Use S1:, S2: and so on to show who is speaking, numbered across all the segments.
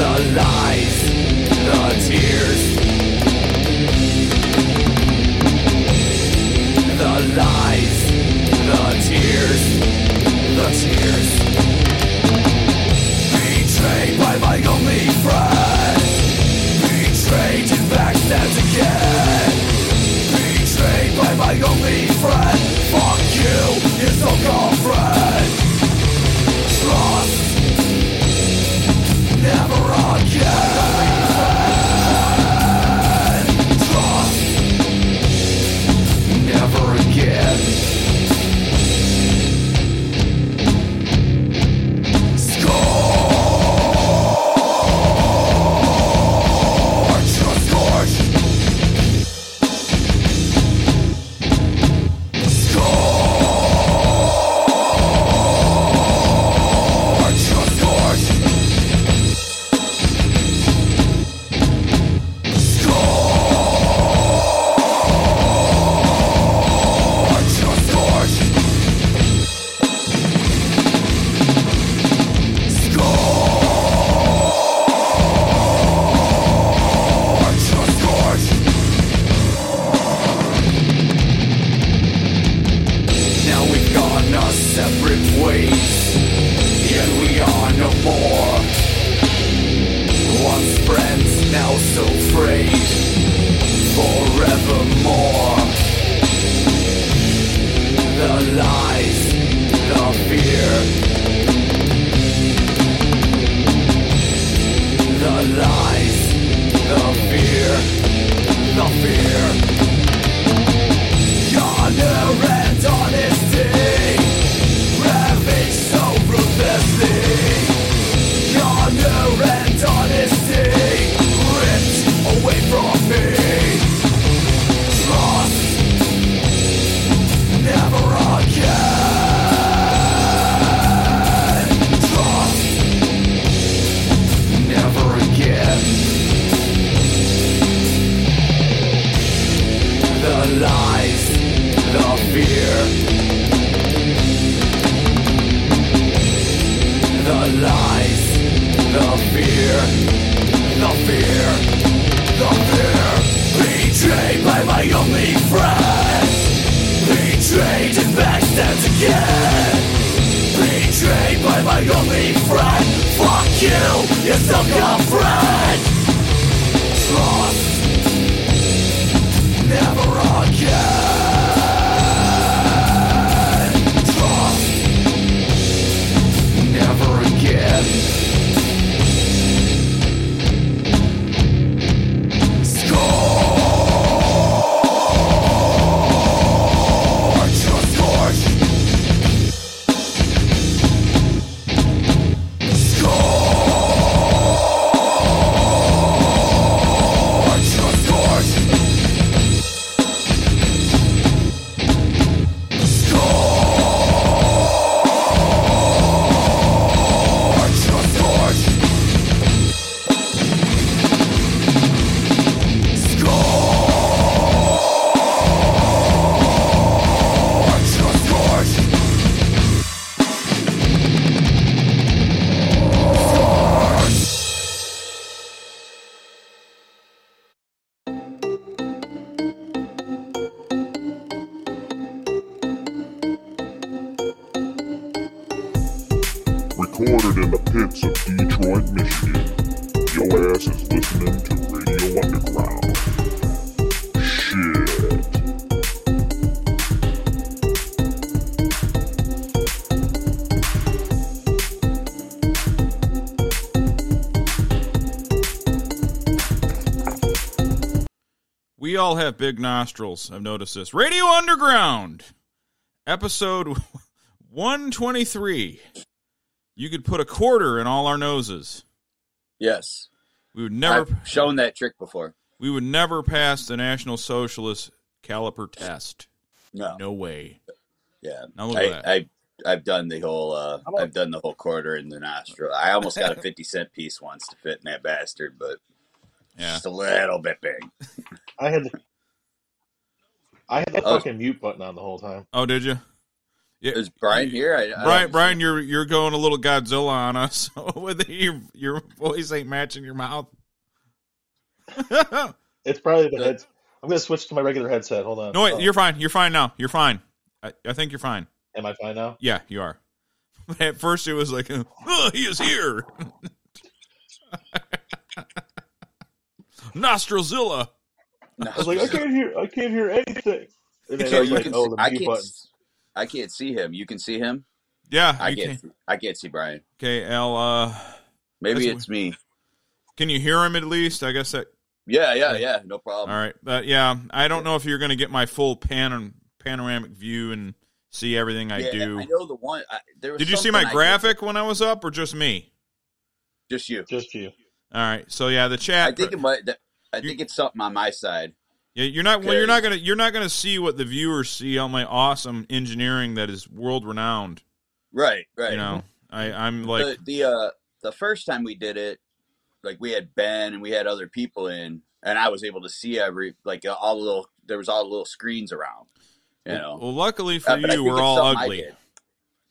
S1: lies, the tears, the lies, the tears, the tears. Betrayed by my only friend, betrayed in backstabs again. Betrayed by my only friend, fuck you, your so-called friend. Trust never again. Trust, never again. Scorch, scorch, scorch, scorch. Now we've gone our separate ways, yet we are no more. Once friends, now so frayed, forevermore. The lies, the fear. The lies, the fear, the fear. Honor and honesty, ravaged so ruthlessly. Honor and honesty ripped away from me. Trust never again. Trust never again. The lies, the fear. The lies, the fear, the fear, the fear. Betrayed by my only friend. Betrayed and backstabbed again. Betrayed by my only friend. Fuck you, you suck friend. Trust, never again. Trust never again. Scorch, scorch, scorch, scorch, scorch, scorch.
S2: Recorded in the pits of Detroit, Michigan. Your ass is listening to Radio Underground. Shit.
S3: We all have big nostrils. I've noticed this. Radio Underground, episode 123. You could put a quarter in all our noses.
S4: Yes.
S3: We would never
S4: I've shown that trick before.
S3: we would never pass the National Socialist caliper test.
S4: No.
S3: No way.
S4: Yeah.
S3: Now look
S4: I,
S3: at that.
S4: I I've done the whole uh
S5: How about-
S4: I've done the whole quarter in the nostril. I almost got a fifty cent piece once to fit in that bastard, but
S3: Yeah.
S4: just a little bit big.
S5: I had, I had the
S4: Oh. Uh,
S5: fucking mute button on the whole time.
S3: Oh, did you? Yeah,
S4: Is Brian here? I, I
S3: Brian, Brian, you're you're going a little Godzilla on us
S6: Uh,
S3: with your your voice ain't matching your mouth.
S5: It's probably the
S4: Yeah.
S5: heads. I'm gonna switch to my regular headset. Hold on.
S3: No,
S6: uh.
S3: wait,
S5: Oh,
S3: you're fine. You're fine now. You're fine. I, I think you're fine.
S5: Am I fine now?
S3: Yeah, you are. But at first, it was like, oh, he is here. Nostrilzilla.
S4: No,
S5: I was like, I can't hear. I can't hear anything. And then I
S4: Can-
S5: was
S4: you
S5: like,
S4: can
S5: oh,
S4: see-
S5: the
S4: I
S5: mute
S4: can't.
S5: button.
S4: s- I can't see him. You can see him.
S3: Yeah,
S4: I
S3: you
S4: can't.
S3: can.
S4: see- I can't see Brian.
S3: Okay, Al. Uh,
S4: Maybe
S3: That's
S4: it's me.
S3: can you hear him at least? I guess that.
S4: Yeah, yeah, yeah. No problem.
S3: All right. Uh, yeah, I don't know if you're going to get my full pan- panoramic view and see everything I
S4: yeah,
S3: do.
S4: I know the one. I, there was
S3: Did you see
S4: something
S3: my
S4: I did-
S3: graphic when I was up, or just me?
S4: Just you.
S5: Just you.
S3: All right. So yeah, the chat.
S4: I think it might. That, I
S3: You-
S4: think it's something on my side.
S3: Yeah, you're not. Well, you're
S4: Okay.
S3: not gonna. You're not gonna see what the viewers see on my awesome engineering that is world renowned.
S4: Right, right.
S3: You know, I, I'm like,
S4: the the uh, the first time we did it, like we had Ben and we had other people in, and I was able to see every like uh, all the little. There was all the little screens around. You know,
S3: well, luckily for
S4: Uh, but I
S3: you,
S4: think
S3: we're
S4: it's
S3: all
S4: something I
S3: ugly.
S4: did.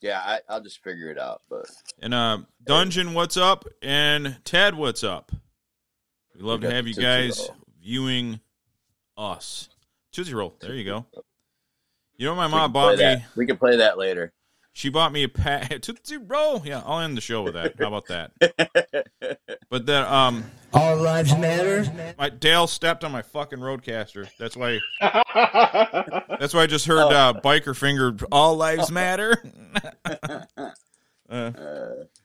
S4: Yeah, I, I'll just figure it out. But
S3: And uh, Dungeon, what's up? And Ted, what's up? We love
S4: We
S3: to
S4: got
S3: have you
S4: Tootsie
S3: guys
S4: Roll.
S3: viewing us. Tootsie Roll. There you go. You know, my
S4: we
S3: mom
S4: can play
S3: bought me.
S4: that. We can play that later.
S3: She bought me a pack. Tootsie Roll. Yeah, I'll end the show with that. How about that? But then, um,
S7: All lives matter.
S3: my Dale stepped on my fucking roadcaster. That's why. That's why I just
S4: Oh.
S3: heard uh, biker finger. All lives matter. uh,
S4: Uh,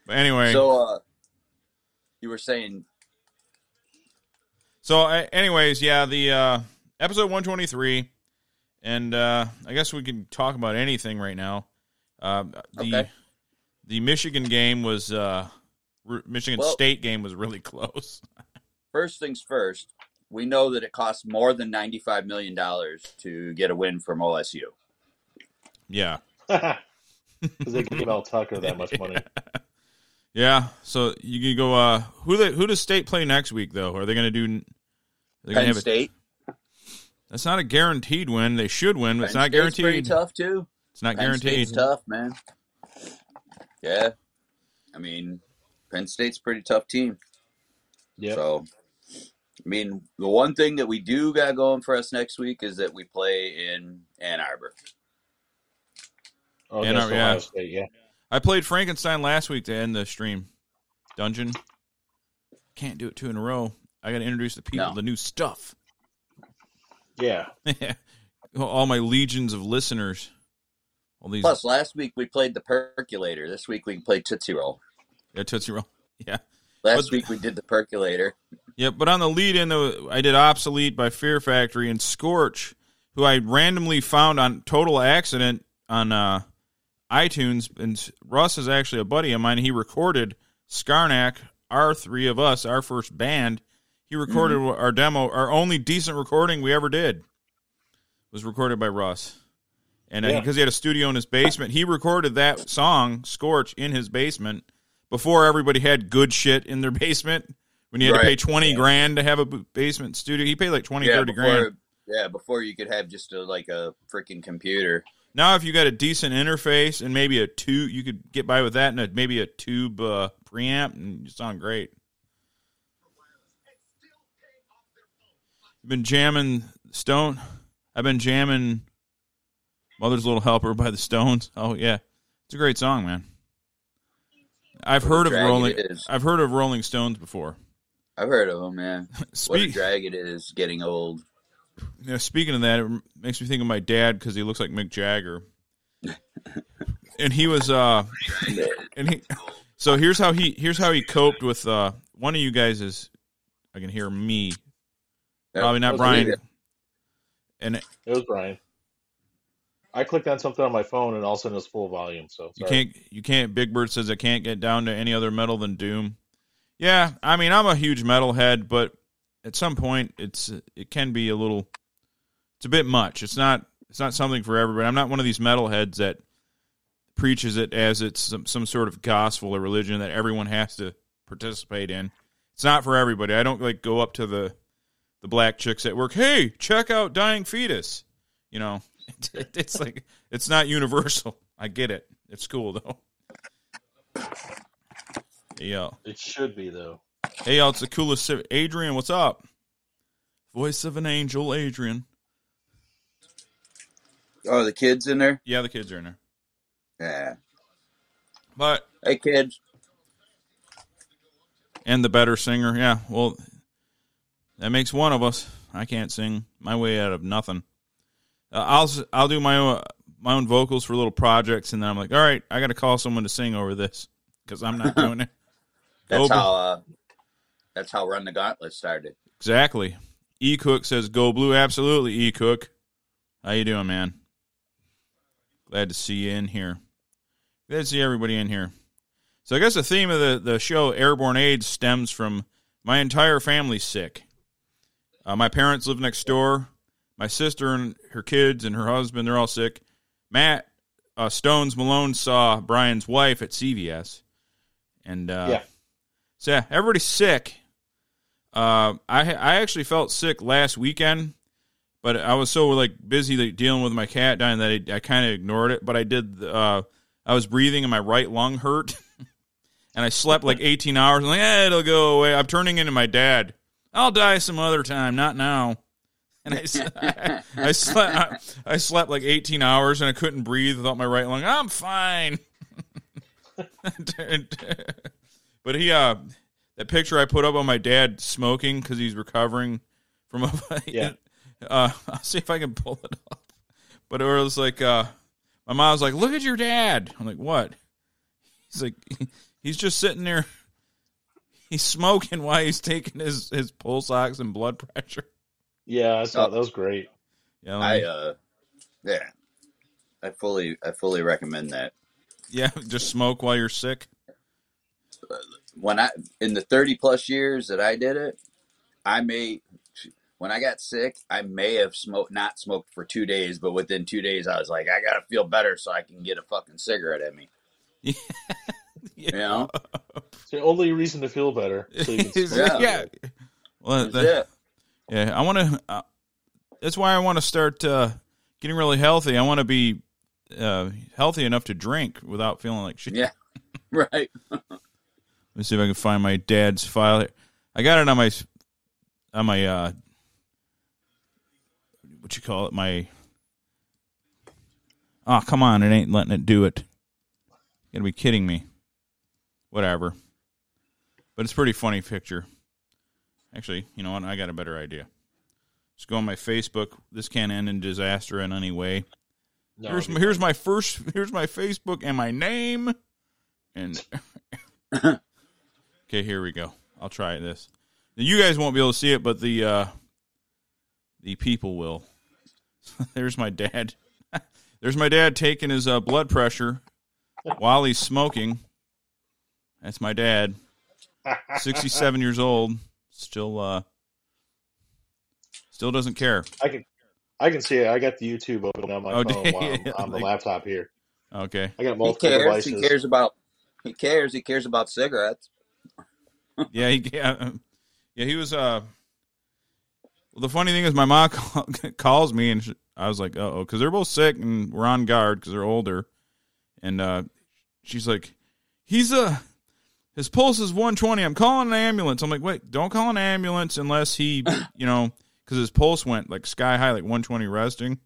S3: but anyway, so,
S4: so, uh, you were saying,
S3: uh, anyways, yeah, the uh, episode one twenty three, and uh, I guess we can talk about anything right now. Uh, the
S4: Okay.
S3: the Michigan game was uh, re- Michigan
S4: Well-
S3: State game was really close.
S4: first things first, we know that it costs more than $95 million to get a win from OSU.
S3: Yeah,
S5: Because they gave Mel Tucker that much money.
S3: yeah. So you can go. Uh, who they, who does State play next week though? Are they going to do? They're going to
S4: Penn
S3: have a
S4: State.
S3: That's not a guaranteed win. They should win, but
S4: Penn
S3: it's not
S4: State's pretty
S3: guaranteed.
S4: tough, too.
S3: It's not
S4: Penn
S3: guaranteed.
S4: State's tough, man. Yeah. I mean, Penn State's a pretty tough team.
S5: Yep.
S4: So, I mean, the one thing that we do got going for us next week is that we play in Ann Arbor.
S5: oh,
S3: Yeah,
S5: that's
S3: no,
S5: Ohio
S3: yeah.
S5: State, yeah.
S3: I played Frankenstein last week to end the stream. Dungeon. Can't do it two in a row. I got to introduce the people
S4: No.
S3: to new stuff.
S5: Yeah.
S3: All my legions of listeners. All these
S4: Plus, last week we played the percolator. This week we can play Tootsie Roll.
S3: yeah, Tootsie Roll. Yeah.
S4: Last
S3: But-
S4: week we did the percolator.
S3: Yeah, but on the lead in though I did Obsolete by Fear Factory and Scorch, who I randomly found on total accident on uh, iTunes and Russ is actually a buddy of mine. He recorded Skarnak, our three of us, our first band. He recorded our demo, our only decent recording we ever did was recorded by Russ. And uh,
S5: Yeah.
S3: because he had a studio in his basement, he recorded that song, Scorch, in his basement before everybody had good shit in their basement. When you had to
S4: Right.
S3: pay 20 grand to have a b- basement studio, he paid like 20, 30
S4: before,
S3: grand.
S4: yeah, before you could have just a, like a freaking computer.
S3: Now, if you got a decent interface and maybe a two, you could get by with that and a, maybe a tube uh, preamp, and you sound great. I've been jamming Stone. I've been jamming "Mother's Little Helper" by the Stones. Oh yeah, it's a great song, man. I've heard of
S4: drag
S3: Rolling.
S4: it is.
S3: I've heard of Rolling Stones before.
S4: I've heard of them, man. What a
S3: Speak,
S4: drag it is getting old.
S3: Yeah, speaking of that, it makes me think of my dad because he looks like Mick Jagger, and he was uh, and he. So here's how he here's how he coped with uh, one of you guys is I can hear me probably not
S5: let's
S3: Brian,
S5: leave
S3: and
S5: It was Brian. I clicked on something on my phone and all of a sudden it was full volume. So
S3: you
S5: sorry.
S3: can't you can't. Big Bird says I can't get down to any other metal than Doom. Yeah, I mean I'm a huge metal head, but at some point it's it can be a little it's a bit much. It's not it's not something for everybody. I'm not one of these metalheads that preaches it as it's some, some sort of gospel or religion that everyone has to participate in. It's not for everybody. I don't like go up to the the black chicks at work. Hey, check out Dying Fetus. You know, it's like it's not universal. I get it. It's cool though. Yeah.
S5: It should be though.
S3: Hey, y'all, it's the coolest. civ- Adrian, what's up? Voice of an angel, Adrian.
S4: Oh, the kids in there.
S3: Yeah, the kids are in there.
S4: Yeah.
S3: But
S4: Hey, kids.
S3: and the better singer, yeah. Well, that makes one of us. I can't sing my way out of nothing. Uh, I'll s- I'll do my own, my own vocals for little projects, and then I'm like, all right, I got to call someone to sing over this because I'm not doing it.
S4: That's
S3: Open.
S4: how. Uh, that's how Run the Gauntlet started.
S3: Exactly. E Cook says go blue. Absolutely, E Cook. How you doing, man? Glad to see you in here. Glad to see everybody in here. So I guess the theme of the, the show Airborne AIDS stems from my entire family's sick. Uh, my parents live next door. My sister and her kids and her husband, they're all sick. Matt uh, Stones Malone saw Brian's wife at CVS. And uh,
S5: Yeah.
S3: so yeah, everybody's sick. Uh, I I actually felt sick last weekend, but I was so like busy like, dealing with my cat dying that I, I kind of ignored it. But I did. Uh, I was breathing and my right lung hurt, and I slept like 18 hours. I'm like, eh, it'll go away. I'm turning into my dad. I'll die some other time, not now. And I, s- I, I slept. I, I slept like 18 hours and I couldn't breathe without my right lung. I'm fine. but he uh that picture I put up on my dad smoking because he's recovering from a
S5: Yeah.
S3: Uh, I'll see if I can pull it up. But it was like uh, my mom was like, "Look at your dad." I'm like, "What?" He's like, "He's just sitting there. He's smoking while he's taking his his pulse ox and blood pressure."
S5: Yeah, I
S4: Oh,
S5: saw that was great.
S3: Yeah,
S4: I.
S3: like,
S4: Uh, yeah. I fully. I fully recommend that.
S3: yeah. Just smoke while you're sick.
S4: when I in the thirty plus years that I did it, I may when I got sick, I may have smoked not smoked for two days, but within two days I was like, I gotta feel better so I can get a fucking cigarette at me. You know?
S5: It's the only reason to feel better. So you can smoke.
S3: yeah. Well,
S4: That's
S3: that-
S4: it.
S3: Yeah, I want to. Uh, that's why I want to start uh, getting really healthy. I want to be uh, healthy enough to drink without feeling like shit.
S4: Yeah. Right.
S3: Let me see if I can find my dad's file. here. I got it on my on my uh, what you call it? My oh, come on! It ain't letting it do it. You gotta be kidding me. Whatever. But it's a pretty funny picture. Actually, you know what? I got a better idea. Just go on my Facebook. This can't end in disaster in any way.
S5: No,
S3: here's
S5: I
S3: my,
S5: mean,
S3: here's my first here's my Facebook and my name. And Okay, here we go. I'll try this. You guys won't be able to see it, but the uh the people will. There's my dad. There's my dad taking his uh, blood pressure while he's smoking. That's my dad. 67 years old, still uh still doesn't care.
S5: I can I can see it. I got the YouTube open on my
S3: Oh,
S5: phone
S3: dang.
S5: while I'm on the
S3: Like-
S5: laptop here.
S3: Okay.
S5: I got
S4: He
S5: multiple
S4: cares. He
S5: devices.
S4: cares about he cares. He cares about cigarettes.
S3: yeah, he, yeah, um, yeah. He was. Uh, well, the funny thing is, my mom call, calls me, and sh I was like, "Uh oh," because they're both sick and we're on guard because they're older. And uh, she's like, "He's a his pulse is 120. I'm calling an ambulance." I'm like, "Wait, don't call an ambulance unless he, you know, because his pulse went like sky high, like 120 resting."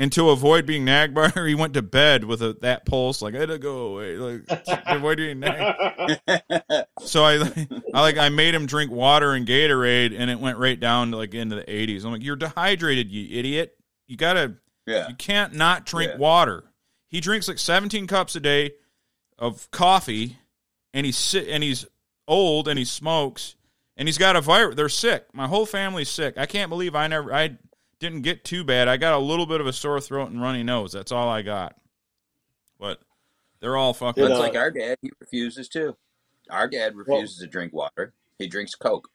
S3: And to avoid being nagged by her, he went to bed with a, that pulse, like it'll go away, like to avoid being nagged. So I, I like I made him drink water and Gatorade, and it went right down to like into the 80s. I'm like, you're dehydrated, you idiot. You gotta,
S4: yeah.
S3: you can't not drink
S4: Yeah.
S3: water. He drinks like 17 cups a day of coffee, and he's sit and he's old and he smokes and he's got a virus. They're sick. My whole family's sick. I can't believe I never I didn't get too bad. I got a little bit of a sore throat and runny nose. That's all I got. But they're all fucking.
S5: You
S4: That's
S5: know-
S4: like our dad. He refuses too. Our dad refuses to drink water. He drinks Coke.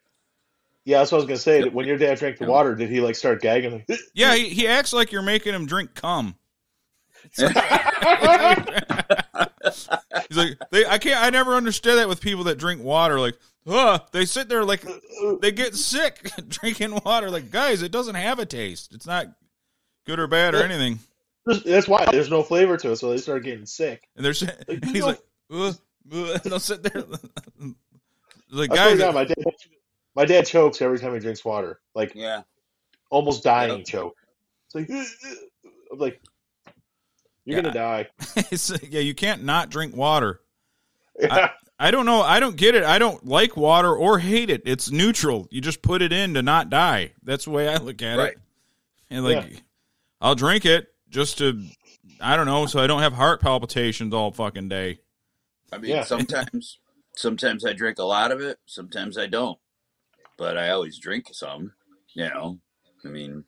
S5: yeah, that's what I was gonna say. That When your dad drank the
S4: Yeah.
S5: water, did he like start gagging?
S3: Yeah, he, he acts like you're making him drink cum. He's like, they, I can't. I never understood that with people that drink water. Like, huh? They sit there like they get sick drinking water. Like, guys, it doesn't have a taste. It's not good or bad or anything.
S5: There's- That's why there's no flavor to it, so they started getting sick.
S3: And they're sitting,
S5: Like,
S3: and he's
S5: no.
S3: like, "Ugh, ugh," and they'll sit there. the
S5: I swear
S3: guy,
S5: to God,
S3: that,
S5: my dad, my dad chokes every time he drinks water, like
S4: Yeah.
S5: almost dying
S4: Yep.
S5: choke. It's like, I'm like, you're
S3: Yeah,
S5: gonna die.
S3: it's like, yeah, you can't not drink water.
S5: Yeah.
S3: I don't know. I don't get it. I don't like water or hate it. It's neutral. You just put it in to not die. That's the way I look at
S4: Right.
S3: it. And like, I'll drink it just to, I don't know, so I don't have heart palpitations all fucking day.
S4: I mean,
S5: Yeah.
S4: sometimes sometimes I drink a lot of it, sometimes I don't. But I always drink some, you know. I mean,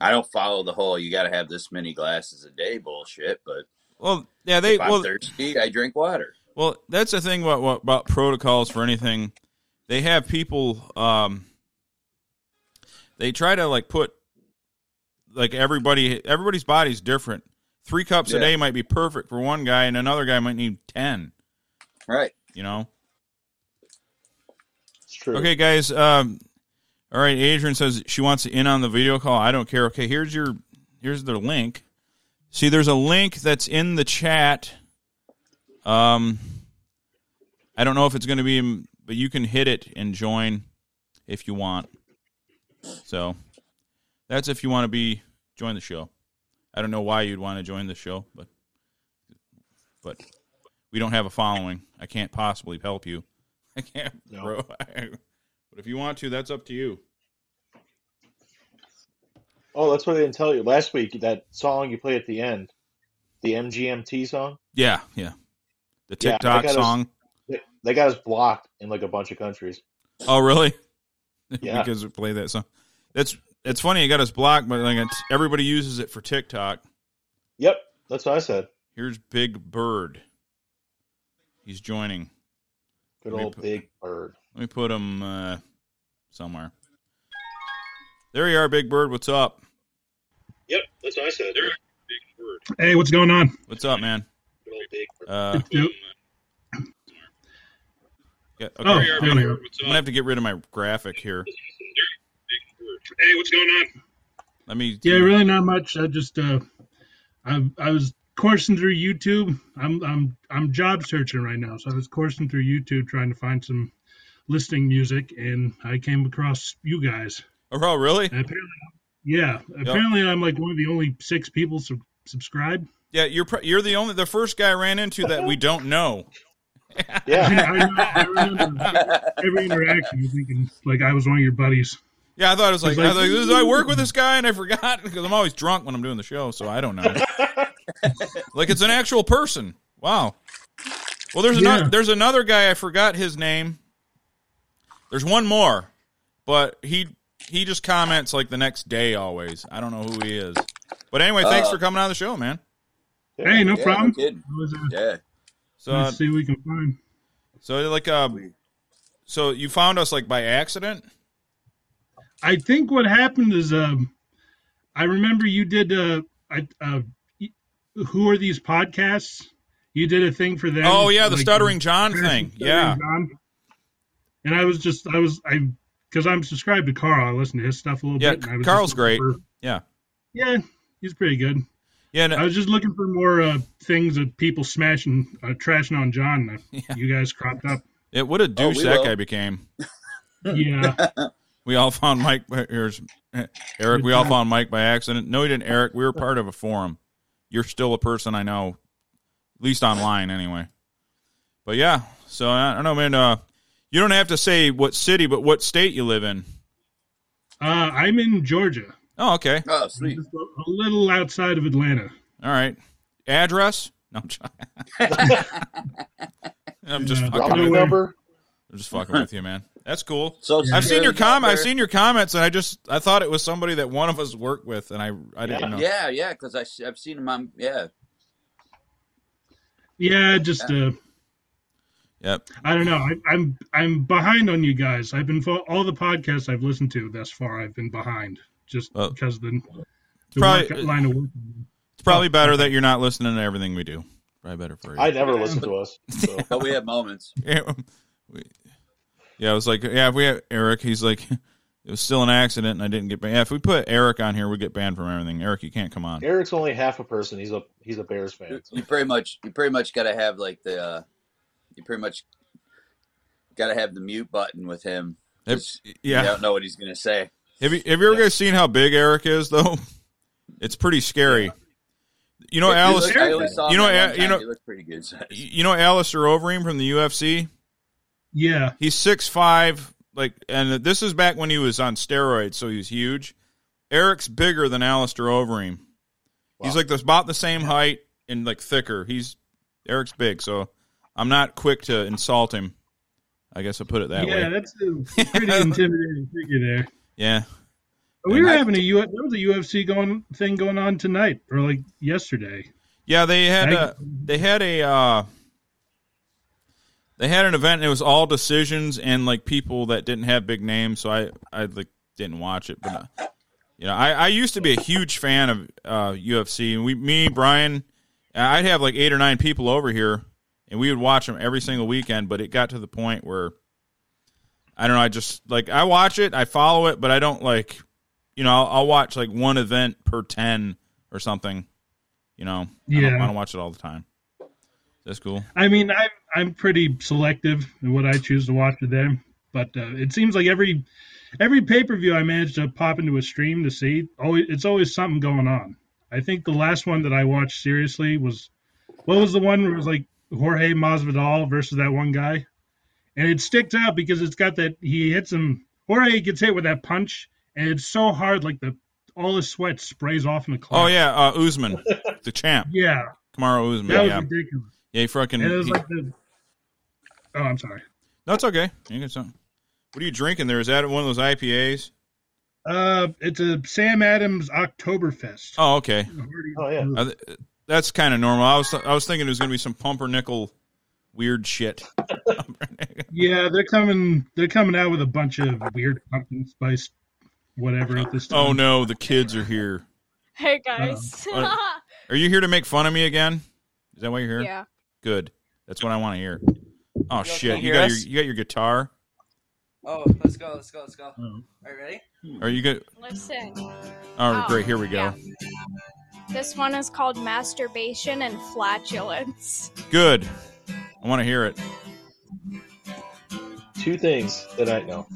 S4: I don't follow the whole you got to have this many glasses a day bullshit, but
S3: Well, yeah, they
S4: if I'm
S3: well,
S4: thirsty, I drink water.
S3: Well, that's the thing about, what- about protocols for anything. They have people. Um, they try to like put like everybody. Everybody's body's different. Three cups a
S4: Yeah.
S3: day might be perfect for one guy, and another guy might need ten.
S4: Right.
S3: You know.
S5: It's true.
S3: Okay, guys. Um, all right. Adrian says she wants in on the video call. I don't care. Okay, here's your here's their link. See, there's a link that's in the chat. Um, I don't know if it's going to be, in- but you can hit it and join if you want. So that's if you want to be join the show. I don't know why you'd want to join the show, but but we don't have a following. I can't possibly help you. I can't,
S5: No.
S3: bro. but if you want to, that's up to you.
S5: Oh, that's what I didn't tell you last week. That song you play at the end, the MGMT song.
S3: Yeah, yeah. The
S5: Yeah, I
S3: TikTok
S5: gotta-
S3: song.
S5: They they got us blocked in like a bunch of countries.
S3: Oh, really?
S5: Yeah.
S3: because we play that song. That's it's funny. It got us blocked, but like it's, everybody uses it for TikTok.
S5: Yep, that's what I said.
S3: Here's Big Bird. He's joining.
S5: Good
S3: Let me
S5: old
S3: put-
S5: Big Bird.
S3: Let me put him uh, somewhere. There you are, Big Bird. What's up?
S5: Yep, that's what I said. Good
S7: Hey, what's going on?
S3: What's up, man?
S5: old Big Bird.
S3: Uh,
S7: Yep.
S3: yeah, okay.
S7: Oh,
S3: I'm,
S7: I'm
S3: gonna,
S7: here.
S3: I'm gonna have to get rid of my graphic here.
S7: Hey, what's going on?
S3: Let me.
S7: Yeah, really not much. I just uh, I I was coursing through YouTube. I'm I'm I'm job searching right now, so I was coursing through YouTube trying to find some listening music, and I came across you guys.
S3: Oh, really?
S7: And apparently, yeah, apparently I'm like one of the only six people sub- subscribed.
S3: Yeah, you're pr- you're the only the first guy I ran into that we don't know.
S5: Yeah,
S7: I, I remember every interaction. You're thinking like I was one of your buddies.
S3: Yeah, I thought it was like,
S7: It's like-
S3: I, was like "This is- I work with this guy and I forgot because I'm always drunk when I'm doing the show, so I don't know. like it's an actual person. Wow. Well, there's
S7: Yeah.
S3: another there's another guy I forgot his name. There's one more, but he he just comments like the next day always. I don't know who he is, but anyway, thanks
S4: Uh,
S3: for coming on the show, man.
S7: Hey, no
S4: Yeah,
S7: problem.
S4: No kidding.
S7: I was, uh,
S4: Yeah.
S3: So uh,
S7: let's see what we can find.
S3: so like uh, so you found us like by accident.
S7: I think what happened is um, I remember you did uh, I, uh, y- who are these podcasts? You did a thing for them.
S3: Oh yeah, the
S7: like,
S3: stuttering John
S7: Crash
S3: thing.
S7: and Stuttering
S3: Yeah,
S7: John. And I was just I was I because I'm subscribed to Carl. I listen to his stuff a little
S3: Yeah,
S7: bit. and I was
S3: Carl's
S7: just
S3: great.
S7: looking for-
S3: Yeah.
S7: yeah, he's pretty good.
S3: yeah. and-
S7: I was just looking for more uh, things of people smashing, uh, trashing on John. and I-
S3: Yeah.
S7: You guys cropped up.
S3: Yeah, what a douche
S4: Oh, we
S3: that
S4: will.
S3: guy became.
S7: Yeah,
S3: We all found Mike. Here's Eric. We all found Mike by accident. No, he didn't, Eric. We were part of a forum. You're still a person I know, at least online anyway. But yeah, so I I don't know, man. Uh, you don't have to say what city, but what state you live in.
S7: uh, I'm in Georgia,
S3: Oh, okay.
S4: Oh, sweet.
S7: just a, a little outside of Atlanta.
S3: All right. Address? No, I'm, trying. I'm just
S7: Yeah.
S3: fucking.
S7: Robert-
S5: Robin
S3: With,
S5: number.
S3: I'm just fucking with you, man. That's cool.
S4: So
S3: I've seen your
S4: comment.
S3: comment. I've seen your comments, and I just I thought it was somebody that one of us worked with, and I I didn't know.
S4: Yeah, yeah, because I s- I've seen him on. Yeah,
S7: Yeah, just uh,
S3: Yep.
S7: I don't know. I, I'm I'm behind on you guys. I've been fo- all the podcasts I've listened to thus far. I've been behind just
S3: Well,
S7: because of the, the
S3: Oh. probably-
S7: work- line of work. Oh.
S3: It's probably better that you're not listening to everything we do. Probably better for you.
S5: Oh. I never listened to us. So.
S4: but we have moments.
S3: yeah, we- yeah, I was like, yeah, we have Eric. He's like, It was still an accident, and I didn't get banned. Yeah, if we put Eric on here, we get banned from everything. Eric, you can't come on.
S5: Eric's only half a person. He's a he's a Bears fan.
S4: You, you pretty much you pretty much got to have like the uh, you pretty much got to have the mute button with him.
S3: If-
S4: 'cause
S3: yeah.
S4: You don't know what he's gonna say.
S3: Have you have you ever guys seen how big Eric is though? It's pretty scary. You know,
S4: He
S3: Alice.
S4: looked- I only saw
S3: you
S4: him
S3: know,
S4: that
S3: Al-
S4: one
S3: you
S4: time.
S3: know,
S4: He looked pretty good. so-
S3: you know, Alistair Overeem from the UFC.
S7: Yeah.
S3: He's six five, like, and this is back when he was on steroids, so he's huge. Eric's bigger than Alistair Overeem. He's like this, about the same height and like thicker. He's Eric's big, so I'm not quick to insult him. I guess I put it that
S7: yeah,
S3: way.
S7: that's a pretty intimidating figure there.
S3: Yeah,
S7: We
S3: And
S7: were
S3: I-
S7: having a U. There was a UFC going thing going on tonight or like yesterday.
S3: yeah. They
S7: I-
S3: had a they had a uh, they had an event. and It was all decisions and like people that didn't have big names. So I I like didn't watch it, but uh, you know I, I used to be a huge fan of uh, UFC. And we me Brian, I'd have like eight or nine people over here, and we would watch them every single weekend. But it got to the point where I don't know. I just like I watch it, I follow it, but I don't like you know I'll, I'll watch like one event per ten or something. You know, I, don't,
S7: Yeah.
S3: I don't watch it all the time. That's cool.
S7: I mean, I, I'm pretty selective in what I choose to watch today, but uh, it seems like every every pay per view I manage to pop into a stream to see, always, it's always something going on. I think the last one that I watched seriously was what was the one where it was like Jorge Masvidal versus that one guy, and it sticks out because it's got that he hits him. Jorge gets hit with that punch, and it's so hard, like the all his sweat sprays off in the cloud.
S3: Oh yeah, uh, Usman, the champ,
S7: yeah,
S3: Kamara Usman.
S7: that was
S3: yeah,
S7: ridiculous.
S3: yeah, he fucking.
S7: And it was
S3: he-
S7: like the. Oh, I'm sorry.
S3: no, it's okay. You get something. What are you drinking there? Is that one of those IPAs?
S7: Uh, it's a Sam Adams Oktoberfest.
S3: Oh, okay.
S5: Oh yeah,
S3: I th- that's kind of normal. I was I was thinking it was gonna be some pumpernickel weird shit.
S7: Yeah, they're coming. They're coming out with a bunch of weird pumpkin spice, whatever at this time.
S3: Oh no, the kids are here.
S8: Hey guys.
S3: Uh, Are you here to make fun of me again? Is that why you're here?
S8: yeah.
S3: Good. That's what I want to hear. Oh shit!
S9: can't
S3: You
S9: hear
S3: got your
S9: us?
S3: you got your guitar.
S9: Oh, let's go, let's go, let's go.
S7: Oh.
S9: Are you ready?
S3: Are you good?
S8: Listen.
S3: All right,
S8: Oh,
S3: great. Here we go.
S8: yeah. This one is called Masturbation and Flatulence.
S3: Good. I want to hear it.
S5: two things that I know.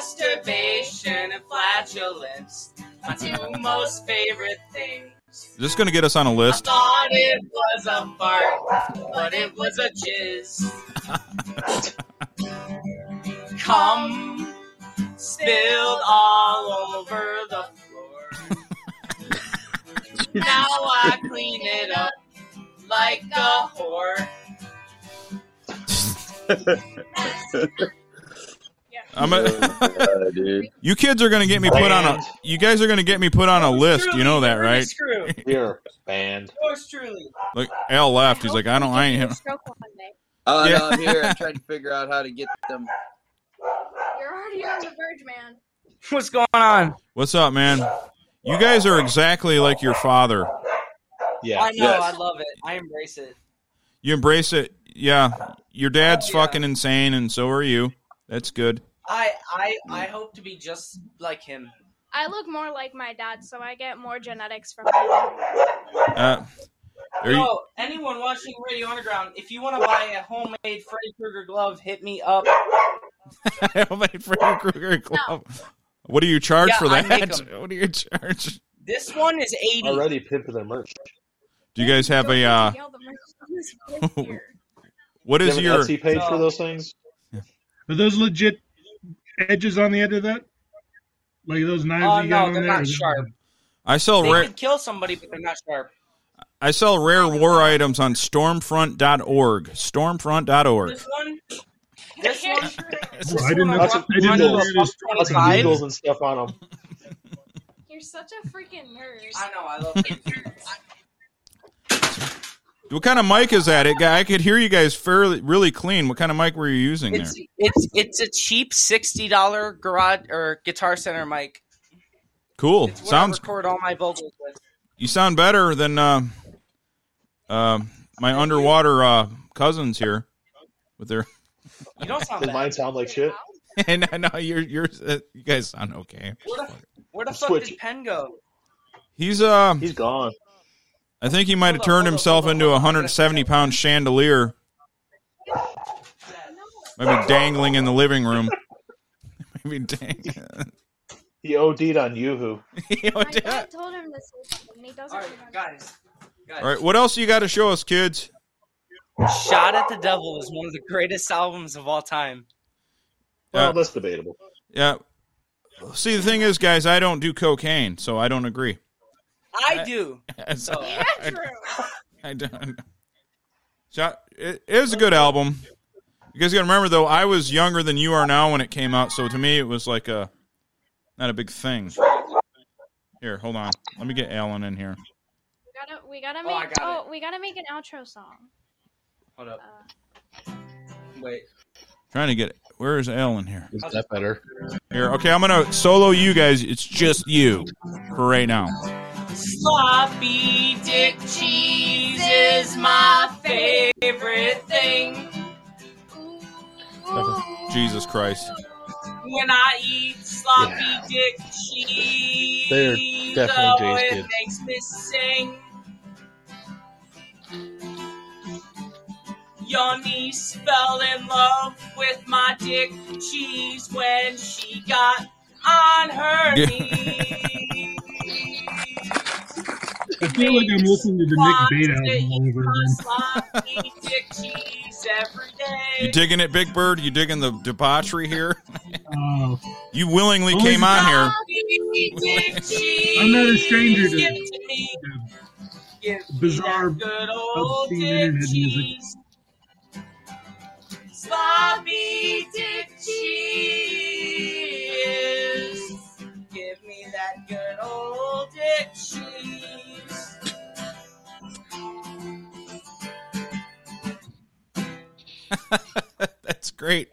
S9: Masturbation and flatulence. My two most favorite things.
S3: Is this gonna get us on a list?
S9: Thought it was a fart, but it was a jizz. Cum spilled all over the floor. now I clean it up like a whore.
S3: I'm a,
S4: Uh, dude.
S3: you kids are gonna get me put on a.
S5: Banned.
S3: You guys are gonna get me put on a list. You
S9: Truly,
S3: know that,
S9: you're gonna
S3: right?
S9: Screw.
S5: We are banned.
S9: Yours truly.
S3: Like Al left. He's like, I don't. I ain't.
S8: You're stroke one day.
S4: Oh
S3: Yeah.
S4: no, I'm here. I'm trying to figure out how to get them.
S8: You're already on the verge, man.
S9: What's going on?
S3: What's up, man? You guys are exactly like your father.
S5: Yeah,
S9: I know.
S4: Yes.
S9: I love it. I embrace it.
S3: You embrace it. Yeah. Your dad's
S9: Yeah.
S3: fucking insane, and so are you. That's good.
S9: I I I hope to be just like him.
S8: I look more like my dad, so I get more genetics from him.
S3: Uh, are you,
S9: Yo, Oh, anyone watching Radio Underground, if you want to buy a homemade Freddy Krueger glove, hit me up.
S3: my Freddy Krueger glove. What do you charge
S9: Yeah,
S3: for
S9: I make
S3: that? What do you charge?
S9: This one is eighty.
S5: already pimping their merch.
S3: Do you guys have a uh?
S8: Yell the merch on this here.
S3: What
S5: Do you
S3: is
S5: have an
S3: your?
S5: Etsy page for those things?
S7: Are those legit edges on the end of that? Like those knives?
S9: Oh
S7: you got
S9: no,
S7: on
S9: they're
S7: there?
S9: not sharp.
S3: I sell
S9: They
S3: rare.
S9: could kill somebody, but they're not sharp.
S3: I sell rare war items on Stormfront.org. Stormfront.org.
S9: This one, this one,
S7: I didn't
S9: I
S7: know-
S9: want
S7: I didn't
S9: one
S7: know
S9: to
S7: they
S9: a buck
S7: just-
S5: Lots of
S9: 25.
S5: needles and stuff on them.
S8: You're such a freaking nerd.
S9: I know. I love it.
S3: What kind of mic is that? It, got- I could hear you guys fairly really clean. What kind of mic were you using there?
S9: It's e-, it's it's a cheap sixty dollar garage or Guitar Center mic.
S3: Cool.
S9: It's what
S3: Sounds.
S9: I record all my vocals with.
S3: You sound better than uh, uh, my underwater uh, cousins here with their.
S9: You don't sound
S5: Does
S9: bad.
S5: mine sound like shit?
S3: and I know you're you're uh, you guys sound okay.
S9: Where the, where the fuck
S5: Switch.
S9: did Penn go?
S3: He's uh,
S5: He's gone.
S3: I think he might have
S9: Hold on,
S3: turned
S9: hold on,
S3: himself
S9: hold on,
S3: into a
S9: hold on.
S3: 170 pound chandelier. Maybe dangling in the living room. Maybe dangling.
S5: He OD'd on YooHoo.
S8: My dad told him to say something, and he doesn't
S9: All right,
S8: remember.
S9: guys. Guys,
S3: All right, what else you got to show us, kids?
S9: Shot at the Devil is one of the greatest albums of all time.
S5: Well,
S3: Uh,
S5: Oh, that's debatable.
S3: Yeah. See, the thing is, guys, I don't do cocaine, so I don't agree.
S9: I do.
S3: So I,
S8: Andrew!
S3: I don't. So it, it was a good album. You guys got to remember, though, I was younger than you are now when it came out, so to me, it was like a not a big thing. Here, hold on. Let me get Alan in here.
S8: We gotta, we gotta
S9: Oh, I
S8: make.
S9: got
S8: Oh, we gotta make an outro song.
S9: Hold up.
S8: Uh,
S9: Wait.
S3: Trying to get where is Alan here?
S6: Is that better?
S3: Here, okay, I'm gonna solo you guys. It's just you for right now.
S9: Sloppy dick cheese is my favorite thing.
S3: Jesus Christ.
S9: When I eat sloppy dick cheese,
S6: They're definitely
S9: oh,
S6: Jay's
S9: it
S6: kids.
S9: makes me sing. Your niece fell in love with my dick cheese when she got on her
S3: Yeah.
S9: knees.
S7: I feel like I'm listening to the Nick Bate
S9: Wants to
S7: album all
S9: eat
S7: over
S9: my
S7: again.
S9: sloppy dick cheese every day.
S3: You digging it, Big Bird? You digging the debauchery here?
S7: Oh,
S3: You willingly
S7: Only
S3: came on here.
S9: I'm
S7: not a stranger to-
S9: Give me
S7: Bizarre,
S9: that good old
S7: obscene
S9: dick
S7: internet music.
S9: cheese. Sloppy dick cheese. Give me that good old dick cheese.
S3: That's great.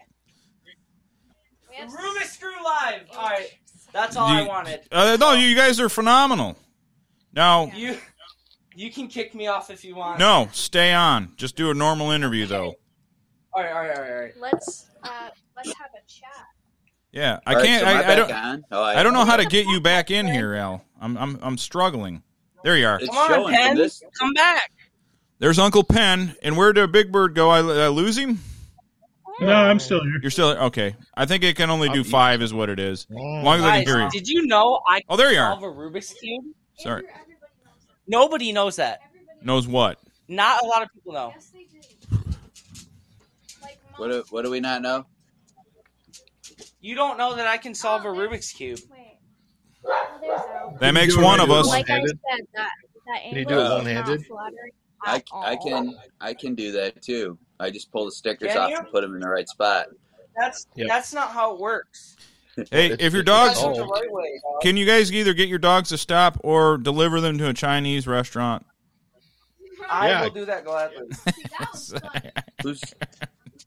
S8: we have
S9: Room is screw live. All right, that's all I
S3: You-
S9: wanted.
S3: Uh, no, you guys are phenomenal. Now,
S9: You, you can kick me off if you want.
S3: no, stay on. Just do a normal interview, though.
S9: All right, all right, all right, all right.
S8: Let's uh, let's have a chat.
S3: Yeah, I
S4: All right,
S3: can't.
S4: so am
S3: I, I don't.
S4: back on? Oh, I,
S3: I don't know how to get you back in here, Al. I'm I'm I'm struggling. There you are.
S4: It's
S9: Come on,
S4: showing
S9: Pen.
S4: from this.
S9: Come back.
S3: There's Uncle Penn. And where did Big Bird go? I, I lose him.
S7: no, I'm still here.
S3: You're still okay. I think it can only do
S4: Uh,
S6: I'm-
S3: five, is what it is. As long as I
S9: Guys,
S3: can hear you.
S9: did you know I
S3: Oh, there you
S9: solve
S3: are.
S9: a Rubik's cube?
S3: Sorry.
S8: everybody knows that.
S9: Nobody knows that.
S8: Everybody
S3: Knows what?
S9: Not a lot of people know.
S8: Yes, they do. Like
S4: What do,
S8: mom-
S4: what do we not know?
S9: You don't know that I can solve a Rubik's cube.
S8: Oh, Wait. Oh, there's Al.
S3: That makes one of us.
S6: Like-
S8: Like I
S6: One-handed?
S8: said, that that
S6: you
S8: English
S6: do
S4: it
S8: is not
S6: one-handed?
S8: flattering
S4: I,
S8: at
S4: I
S8: all.
S4: can I can do that too. I just pull the stickers
S9: Can
S4: off
S9: you?
S4: and put them in the right spot.
S9: That's
S6: Yep.
S9: that's not how it works.
S3: Hey,
S6: It's-
S3: if your
S6: it's all-
S3: dogs
S9: That's not the right way. dog.
S3: Can you guys either get your dogs to stop or deliver them to a Chinese restaurant?
S9: I
S6: Yeah.
S9: will do that gladly.
S8: That was fun.
S4: Who's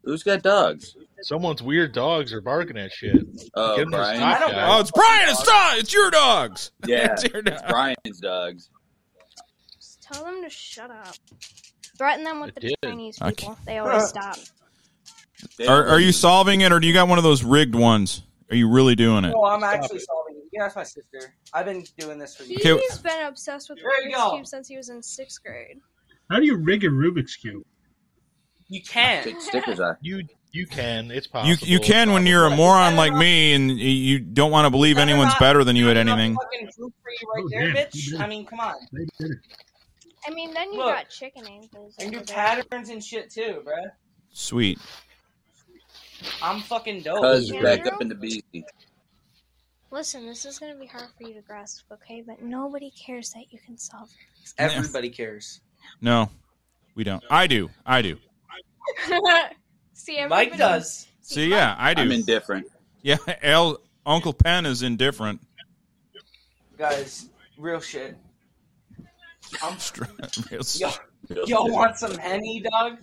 S4: who's got dogs?
S6: Someone's weird dogs are barking at shit.
S4: Oh,
S6: Get 'em to
S4: Brian.
S6: stop,
S9: I don't
S6: guys.
S9: know.
S3: Oh, it's Brian. It's not. It's your dogs.
S4: Yeah,
S3: it's your
S4: it's
S3: dog.
S4: Brian's dogs.
S8: Just tell them to shut up. Threaten them with
S6: I
S8: the
S6: did.
S8: Chinese
S3: Okay.
S8: people. They always stop.
S4: They
S3: Are,
S4: don't
S3: are you
S4: leave.
S3: solving it, or do you got one of those rigged ones? Are you really doing it?
S9: No, I'm actually solving it. You can ask my sister. I've been doing this for years.
S3: Okay.
S8: He's been obsessed with
S9: There you
S8: Rubik's
S9: go.
S8: Cube since he was in sixth grade.
S7: How do you rig a Rubik's cube?
S9: You can.
S4: Take stickers off.
S6: You you can. It's
S3: You
S6: possible.
S3: you can when you're a moron like me and you don't want to believe anyone's better than you at anything.
S9: Fucking group for you right
S7: Oh,
S9: there,
S7: damn.
S9: bitch. I mean, come on.
S7: They did it.
S8: I mean, then you
S9: Look.
S8: got chicken ankles.
S9: I can do
S8: over there.
S9: patterns and shit too, bruh.
S3: Sweet.
S9: I'm fucking dope.
S4: Cuz
S8: Yeah.
S4: back up in the beastie.
S8: Listen, this is gonna be hard for you to grasp, okay? But nobody cares that you can solve.
S9: Everybody cares.
S3: No, we don't. I do. I do.
S8: it. See, everybody
S9: Mike does.
S3: See, yeah, I
S4: I'm
S3: do.
S4: indifferent.
S3: Yeah, L, Uncle Penn is indifferent.
S9: Guys, real shit. I'm Yo,
S4: Yo,
S9: y'all want some henny, dog?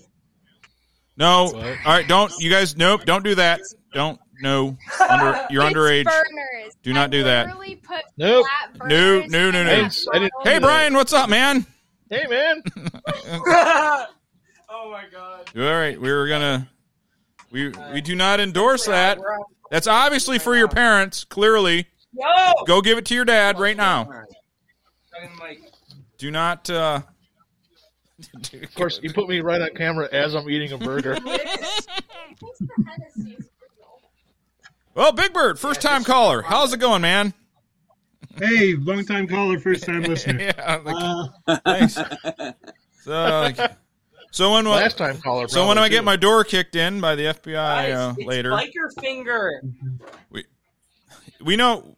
S3: No. All right, don't you guys? Nope. Don't do that. Don't. No. Under, you're
S8: It's
S3: underage.
S8: Burners.
S3: Do not
S8: I
S3: do that.
S8: literally Put
S6: Nope.
S8: flat
S3: No,
S8: burners
S3: no, no, no.
S8: in that
S6: I didn't- I didn't-
S8: bottle.
S3: Hey, Brian, what's up, man?
S6: Hey man,
S9: oh my god.
S3: All right, we were gonna. We we do not endorse that.
S9: We're on
S3: That's obviously for your parents, clearly.
S9: Yo!
S3: Go give it to your dad right now.
S9: Fucking, like,
S3: Do not uh
S6: Of course, you put me right on camera as I'm eating a burger.
S3: Well, Big Bird, first time caller. How's it going, man?
S7: Hey, long time caller, first time listener.
S3: Yeah, like,
S7: Uh,
S3: thanks. So, like, so when will,
S6: Last time caller.
S3: so when do
S6: probably,
S3: I get
S6: too.
S3: my door kicked in by the FBI
S9: guys,
S3: uh,
S9: it's
S3: later?
S9: Biker finger.
S3: we know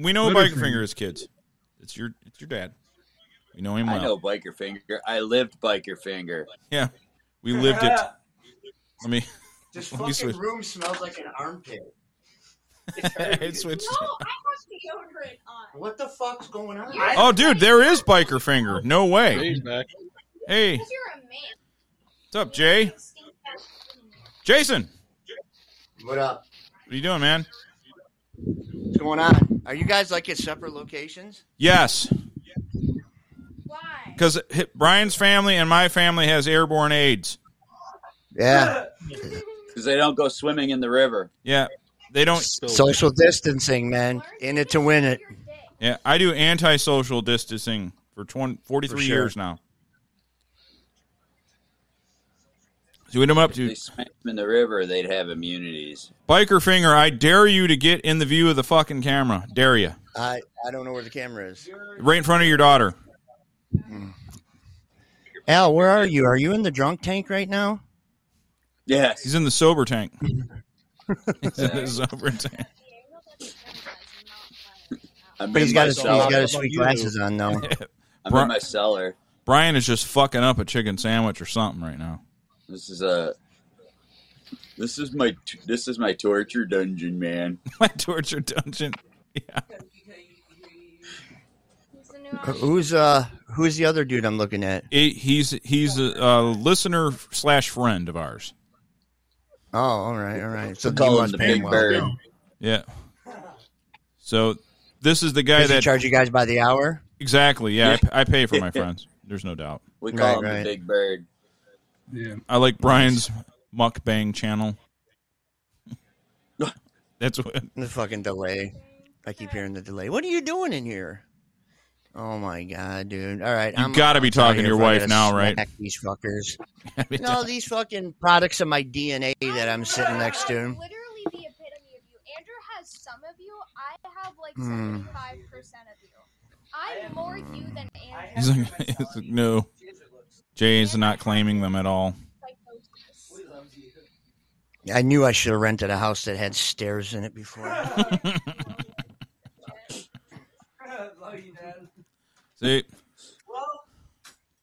S3: we know
S7: Butterfinger.
S3: Bikerfinger is kids. It's your it's your dad. We know him well.
S4: I know biker finger. I lived biker finger.
S3: Yeah, we lived it. Let me.
S10: This
S3: Let me switch.
S10: fucking room smells like an armpit.
S3: I switched.
S8: deodorant on.
S10: What the fuck's going on?
S8: I-
S3: Oh, dude, there is Bikerfinger. No way.
S6: He's back.
S3: Hey,
S8: Because you're a man.
S3: what's up, Jay? Jason,
S10: What up?
S3: what are you doing, man?
S10: What's going on? Are you guys like at separate locations?
S3: Yes,
S8: Why?
S3: because Brian's family and my family has airborne AIDS.
S11: Yeah.
S4: Because they don't go swimming in the river.
S3: Yeah, they don't.
S11: Social distancing, man. In it to win it.
S3: Yeah, I do anti-social distancing for 20, 43
S11: For sure.
S3: years now. So what am I up
S4: If
S3: to?
S4: they swam in the river, they'd have immunities.
S3: Biker finger, I dare you to get in the view of the fucking camera. Dare you.
S11: I, I don't know where the camera is.
S3: Right in front of your daughter.
S11: Al, where are you? Are you in the drunk tank right now?
S4: Yes.
S3: He's in the sober tank. He's in the sober tank.
S4: I'm
S11: But
S4: in
S11: he's got his, he's
S4: myself.
S11: got his
S5: How about
S11: sweet
S5: you?
S11: glasses on, though.
S4: I'm in my cellar.
S3: Brian is just fucking up a chicken sandwich or something right now.
S4: This is a. This is my this is my torture dungeon, man.
S3: my torture dungeon. Yeah.
S11: Who's uh Who's the other dude I'm looking at?
S3: He- he's he's uh, a, a listener slash friend of ours.
S11: Oh, all right, all right. So
S4: We call
S11: you
S4: him
S11: must
S4: the
S11: pay him
S4: Big
S11: well.
S4: Bird.
S7: no.
S3: Yeah. So this is the guy
S11: Does he
S3: that
S11: charge you guys by the hour?
S3: exactly. Yeah, I, I pay for my friends. There's no doubt.
S4: We
S11: Right,
S4: call him
S11: right.
S4: the Big Bird.
S7: Yeah.
S3: I like Brian's mukbang channel. That's what
S11: The fucking delay. I keep hearing the delay. What are you doing in here? Oh my god, dude! All right,
S3: You gotta be
S11: outside
S3: talking to
S11: here
S3: your
S11: if I
S3: wife
S11: gotta
S3: now, right?
S11: smack These fuckers. No, these fucking products of my DNA that I'm sitting next to.
S8: Literally the epitome of you. Andrew has some of you. I have like
S11: Hmm.
S8: seventy-five percent of you. I'm more you than Andrew.
S3: he's like, he's like, No, Jay's not claiming them at all.
S8: Psychosis.
S11: I knew I should have rented a house that had stairs in it before.
S10: Love you, man.
S3: See,
S9: Well,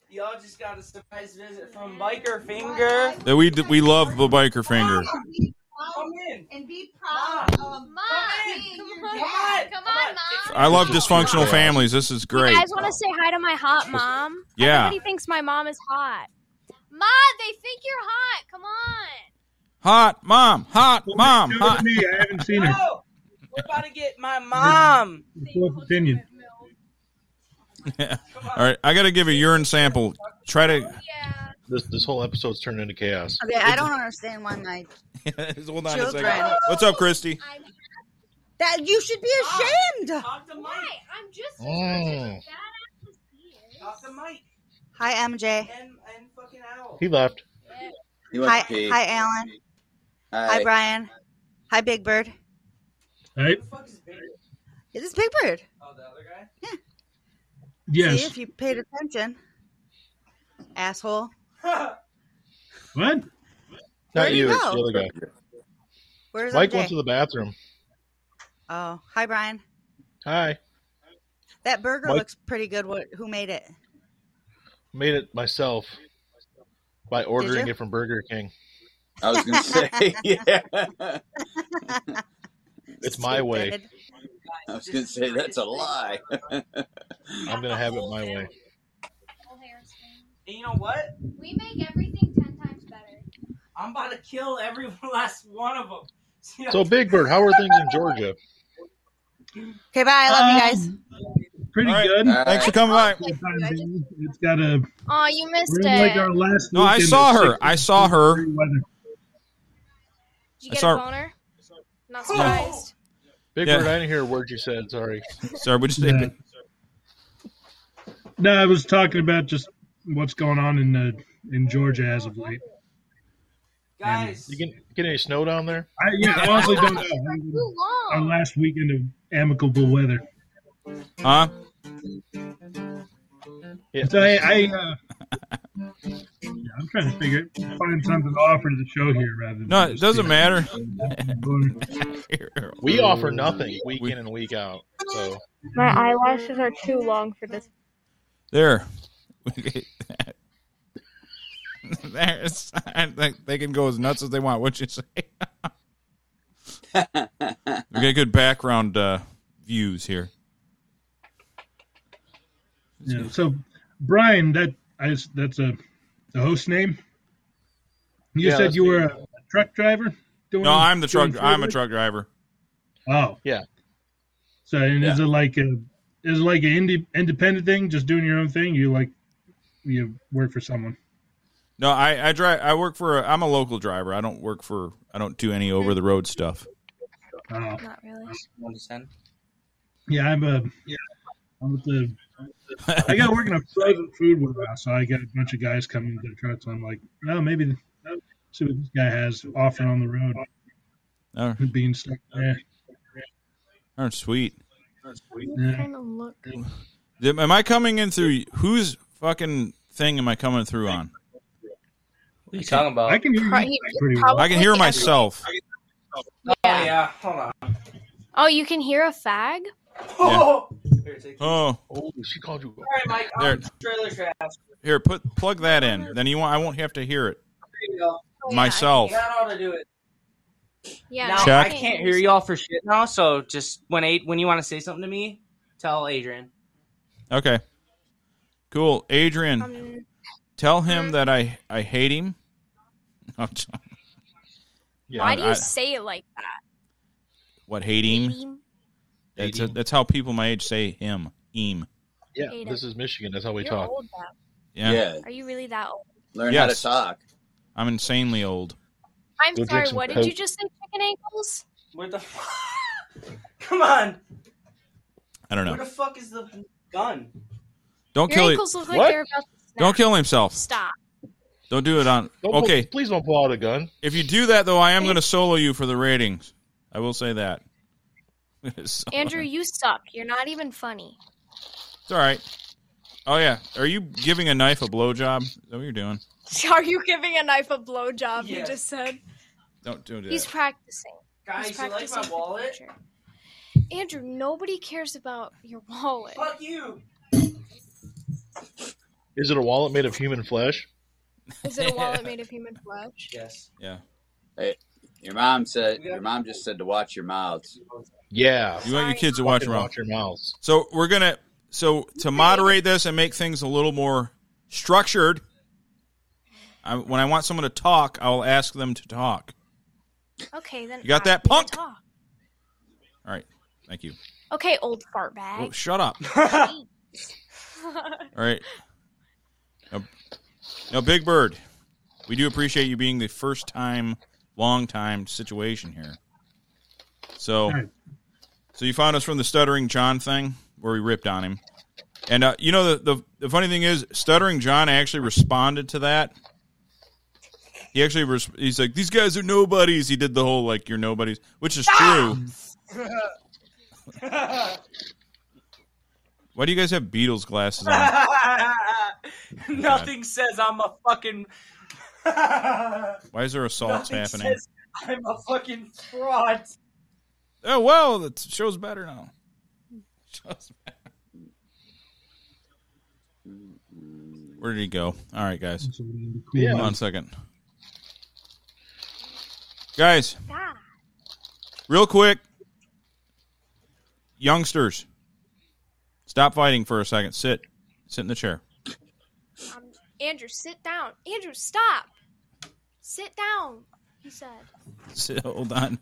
S9: y'all just got a surprise visit from Biker Finger.
S3: that we we love the biker finger.
S9: Come in.
S8: And be
S9: proud
S8: of Mom,
S9: being
S8: Ah, come
S9: your
S8: on,
S9: dad.
S8: come
S9: Come
S8: on,
S9: on.
S8: Mom.
S3: I love dysfunctional families. This is great.
S8: You guys want to say hi to my hot mom?
S3: Yeah.
S8: Everybody thinks my mom is hot. Ma, they think you're hot. Come on.
S3: Hot mom, hot mom,
S7: Show it
S3: hot.
S7: to me. I haven't seen her.
S9: Oh, we're about to get my mom.
S7: Fourth opinion.
S3: All right, I got to give a urine sample. Try to
S8: Yeah.
S6: This this whole episode's turned into chaos.
S12: Okay, I don't understand why my
S3: hold on a second.
S12: Children.
S3: What's up, Christy?
S8: I'm
S12: that you should be ashamed.
S9: Talk to Mike.
S8: hi. I'm just as
S6: Mm.
S8: badass as he is.
S9: Talk to Mike
S12: Hi MJ.
S9: and, and fucking Owl.
S6: He left.
S4: He went
S12: Hi
S4: to pee.
S12: hi Alan. Hi
S4: Hi.
S12: Brian. Hi Big Bird.
S7: Right?
S9: Who the fuck is Big?
S12: Is this Big Bird?
S9: Oh, the other guy?
S12: See
S7: Yes.
S12: if you paid attention. Asshole.
S7: What?
S6: Not
S12: Where'd he
S6: you. It's
S12: go?
S6: the other guy.
S12: Where's
S6: Mike
S12: MJ?
S6: went to the bathroom.
S12: Oh, hi Brian.
S6: Hi.
S12: That burger
S6: Mike-
S12: looks pretty good. What who made it?
S6: Made it myself by ordering
S12: you?
S6: it from Burger King.
S4: I was gonna say, yeah. I
S6: It's my way.
S12: Stupid.
S4: was gonna say that's a lie.
S6: I'm gonna have it my way.
S8: Full hair stain.
S9: And you know what?
S8: We make everything ten times better.
S9: I'm about to kill every last one of them. See,
S6: So Big Bird, how are things in Georgia?
S12: Okay, bye. I love you guys.
S7: Um, Pretty
S3: All right. Uh,
S7: good.
S4: All right.
S3: Thanks for coming by.
S7: It's got a.
S8: Oh, you missed
S7: We're in like
S8: it.
S7: our last.
S3: No, I
S7: weekend
S3: saw
S7: of
S3: her.
S7: six-
S3: I saw her.
S7: weather.
S8: Did you
S3: I
S8: get
S3: saw-
S8: a boner? Not surprised.
S6: Big
S3: Yeah.
S6: Bird, I didn't hear a word you said. Sorry.
S3: Sorry, would you say?
S7: Yeah. No, I was talking about just what's going on in uh, in Georgia as of late.
S6: Guys, you getting, getting any snow down there?
S7: I, yeah, I honestly don't know. Our last weekend of amicable weather.
S3: Huh?
S7: So I, I uh, yeah, I'm trying to figure find something to offer to the show here rather than
S3: No, it doesn't matter.
S6: We offer nothing week in and week out. So
S13: My eyelashes are too long for this.
S3: There. There's, I think they can go as nuts as they want. What you say? we get good background uh, views here.
S7: Yeah. So Brian, that I, that's a the host name. You
S3: Yeah,
S7: said
S3: that's
S7: you were a truck driver. Doing,
S3: No, I'm the
S7: doing
S3: truck. I'm a
S7: forklift?
S3: truck driver.
S7: Oh,
S6: yeah.
S7: So and is
S3: Yeah.
S7: it like a is it like an indie, independent thing, just doing your own thing? You like you work for someone.
S3: No, I, I drive. I work for. A, I'm a local driver. I don't work for. I don't do any over the road stuff.
S7: Oh.
S8: Not really.
S7: Yeah, I'm a. Yeah, I'm with the. I got working a frozen food warehouse, so I got a bunch of guys coming to the trucks. I'm like, oh, maybe see what this guy has offering on the road.
S3: Oh.
S7: Being stuck there.
S3: Oh, sweet.
S7: Yeah.
S8: Kind of look.
S3: Am I coming in through whose fucking thing am I coming through on?
S14: What are you talking about?
S7: I can hear
S8: Probably-
S3: I can hear
S8: probably-
S3: myself.
S14: Oh, yeah. Hold on.
S8: Oh, you can hear a fag?
S14: Oh.
S3: Oh,
S6: oh, she called you.
S14: All right, Mike.
S3: There.
S14: I'm trailer trash.
S3: Here, put plug that in. Then you won't. I won't have to hear it.
S14: There you go.
S3: Myself.
S14: You got all to do it.
S8: Oh, Yeah.
S14: Now,
S3: Check.
S14: I can't hear y'all for shit now. So just when eight, when you want to say something to me, tell Adrian.
S3: Okay. Cool. Adrian,
S8: Um,
S3: tell him that I I hate him. I'm t-
S8: Why do you
S3: I-
S8: say it like that?
S3: what hate him?
S8: Him?
S3: That's that's how people my age say him. Him.
S6: Yeah,
S8: Ada.
S6: this is Michigan. That's how we
S8: You're
S6: talk.
S8: old now.
S3: Yeah.
S4: Yeah.
S8: Are you really that old?
S4: Learn how
S3: Yes.
S4: to talk.
S3: I'm insanely old.
S8: I'm
S3: Go drink
S8: sorry,
S3: some
S8: what did
S3: Coke.
S8: you just say, chicken ankles?
S14: Where the Come on.
S3: I don't
S14: Where the
S3: know.
S14: fuck is the gun?
S3: Don't
S8: Your
S3: kill it.
S8: ankles look like they're about to snap.
S3: Don't kill himself.
S8: Stop.
S3: Don't do it on.
S6: Don't pull-
S3: okay.
S6: please don't pull out a gun.
S3: If you do that though, I am going to solo you for the ratings. I will say that. So-
S8: Andrew, you suck. You're not even funny.
S3: It's all right. Oh yeah, are you giving a knife a blowjob? Is that what you're doing?
S8: Are you giving a knife a blowjob?
S14: Yeah.
S8: You just said.
S3: Don't do that.
S8: He's practicing.
S14: Guys,
S8: He's
S14: you like
S8: practicing
S14: my
S8: for the
S14: wallet?
S8: future. Andrew, nobody cares about your wallet.
S14: Fuck you.
S6: Is it a wallet made of human flesh?
S8: Is it a wallet made of human flesh?
S14: Yes.
S3: yeah.
S4: Hey, your mom said. Your mom just said to watch your mouths.
S6: Yeah.
S3: You want your kids to watch your mouth.
S6: Watch your mouths.
S3: So we're gonna. So to moderate this and make things a little more structured, I, when I want someone to talk, I will ask them to talk.
S8: Okay, then.
S3: You got
S8: I
S3: that,
S8: can
S3: punk?
S8: talk.
S3: All right. Thank you.
S8: Okay, old fart
S3: Oh,
S8: bag.
S3: shut up. All right. Now, now, Big Bird, we do appreciate you being the first time, long time situation here. So,
S7: Right.
S3: so you found us from the stuttering John thing where we ripped on him, and uh, you know the, the the funny thing is, stuttering John actually responded to that. He actually res- he's like, "These guys are nobodies." He did the whole like, "You're nobodies," which is true. Why do you guys have Beatles glasses on?
S14: Nothing says I'm a fucking.
S3: Why is there assaults
S14: Nothing
S3: happening?
S14: says I'm a fucking fraud.
S3: Oh well, the t- show's better now. Show's better. Where did he go? All right, guys.
S7: Yeah.
S3: Hold on a second. Guys, real quick, youngsters, stop fighting for a second. Sit, sit in the chair.
S8: Um, Andrew, sit down. Andrew, stop. Sit down. He said.
S3: Sit. Hold on.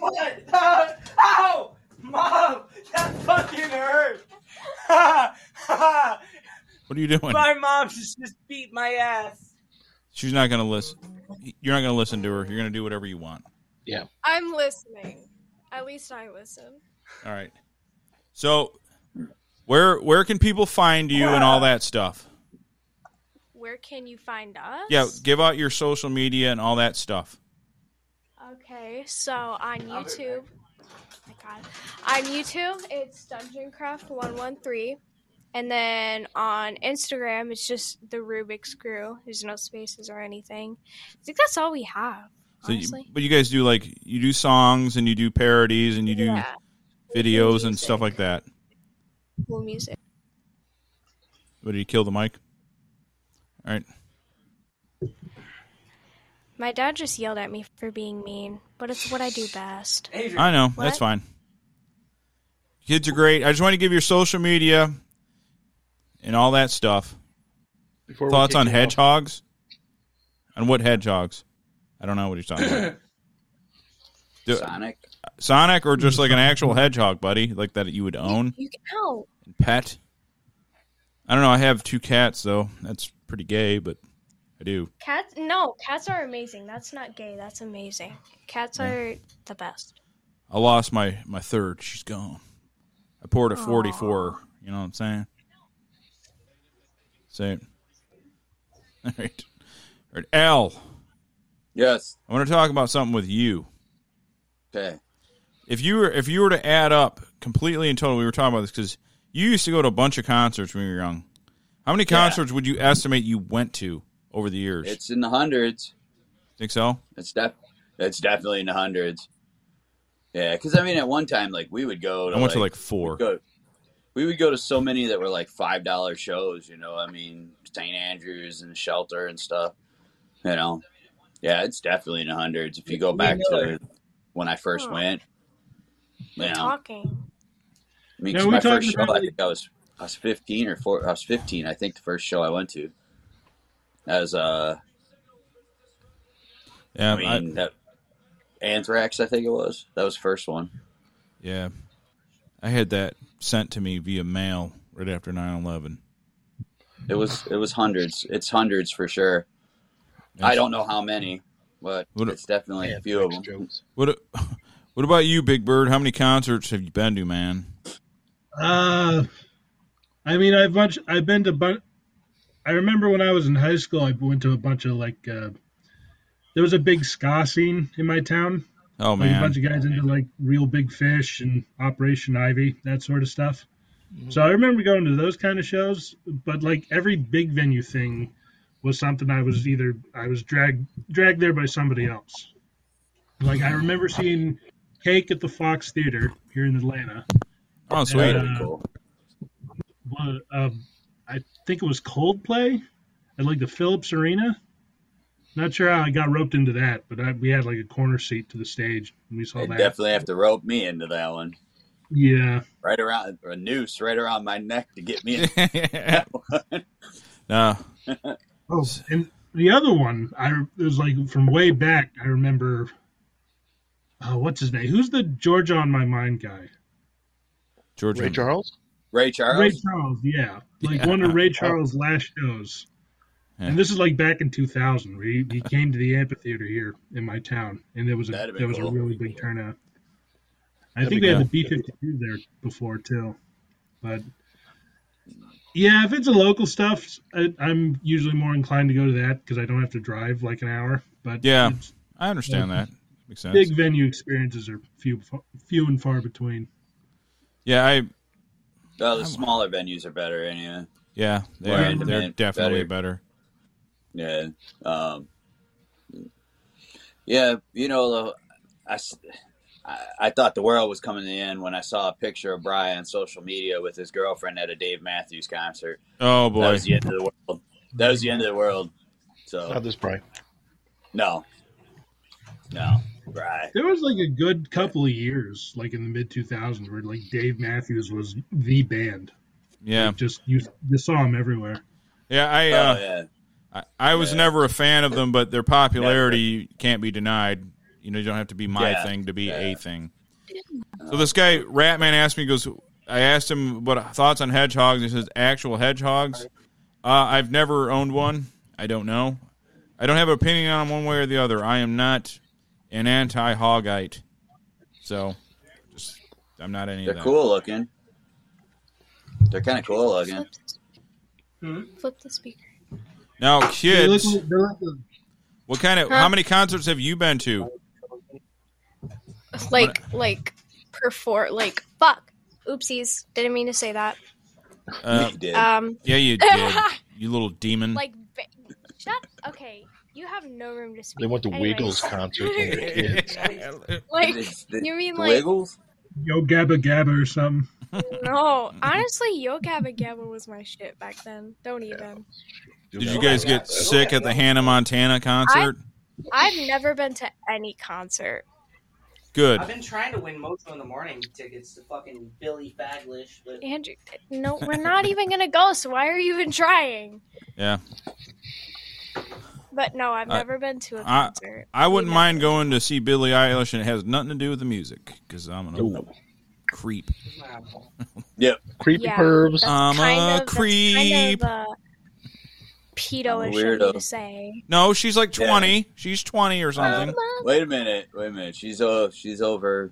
S14: What? Ow! Oh, Mom! That fucking hurt! My
S3: What are you doing?
S14: mom just just beat my ass.
S3: She's not gonna listen. You're not gonna listen to her. You're gonna do whatever you want.
S6: Yeah.
S8: I'm listening. At least I listen.
S3: All right. So where where can people find you and all that stuff?
S8: Where can you find us?
S3: Yeah, give out your social media and all that stuff.
S8: Okay, so on YouTube, my God, on YouTube it's Dungeoncraft one one three, and then on Instagram it's just the Rubik's Crew. There's no spaces or anything. I think that's all we have.
S3: So you,
S8: Honestly.
S3: but you guys do like you do songs and you do parodies and you do
S8: Yeah.
S3: videos and stuff like that.
S8: Cool music.
S3: What do you kill the mic? All right.
S8: My dad just yelled at me for being mean, but it's what I do best.
S3: I know. That's
S8: What?
S3: fine. Kids are great. I just want to give your social media and all that stuff.
S6: Before we
S3: Thoughts
S6: kick
S3: on
S6: you off.
S3: hedgehogs? On what hedgehogs? I don't know what you're talking about. Do-
S4: Sonic.
S3: Sonic or just like an actual hedgehog, buddy, like that you would own
S8: You can help.
S3: and pet. I don't know. I have two cats though. That's pretty gay, but I do.
S8: Cats? No, cats are amazing. That's not gay. That's amazing. Cats are the best.
S3: I lost my my third. She's gone. I poured a forty for her. You know what I'm saying? Say it. All right. All right. Al.
S4: Yes.
S3: I want to talk about something with you.
S4: Okay.
S3: If you were if you were to add up completely and totally, we were talking about this because you used to go to a bunch of concerts when you were young. How many concerts would you estimate you went to over the years?
S4: It's in the hundreds.
S3: Think so?
S4: It's def. It's definitely in the hundreds. Yeah, because I mean, at one time, like we would go. To,
S3: I went to, like, four.
S4: we'd Go, we would go to so many that were like five dollar shows. You know, I mean, St. Andrews and Shelter and stuff. You know, yeah, it's definitely in the hundreds. If you go back to when I first
S8: Huh.
S4: went, you know,
S8: Talking.
S4: I mean,
S7: Now,
S4: 'cause
S7: are we
S4: my first
S7: talking
S4: show,
S7: about,
S4: I think I was I was fifteen or four. I was fifteen, I think, the first show I went to. As uh,
S3: Yeah,
S4: I mean that Anthrax, I think it was. That was the first one.
S3: Yeah. I had that sent to me via mail right after 9 11.
S4: It was it was hundreds. It's hundreds for sure. I don't know how many, but
S3: What a-
S4: it's definitely a few of them.
S3: What What about you, Big Bird? How many concerts have you been to, man?
S7: Uh, I mean, I've much. I've been to but. I remember when I was in high school, I went to a bunch of like. Uh, there was a big ska scene in my town.
S3: Oh,
S7: Like,
S3: man.
S7: a bunch of guys into like real big fish and Operation Ivy, that sort of stuff. So I remember going to those kind of shows, but like every big venue thing was something I was either I was dragged dragged there by somebody else. Like I remember seeing Cake at the Fox Theater here in Atlanta.
S3: Oh, sweet.
S7: And, uh, one- um, I think it was Coldplay at like the Phillips Arena. Not sure how I got roped into that, but I, we had like a corner seat to the stage and we saw
S4: They
S7: that.
S4: definitely have to rope me into that one.
S7: Yeah.
S4: Right around a noose right around my neck to get me. In that one.
S3: No.
S7: Oh, and the other one, I it was like from way back. I remember. Uh, what's his name? Who's the Georgia on my mind guy?
S3: George
S6: Ray Charles?
S4: Ray Charles.
S7: Ray Charles, yeah, like
S6: Yeah.
S7: one of Ray Charles' last shows. And this is like back in 2000. Where he, he came to the amphitheater here in my town, and there was a
S4: That'd
S7: there
S4: be
S7: was a
S4: cool.
S7: really big turnout. I
S4: That'd
S7: think
S4: be
S7: they had the
S4: good.
S7: B52 there before too, but yeah, if it's a local stuff, I, I'm usually more inclined to go to that because I don't have to drive like an hour. But
S3: Yeah,
S7: it's-
S3: I understand that. Makes sense.
S7: Big venue experiences are few few and far between.
S3: Yeah, I
S4: Well, the smaller venues are better anyway.
S3: yeah, they
S4: More
S3: are,
S4: intimate,
S3: they're definitely better.
S4: Yeah. Um, yeah, you know, though, I, s- I- I thought the world was coming to the end when I saw a picture of Brian on social media with his girlfriend at a Dave Matthews concert.
S3: Oh
S4: That
S3: boy.
S4: was the end of the world. That was the end of the world. So
S6: Not this probably.
S4: no, no, right.
S7: There was like a good couple of years, like in the mid 2000s, where like Dave Matthews was the band.
S3: Yeah.
S7: Like, just you you saw him everywhere.
S3: Yeah,
S4: Oh,
S3: I uh, I, I was never a fan of them, but their popularity can't be denied. You know, you don't have to be my
S6: Yeah,
S3: thing to be a thing. So this guy Ratman asked me, he goes, I asked him what thoughts on hedgehogs. He says, actual hedgehogs. Uh, I've never owned one. I don't know. I don't have an opinion on one way or the other. I am not an anti-hogite. So Just, I'm not any
S4: They're
S3: of that.
S4: cool looking. They're kind of cool looking.
S8: Flip the speaker.
S3: Now, kids,
S7: They look- they look like-
S3: what kind of?
S8: Huh?
S3: How many concerts have you been to?
S8: Like, like, perfor, like, fuck. Oopsies. Didn't mean to say that.
S3: Uh,
S8: You did. Um,
S3: yeah, you did. You little demon.
S8: Like, ba- shut. Okay, you have no room to speak.
S6: They went to
S8: Anyways.
S6: Wiggles concert when they were kids.
S8: like,
S7: the-
S8: you mean
S7: the
S8: like?
S7: Wiggles? Yo Gabba Gabba or something.
S8: No, honestly, Yo Gabba Gabba was my shit back then. Don't even.
S3: Did you guys get sick at the Hannah Montana concert?
S8: I've never been to any concert.
S3: Good.
S14: I've been trying to win Mojo in the morning tickets to fucking Billy Faglish, but
S8: Andrew, no, we're not even gonna go. So why are you even trying?
S3: Yeah.
S8: But no, I've
S3: I-
S8: never been to a
S3: I,
S8: concert.
S3: I wouldn't mind going to see Billie Eilish, and it has nothing to do with the music because I'm an creep.
S4: Yep.
S6: Creepy
S8: Yeah,
S6: pervs.
S8: that's
S3: I'm
S8: kind
S3: a
S8: of- that's
S3: creep.
S8: Kind of, uh, pedo
S4: I'm a
S8: is weirdo. to
S4: weirdo.
S8: say.
S3: No, she's like
S4: Yeah.
S3: 20. She's 20 or something.
S4: Wait a minute. Wait a minute. She's uh, she's over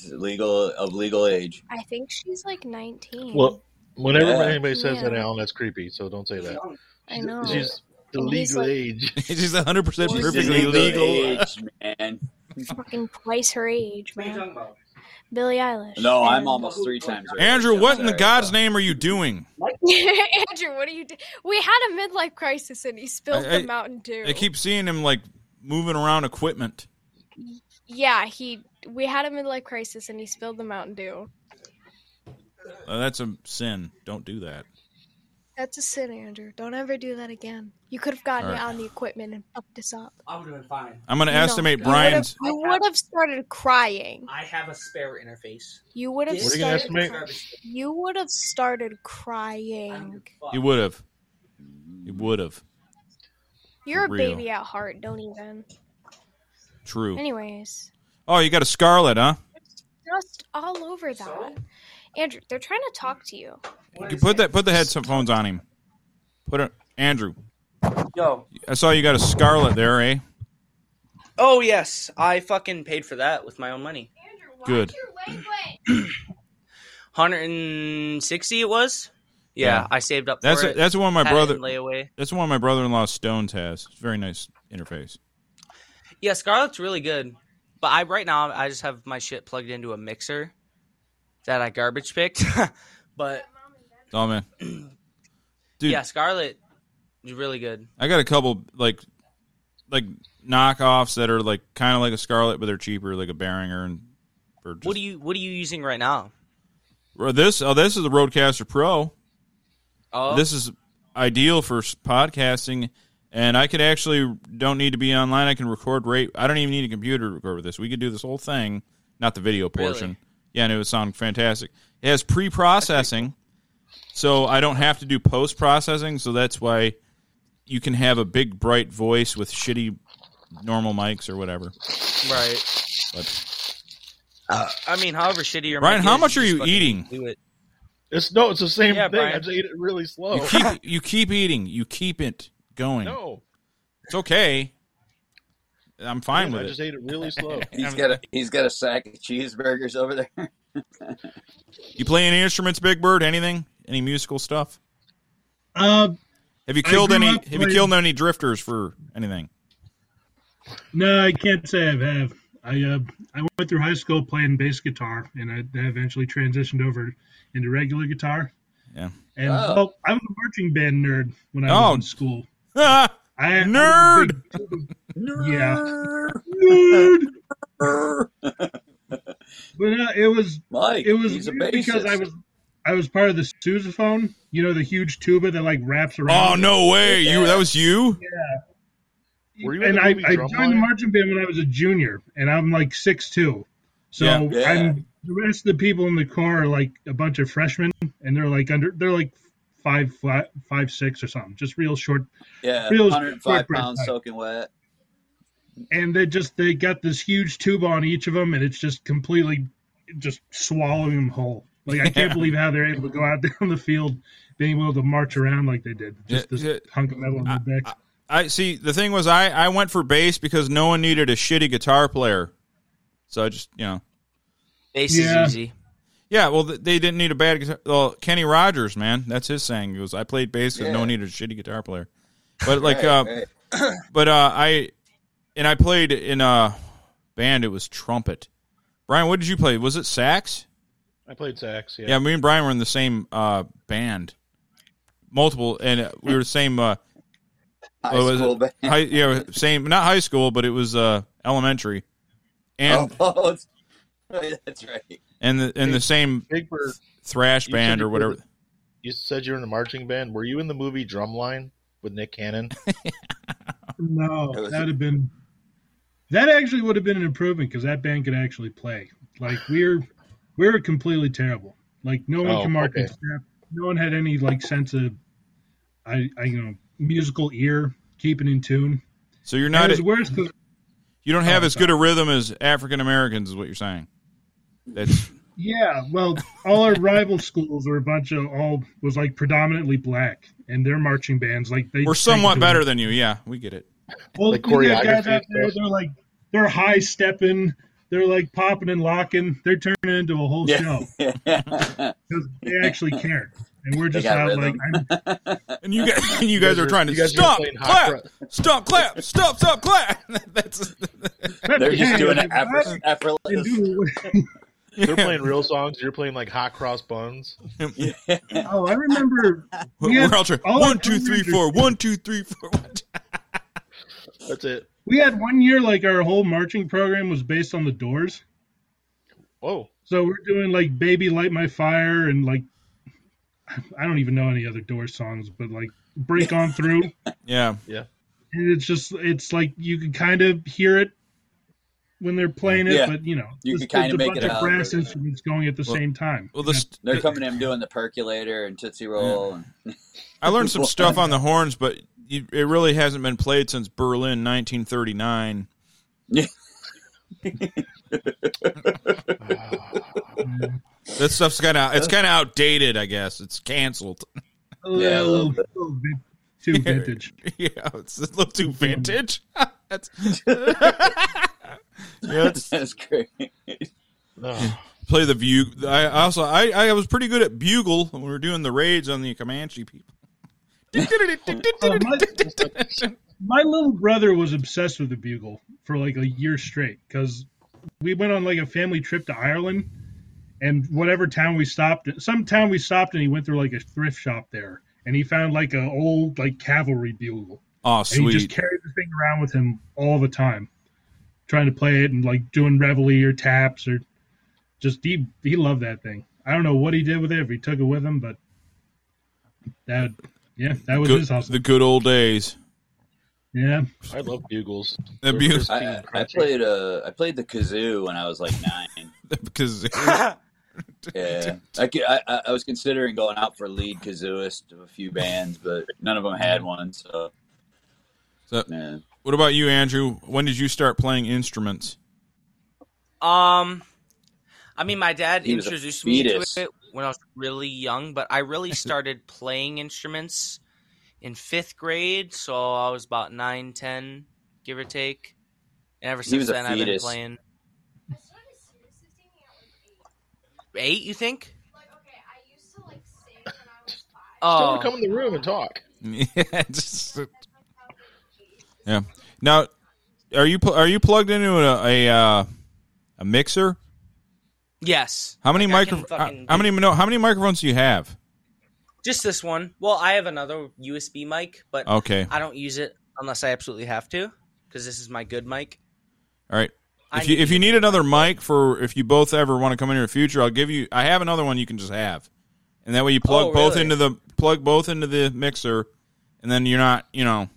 S4: she's legal of legal age.
S8: I think she's like 19.
S6: Well, whenever
S4: Yeah.
S6: anybody says that,
S8: Yeah.
S6: Alan, that's creepy. So don't say that.
S8: I know.
S6: She's the
S8: And he's
S6: legal
S8: like-
S6: age.
S3: She's 100 percent
S4: She's
S3: perfectly
S4: legal
S3: legal.
S4: age, man.
S8: fucking twice her age, man. Billie Eilish.
S4: No, I'm almost three times. Her
S3: Andrew,
S4: age. I'm
S3: what in the
S4: sorry.
S3: God's name are you doing?
S8: Andrew, what are you doing? We had a midlife crisis and he spilled
S3: I- I-
S8: the Mountain Dew.
S3: I keep seeing him like moving around equipment.
S8: yeah, he. We had a midlife crisis and he spilled the Mountain Dew.
S3: Uh, that's a sin. Don't do that.
S8: That's a sin, Andrew. Don't ever do that again. You could have gotten
S3: All right.
S8: it on the equipment and fucked us up.
S14: I would have been fine.
S3: I'm gonna estimate
S8: You would've-
S3: Brian's.
S8: You would have started crying.
S14: I have a spare interface.
S8: You would have
S14: What are
S8: started.
S14: you gonna estimate?
S8: You would have started crying.
S3: He would have. He would have.
S8: You're a
S3: real.
S8: baby at heart. Don't even.
S3: True.
S8: Anyways,
S3: Oh, you got a scarlet, huh?
S8: just all over that. Andrew, they're trying to talk to you.
S3: You put that. Put the headphones on him. Put it, Andrew.
S14: Yo.
S3: I saw you got a scarlet there, eh?
S14: Oh yes, I fucking paid for that with my own money.
S3: Good.
S14: Hundred and sixty it was. Yeah,
S3: Yeah.
S14: I saved up.
S3: That's
S14: for
S3: a,
S14: it.
S3: that's one of my
S14: Had it
S3: brother.
S14: in layaway.
S3: That's one of my brother-in-law Stones has. It's a very nice interface.
S14: Yeah, Scarlet's really good, but I right now I just have my shit plugged into a mixer that I garbage picked. but
S3: Oh man, Dude.
S14: yeah, Scarlet is really good.
S3: I got a couple like like knockoffs that are like kind of like a scarlet, but they're cheaper, like a Behringer and or
S14: What do you What are you using right now?
S3: Or this oh this is the Roadcaster Pro.
S14: Oh,
S3: This is ideal for s- podcasting, and I could actually don't need to be online. I can record rate. I don't even need a computer to record with this. We could do this whole thing, not the video portion.
S14: Really?
S3: Yeah, and it would sound fantastic. It has pre processing, so I don't have to do post processing. So that's why you can have a big bright voice with shitty normal mics or whatever.
S14: right.
S3: But
S6: Uh,
S14: I mean, however shitty your
S3: Brian,
S14: mic
S3: how
S14: is,
S3: much are
S14: just
S3: you
S14: fucking
S3: eating?
S14: Do it.
S6: It's no, it's the same
S14: Yeah,
S6: thing.
S14: Brian.
S6: I just ate it really slow.
S3: you keep you keep eating. You keep it going.
S6: oh. no,
S3: It's okay. I'm fine
S6: I
S3: with
S6: just
S3: it.
S6: ate it really slow.
S4: He's got a he's got a sack of cheeseburgers over there.
S3: You play any instruments, Big Bird? Anything? Any musical stuff?
S7: Uh,
S3: Have you
S7: I
S3: killed
S7: grew
S3: any?
S7: up
S3: Have you
S7: playing-
S3: killed any drifters for anything?
S7: No, I can't say I have. I uh, I went through high school playing bass guitar, and I, I eventually transitioned over into regular guitar.
S3: Yeah.
S7: And
S3: Oh.
S7: well, I was a marching band nerd when I was
S3: Oh.
S7: in school.
S3: Ah,
S7: I,
S3: nerd.
S7: Yeah. nerd. but uh, it was
S4: Mike.
S7: it was
S4: he's a
S7: weird because I
S4: bassist.
S7: was I was part of the sousaphone. You know the huge tuba that like wraps around.
S3: Oh no way! You that was you?
S7: Yeah.
S6: Were you in
S7: and
S6: the
S7: I, I
S6: movie
S7: joined the
S6: Drumline?
S7: marching band when I was a junior, and I'm like six two. So
S3: Yeah.
S4: Yeah.
S7: I'm the rest of the people in the car are like a bunch of freshmen, and they're like under they're like five flat, five six or something, just real short.
S4: yeah,
S7: real
S4: 105
S7: short breath
S4: pounds
S7: type.
S4: soaking wet.
S7: And they just they got this huge tube on each of them, and it's just completely just swallowing them whole. Like I can't
S3: Yeah.
S7: believe how they're able to go out there on the field, being able to march around like they did. Just
S3: Yeah,
S7: this
S3: yeah.
S7: hunk of metal on their back.
S3: I see. The thing was, I I went for bass because no one needed a shitty guitar player, so I just you know
S14: Bass
S3: Yeah.
S14: is easy.
S3: Yeah, well, th- they didn't need a bad guitar. Well, Kenny Rogers, man, that's his saying. He goes, "I played bass, so no
S14: Yeah.
S3: need a shitty guitar player." But like,
S14: Right,
S3: uh,
S14: right.
S3: but uh, I and I played in a band. It was trumpet. Brian, what did you play? Was it sax?
S6: I played sax. Yeah.
S3: Yeah, me and Brian were in the same uh, band, multiple, and uh, we were the same. Uh,
S4: High
S3: what was
S4: school
S3: it?
S4: band.
S3: High, yeah, same. Not high school, but it was uh, elementary, and
S4: oh, it's- that's right.
S3: and the, and the same
S6: Big Bird.
S3: thrash
S6: You
S3: band
S6: said
S3: or
S6: you
S3: whatever.
S6: were- You said you're in a marching band. Were you in the movie Drumline with Nick Cannon?
S7: No,
S6: That was-
S7: that'd have been that actually would have been an improvement because that band could actually play. Like we're we're completely terrible. Like no one
S6: Oh,
S7: can mark
S6: okay.
S7: and step. No one had any like sense of I, I you know musical ear keeping in tune.
S3: So you're
S7: And
S3: not
S7: it was
S3: a-
S7: worse 'cause-
S3: You don't have
S7: Oh,
S3: as good a rhythm as African Americans, is what you're saying. That's
S7: Yeah, well, all our rival schools were a bunch of all was like predominantly black, and their marching bands like they
S3: we're somewhat better than you. Yeah, we get it.
S7: Well, you got guys out there, they're like they're high stepping, they're like popping and locking, they're turning into a whole show because they actually care, and we're
S3: They
S7: just
S3: got
S7: out
S3: rhythm.
S7: like I'm,
S3: and you guys, and you guys are trying to stop, clap, stop, clap, stop, stop, clap. That's
S6: They're just doing it
S4: effort- effortless.
S6: They're playing real songs. You're playing like hot cross buns.
S7: Oh, I remember. we
S6: We're
S7: had-
S6: all trying-
S7: all our
S6: one, two, three,
S7: teenagers-
S6: four,
S3: one, two, three, four.
S6: That's it.
S7: We had one year like our whole marching program was based on the Doors.
S6: Whoa.
S7: So we're doing like "Baby Light My Fire" and like I don't even know any other Doors songs, but like "Break On Through."
S3: Yeah.
S6: Yeah.
S7: And it's just it's like you can kind of hear it when they're playing it,
S4: Yeah.
S7: but you know,
S4: You
S7: just-
S4: can
S7: it's
S4: kinda
S7: a
S4: make
S7: bunch
S4: it
S7: of
S4: out.
S7: brass instruments going at the
S3: Well-
S7: same time.
S3: well, this-
S4: They're coming in doing the percolator and tootsie roll. And
S3: I learned some stuff on the horns, but you, it really hasn't been played since Berlin, 1939.
S4: Yeah.
S3: that stuff's kind of it's kind of outdated, I guess. It's canceled.
S7: A little, little bit Oh, too vintage.
S3: Yeah, it's a little too vintage. That's yeah, it's,
S4: that's great.
S3: Play the view. I I also I, I was pretty good at bugle when we were doing the raids on the Comanche people.
S7: Oh, my, my little brother was obsessed with the bugle for like a year straight because we went on like a family trip to Ireland, and whatever town we stopped, at- some town we stopped, and he went through like a thrift shop there, and he found like an old like cavalry bugle.
S3: Aw,
S7: And he just
S3: Oh, sweet.
S7: carried the thing around with him all the time, trying to play it and like doing reveille or taps or just he he loved that thing. I don't know what he did with it if he took it with him, but that yeah that was
S3: Good-
S7: his hustle.
S3: The good old days.
S7: Yeah.
S6: I love bugles.
S3: The
S6: They're
S3: bugles.
S6: pristine.
S4: I, I played uh, I played the kazoo when I was like nine.
S3: Because
S4: Yeah, I, could- I, I- I was considering going out for lead kazooist of a few bands, but none of them had
S6: Mm.
S4: one. So
S3: So, what about you, Andrew? When did you start playing instruments?
S14: Um, I mean, my dad
S3: He was a
S14: introduced me to
S3: fetus.
S14: it when I was really young, but I really started playing instruments in fifth grade, so I was about nine, ten, give or take. And ever
S4: He
S14: since
S4: was a
S14: then, I've been
S4: fetus.
S14: playing. Eight, you think?
S6: Someone
S14: Oh.
S6: come in the room and talk.
S3: yeah. it's- yeah. Now, are you pl- are you plugged into a a, uh, a mixer?
S14: Yes.
S3: How many
S14: Like, I
S3: micro?
S14: can
S3: How,
S14: fucking-
S3: how many no? How many microphones do you have?
S14: Just this one. Well, I have another USB mic, but
S3: Okay.
S14: I don't use it unless I absolutely have to because this is my good mic.
S3: All right.
S14: I
S3: If you
S14: need
S3: if
S14: to
S3: you need another mic for if you both ever want to come in the future, I'll give you. I have another one you can just have, and that way you plug
S14: Oh,
S3: both
S14: really?
S3: into the plug both into the mixer, and then you're not you know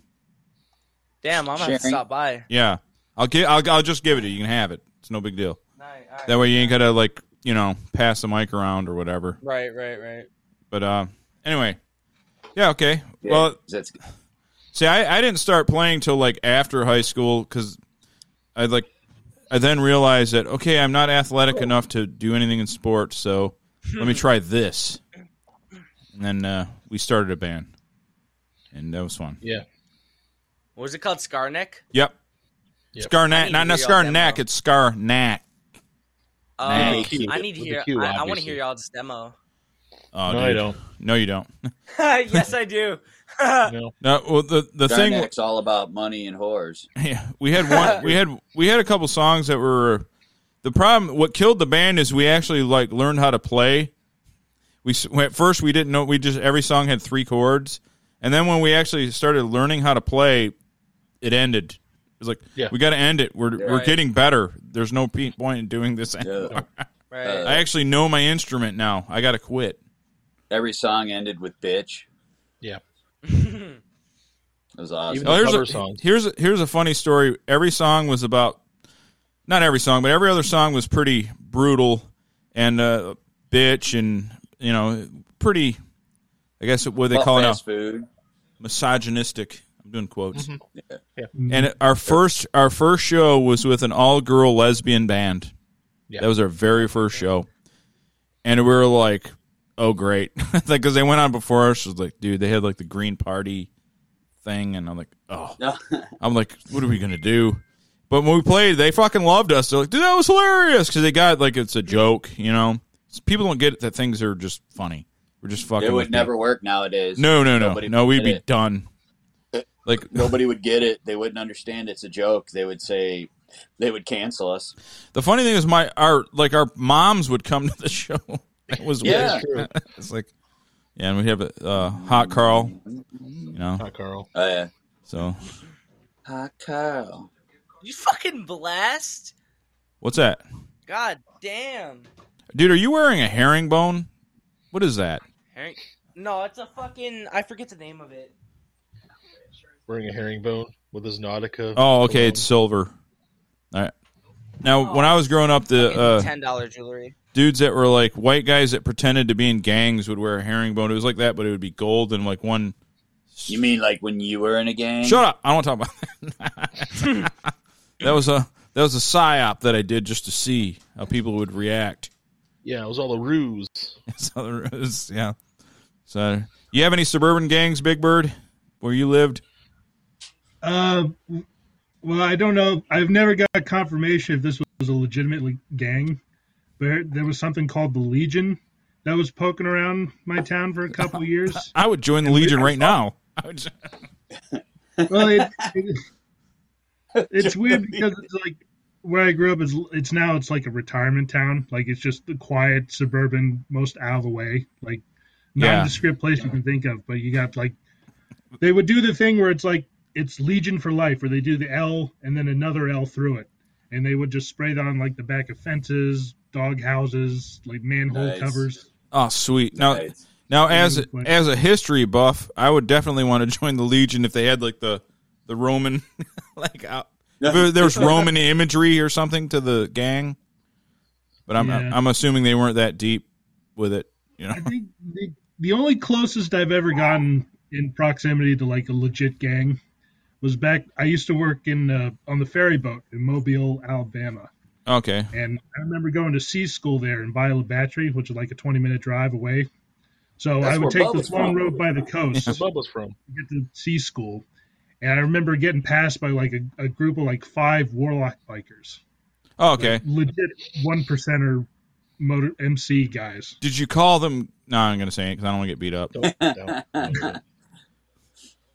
S14: Damn, I'm gonna have to
S3: Sharing.
S14: stop by.
S3: yeah. I'll give I'll, I'll just give it to you. You can have it. It's no big deal.
S14: Alright, alright.
S3: that way you ain't gotta like you know pass the mic around or whatever.
S14: Right, right, right.
S3: But uh, anyway, yeah, okay.
S14: Yeah,
S3: well,
S4: that's
S3: see, I, I didn't start playing till like after high school because I like I then realized that okay, I'm not athletic enough to do anything in sports, so let me try this. And then uh, we started a band, and that was fun.
S6: Yeah.
S14: What was it called? Scarneck?
S3: Yep.
S14: Yep.
S3: Scar
S14: I need
S3: Scarnack,
S14: to
S3: not not
S14: hear y'all
S3: Scarnack, it's Scarnack.
S14: Uh,
S3: Nah. Q.
S14: I need to
S3: With a
S14: hear.
S3: Q,
S14: I, I want to
S3: obviously.
S14: hear y'all's demo.
S3: Oh,
S6: No, I
S3: dude.
S6: don't.
S3: No, you don't.
S14: yes, I do.
S6: no.
S3: No, well, the the thing
S4: it's all about money and whores.
S3: Yeah, we had one. we had we had a couple songs that were the problem. What killed the band is we actually like learned how to play. We s- at first we didn't know. We just every song had three chords, and then when we actually started learning how to play, it ended. It's like
S6: Yeah.
S3: we got to end it. We're we're
S6: Right.
S3: getting better. There's no pe- point in doing this anymore.
S4: Right.
S3: I actually know my instrument now. I got to quit.
S4: Every song ended with bitch.
S6: Yeah.
S4: It was awesome.
S3: Oh, here's a, Here's a, here's a funny story. Every song was about, not every song, but every other song was pretty brutal and uh, bitch and you know pretty. I guess what they
S4: Well,
S3: call it now,
S4: fast food.
S3: misogynistic. I'm doing quotes.
S4: Mhm.
S6: Mm-hmm.
S4: Yeah. Yeah.
S3: And our first our first show was with an all girl lesbian band.
S6: Yeah.
S3: That was our very first show, and we were like, "Oh great!" Because they went on before us. It Was like, dude, they had like the Green Party thing, and I'm like, "Oh, I'm like, what are we gonna do?" But when we played, they fucking loved us. They're like, "Dude, that was hilarious!" Because they got like it's a joke, you know. People don't get that things are just funny. We're just fucking.
S4: It
S3: with
S4: would
S3: people.
S4: never work nowadays.
S3: No, no, no,
S4: Nobody
S3: no.
S4: would
S3: We'd
S4: get
S3: be
S4: it.
S3: done. Like
S4: Nobody would get it. They wouldn't understand it's a joke. They would say they would cancel us.
S3: The funny thing is, my our like our moms would come to the show. That was
S4: Yeah.
S3: weird.
S4: True.
S3: it's like, yeah, and we have a uh, hot Carl, you know,
S6: hot Carl.
S4: Oh yeah.
S3: So
S4: Hot Carl.
S14: You fucking blast!
S3: what's that,
S14: God damn.
S3: dude? Are you wearing a herringbone? What is that?
S14: Herring- No, it's a fucking. I forget the name of it.
S6: Wearing a herringbone with his Nautica.
S3: Oh, okay, it's silver. All right.
S14: Oh.
S3: Now, when I was growing up, the uh,
S14: Ten dollar jewelry.
S3: dudes that were like white guys that pretended to be in gangs would wear a herringbone. It was like that, but it would be gold and like one.
S4: You mean like when you were in a gang?
S3: Shut up! I don't want to talk about that. that was a that was a psyop that I did just to see how people would react.
S6: Yeah, it was all a ruse.
S3: So there is- yeah. So you have any suburban gangs, Big Bird, where you lived?
S7: Uh, well, I don't know. I've never got confirmation if this was a legitimately gang, but there was something called the Legion that was poking around my town for a couple of years.
S3: I would join the Legion right now.
S7: Well, it, it, it's weird because it's like where I grew up is it's now it's like a retirement town. Like it's just the quiet suburban, most out of the way, like
S3: Yeah.
S7: nondescript place you can think of. But you got like they would do the thing where it's like it's Legion for life, where they do the L and then another L through it, and they would just spray that on like the back of fences, dog houses, like manhole
S3: Nice.
S7: covers.
S3: Oh, sweet. Now, now as as a history buff, I would definitely want to join the Legion if they had like the the Roman like out. if there- there was Roman imagery or something to the gang, but I'm
S7: Yeah.
S3: I'm assuming they weren't that deep with it. You know,
S7: I think the, the only closest I've ever gotten in proximity to like a legit gang was back. I used to work in uh, on the ferry boat in Mobile, Alabama,
S3: okay.
S7: and I remember going to sea school there in Viola Battery, which is like a twenty minute drive away. So
S6: That's
S7: Oh, I would
S6: where
S7: take this
S6: Bubba's
S7: long
S6: from.
S7: road by the coast
S6: That's where Bubba's from.
S7: to get to sea school, and I remember getting passed by like a, a group of like five warlock bikers,
S3: Oh, okay.
S7: legit one percenter motor MC guys.
S3: Did you call them? No, I'm going to say it because I don't want to get beat up.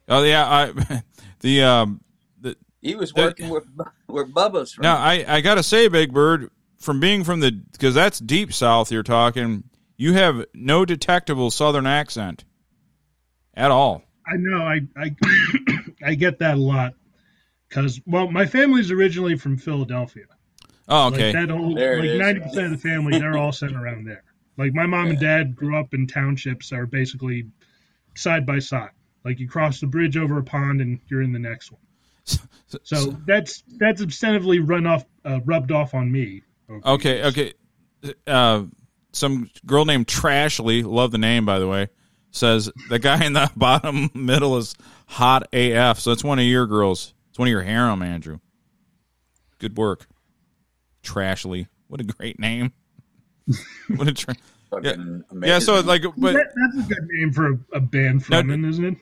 S3: Oh yeah, I the um the
S4: He was
S3: the-
S4: working with where Bubba's from.
S3: Now I I gotta say, Big Bird, from being from the because that's deep south you're talking. You have no detectable southern accent at all.
S7: I know. I I, I get that a lot because well, my family's originally from Philadelphia.
S3: Oh, okay.
S7: Like that whole
S3: There it
S7: like
S3: is.
S7: ninety percent of the family, they're all sent around there. Like my mom and dad grew up in townships that are basically side by side. Like you cross the bridge over a pond and you're in the next one. So that's that's substantively run off, uh, rubbed off on me.
S3: Okay, okay. Uh, some girl named Trashly, love the name by the way, says the guy in the bottom middle is hot AF. So that's one of your girls. It's one of your harem, Andrew. Good work, Trashly. What a great name. what a tra- yeah. yeah. So like, but
S7: That- that's a good name for a, a band from it, isn't it?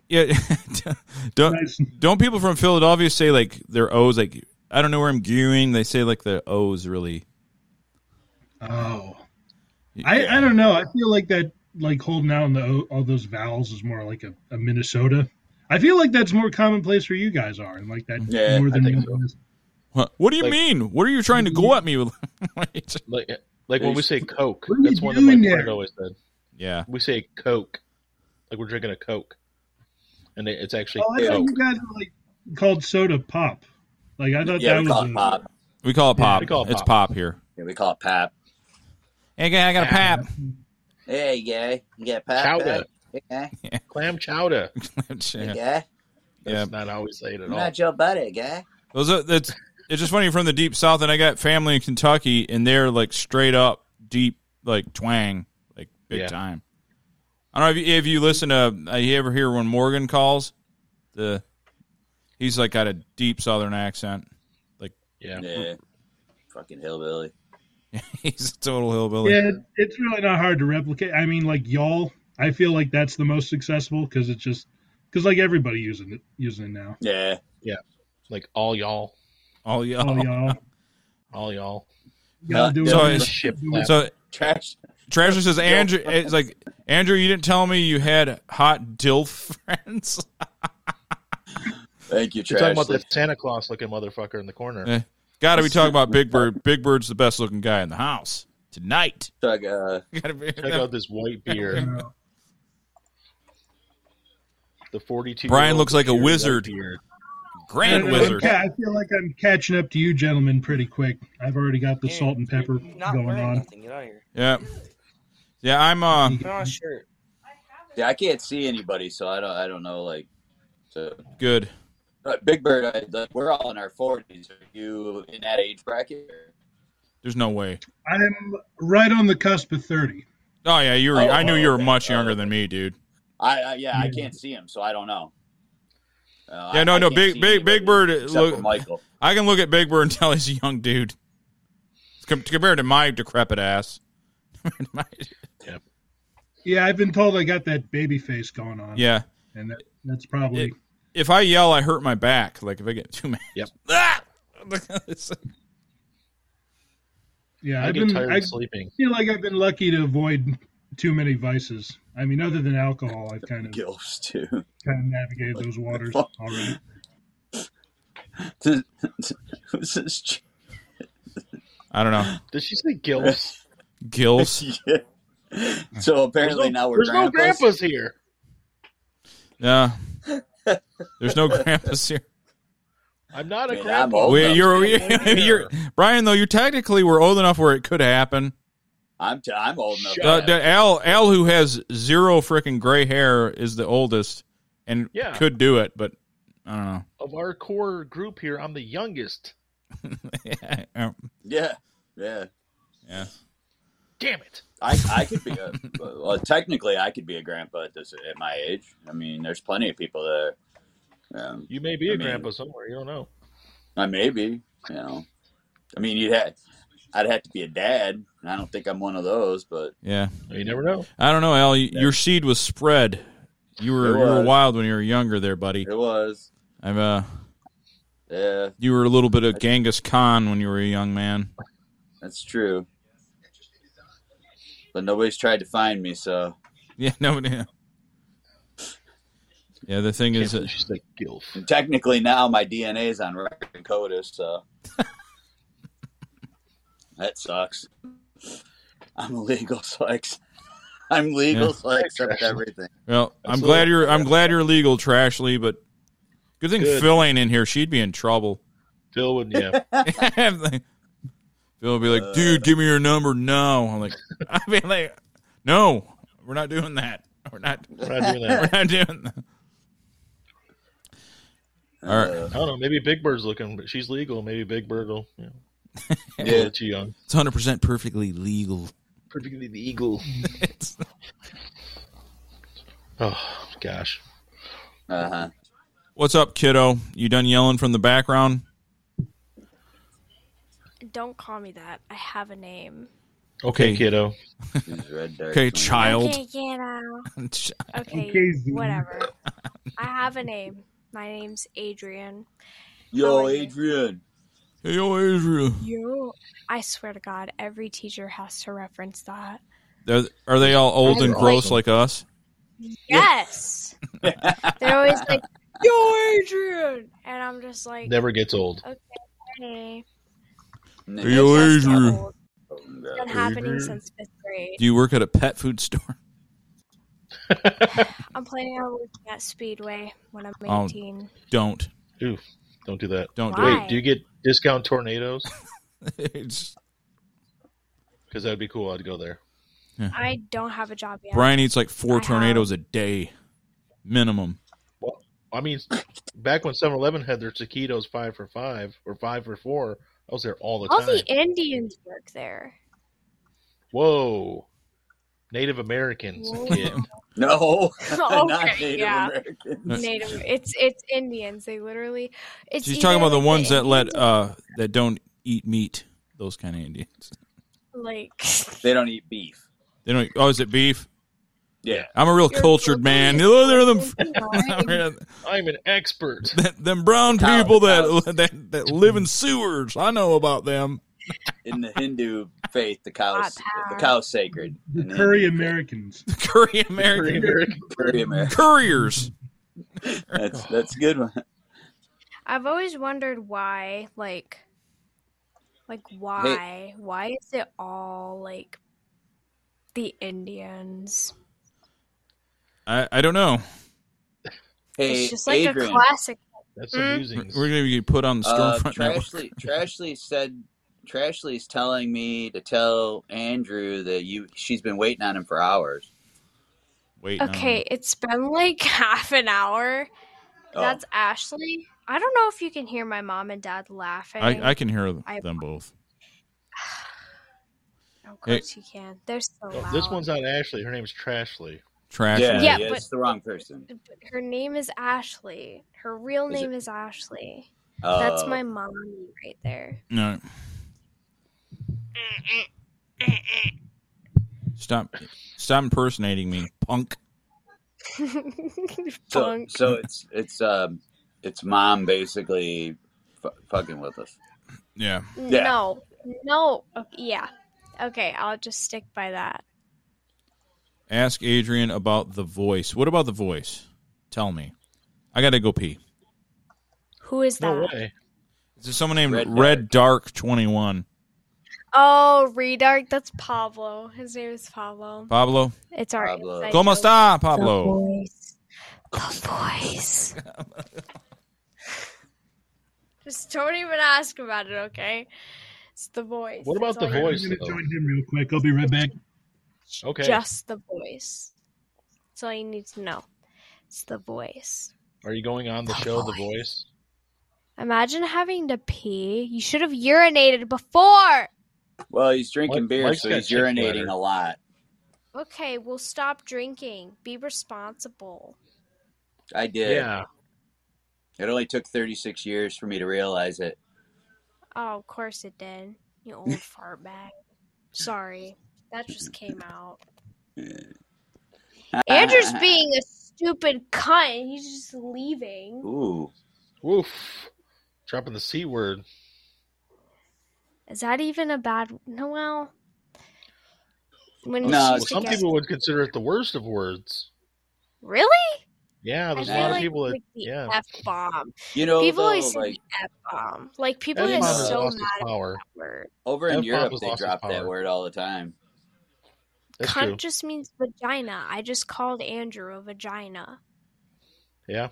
S3: Yeah. don't don't people from Philadelphia say like their O's like I don't know where I'm going. They say like the O's really.
S7: Oh, I, I don't know. I feel like that, like holding out on the o- all those vowels is more like a, a Minnesota. I feel like that's more commonplace where you guys are, and like that
S3: Yeah,
S7: more
S3: I
S7: than
S3: think What, what do you
S7: Like-
S3: mean? What are you trying to go at me with?
S6: like, like when we say Coke,
S7: What are you
S6: that's one that my
S7: doing
S6: friend
S7: there?
S6: always said.
S3: Yeah.
S6: We say Coke, like we're drinking a Coke, and it- it's actually
S7: Oh, I thought
S6: Coke.
S7: you guys were like called soda pop. Like I thought
S6: Yeah,
S7: that
S6: we
S7: was
S6: call
S7: a,
S6: it pop.
S3: We call it
S7: Yeah,
S3: pop.
S7: we call it
S3: it's
S7: pop.
S3: pop here.
S4: Yeah, we call it pap.
S3: Hey, guy, I got a pap.
S4: Hey, guy. You got pap?
S6: Chowder.
S4: Hey, guy.
S6: Clam chowder.
S4: Hey,
S3: yeah.
S4: guy.
S3: yeah.
S6: Not how we say it at
S4: I'm
S6: all.
S4: not your buddy, guy.
S3: Those are, that's, it's just funny from the deep south, and I got family in Kentucky, and they're like straight up deep, like twang, like big
S6: Yeah.
S3: time. I don't know if you, if you listen to, uh, you ever hear when Morgan calls, the he's like got a deep southern accent, like
S6: yeah,
S4: Yeah. Fucking hillbilly.
S3: he's a total hillbilly.
S7: yeah. It's really not hard to replicate. I mean, like y'all, I feel like that's the most successful because it's just because like everybody using it using it now.
S4: Yeah.
S6: Yeah. Like all y'all.
S3: All y'all.
S7: All y'all.
S6: All y'all.
S7: Gotta do
S3: so,
S7: it.
S3: it's-
S6: Ship
S3: so
S4: trash.
S3: Trasher says Andrew. It's like Andrew, you didn't tell me you had hot dilf friends.
S4: Thank you,
S6: You're talking about that Santa Claus looking motherfucker in the corner.
S3: Eh, Gotta be talking about Big Bird. Big Bird's the best looking guy in the house tonight.
S4: Chug, uh,
S6: Check out this white beard. The 42.
S3: Brian looks like a wizard. Grand
S7: I don't know, I'm
S3: wizard.
S7: ca- I feel like I'm catching up to you gentlemen pretty quick. I've already got the salt and pepper
S14: Not
S7: going
S14: wearing
S7: on.
S14: nothing. Get out of here.
S3: Yeah. Yeah, I'm uh
S14: Put on a shirt.
S4: Yeah, I can't see anybody, so I don't. I don't know. Like, so
S3: good.
S4: but Big Bird, I, like, we're all in our forties. Are you in that age bracket?
S3: There's no way.
S7: I'm right on the cusp of thirty.
S3: Oh yeah, you were
S4: Oh,
S3: I knew you were
S4: okay.
S3: much younger than me, dude.
S4: I, I yeah, I
S7: Yeah.
S4: can't see him, so I don't know. Uh,
S3: Yeah,
S4: I-
S3: no,
S4: I
S3: no,
S4: can't
S3: big
S4: see
S3: big
S4: anybody
S3: big bird
S4: except
S3: look
S4: for Michael.
S3: I can look at Big Bird and tell he's a young dude. Com- compared to my decrepit ass.
S7: Yeah, I've been told I got that baby face going on.
S3: Yeah.
S7: and that, that's probably
S3: It- if I yell, I hurt my back. Like if I get too mad.
S6: Yep.
S3: Ah!
S7: yeah.
S6: I
S7: I've
S6: get
S7: been
S6: tired
S7: I
S6: of sleeping.
S7: feel like I've been lucky to avoid too many vices. I mean, other than alcohol, I've kind of
S4: Gilfs too.
S7: kind of navigated those waters already.
S4: This is ch-
S3: I don't know.
S6: Did she say gills?
S3: Gills.
S4: Yeah. So apparently
S6: There's no-
S4: now we're
S6: There's no
S4: grandpas.
S6: grandpas here.
S3: Yeah. There's no grandpas here.
S6: I'm not a
S4: Man, I'm
S6: grandpa.
S4: old.
S3: We, you're,
S6: Old
S3: you're,
S6: here.
S3: you're, Brian, though, you technically were old enough where it could happen.
S4: I'm t- I'm old enough.
S3: Uh,
S4: to
S3: the Al, Al, who has zero freaking gray hair, is the oldest and
S6: Yeah.
S3: could do it, but I
S6: Of our core group here, I'm the youngest.
S3: don't know.
S4: yeah, yeah.
S3: yeah.
S6: Damn it.
S4: I, I could be a well, technically I could be a grandpa at this at my age. I mean, there's plenty of people that um,
S6: You may be a
S4: I mean-
S6: grandpa somewhere. You don't know.
S4: I maybe you know. I mean, you'd have I'd have to be a dad, and I don't think I'm one of those. But
S3: Yeah.
S6: You never know.
S3: I don't know, Al. You, your seed was spread. You were,
S4: It
S3: you were
S4: was.
S3: wild when you were younger there, buddy.
S4: it was
S3: I'm, uh,
S4: yeah,
S3: you were a little bit of Genghis Khan when you were a young man.
S4: that's true. But nobody's tried to find me, so
S3: Yeah, no, yeah. Yeah, the thing is, that-
S6: She's like gilf.
S4: and technically now my DNA's on record CODIS, so that sucks. I'm illegal, so I ex- I'm legal,
S3: Yeah.
S4: so I accept everything.
S3: well, I'm
S6: Absolutely.
S3: glad you're, I'm glad you're legal, Trashly, but good thing
S6: Good.
S3: Phil ain't in here. She'd be in trouble.
S6: Phil would, yeah.
S4: Uh,
S6: Uh,
S3: Phil will be like, dude, give me your number now. I'm like, I mean, like, no, we're not doing that. We're not.
S6: We're not doing
S3: We're
S6: that.
S3: not doing that.
S6: Uh,
S3: All right.
S6: I don't know. Maybe Big Bird's looking, but she's legal. Maybe Big Bird will. You know,
S4: Yeah.
S6: too young.
S3: It's 100% perfectly legal.
S6: Perfectly the eagle.
S3: It's-
S6: Oh gosh.
S4: Uh huh.
S3: What's up, kiddo? You done yelling from the background?
S8: Don't call me that. I have a name.
S6: Okay,
S3: Okay.
S6: kiddo.
S4: These red darts
S3: Okay,
S4: on-
S3: child.
S8: Okay, you know.
S3: Ch-
S8: Okay,
S7: Okay, Z.
S8: whatever. I have a name. My name's Adrian.
S4: Yo, Adrian.
S3: Hey, yo, Israel.
S8: You, I swear to God, every teacher has to reference that.
S3: Are, are they all old and gross like us?
S8: Yes. They're always like, "Yo, Adrian," and I'm just like,
S6: Never gets old.
S8: Okay.
S3: Hey, yo, Adrian.
S4: Oh,
S8: It's been happening since fifth grade.
S3: Do you work at a pet food store?
S8: I'm planning on working at Speedway when I'm
S6: Oh.
S8: 18.
S3: Don't.
S6: Ooh, don't do that.
S3: Don't
S8: do Why?
S6: Wait, do you get discount tornadoes?
S3: Because
S6: that would be cool. I'd go there.
S8: I don't have a job yet.
S3: Brian eats like four
S8: I
S3: tornadoes a day, minimum.
S6: Well, I mean, back when 7 Eleven had their taquitos five for five or five for four, I was there all the
S8: All
S6: time.
S8: the Indians work there.
S6: Whoa. Native Americans,
S8: Whoa.
S6: kid.
S4: No.
S8: okay, yeah. Native. It's it's Indians. They literally. It's
S3: She's talking
S8: either
S3: about the
S8: like
S3: ones that let uh that don't eat meat. Those kind of Indians.
S8: like
S4: They don't eat beef.
S3: They don't. Oh, is it beef?
S4: Yeah.
S3: I'm a real
S4: You're
S3: cultured man. Oh, they're them.
S6: I'm an expert.
S3: them brown people that, that that live in sewers. I know about them.
S4: In the Hindu faith, the cow's the
S8: cow.
S4: cow's sacred.
S7: The Curry Americans.
S3: Curry American.
S4: Curry American.
S3: Couriers.
S4: That's that's a good one.
S8: I've always wondered why, like, like why, why is it all like the Indians?
S3: I I don't know.
S4: Hey,
S8: it's just like
S4: Adrian.
S8: a classic.
S6: That's
S8: Hmm?
S3: We're gonna get put on the
S4: Uh,
S3: Stormfront Network.
S4: Trashly, Trashly said, Trashly's telling me to tell Andrew that you she's been waiting on him for hours.
S3: Wait.
S8: Okay, it's been like half an hour.
S4: Oh.
S8: That's Ashley. I don't know if you can hear my mom and dad laughing.
S3: I, I can hear them
S8: I- oh,
S3: both.
S8: Of course you can. They're so
S6: No,
S3: Oh,
S8: loud.
S6: this one's not Ashley. Her name's Trashly.
S3: Trashly. Yeah,
S8: Oh, Yeah, yeah, but- it's
S4: the wrong person.
S8: Her name is Ashley. Her real
S4: Is it-
S8: name is Ashley. That's
S4: Oh.
S8: my mommy right there.
S3: No. Stop! Stop impersonating me, punk.
S4: So
S8: Punk.
S4: so it's it's um it's mom basically f- fucking with us.
S3: Yeah.
S4: Yeah.
S8: No, no, o- yeah. Okay, I'll just stick by that.
S3: Ask Adrian about the voice. What about the voice? Tell me. I gotta go pee.
S8: Who is that?
S6: way.
S3: Is there someone named Red Dark Twenty One?
S8: Oh, Redark. That's Pablo. His name is Pablo.
S3: Pablo.
S8: It's our. inside
S3: ¿Cómo
S8: joke.
S3: está, Pablo?
S8: The voice. Just don't even ask about it, okay? It's the voice.
S6: What
S8: That's
S6: about the
S8: all you-
S6: voice?
S7: I'm gonna
S6: though?
S7: join him real quick. I'll be right back.
S6: Okay.
S8: Just the voice. That's all you need to know. It's the voice.
S6: Are you going on the, show The Voice?
S8: Imagine having to pee. You should have urinated before.
S4: Well, he's drinking
S6: Mike-
S4: beer,
S6: Mike's
S4: so
S6: got
S4: he's
S6: chick
S4: urinating
S6: bladder.
S4: a lot.
S8: Okay, well, stop drinking. Be responsible.
S4: I did.
S6: Yeah.
S4: It only took 36 years for me to realize it.
S8: Oh, of course it did. You old fart bag. Sorry. That just came out. Andrew's being a stupid cunt and he's just leaving.
S4: Ooh.
S6: Woof. Dropping the C word.
S8: Is that even a bad no well when
S6: Well,
S8: she's
S6: some
S8: together.
S6: people would consider it the worst of words.
S8: Really?
S6: Yeah,
S8: I
S6: there's
S8: feel
S6: a lot of
S8: like
S6: people that.
S8: like the
S6: yeah.
S8: F bomb.
S4: You know,
S8: people always
S4: though,
S8: say
S4: like-
S8: the F bomb. Like people
S4: F-bomb
S8: get
S4: has
S8: so
S4: lost
S8: mad
S4: its
S6: power.
S8: at that word.
S4: Over in
S6: F-bomb
S4: Europe,
S6: has
S4: they
S6: lost its
S4: drop that
S6: power.
S4: word all the time.
S6: That's
S8: Cunt
S6: true.
S8: just means vagina. I just called Andrew a vagina.
S6: Yeah.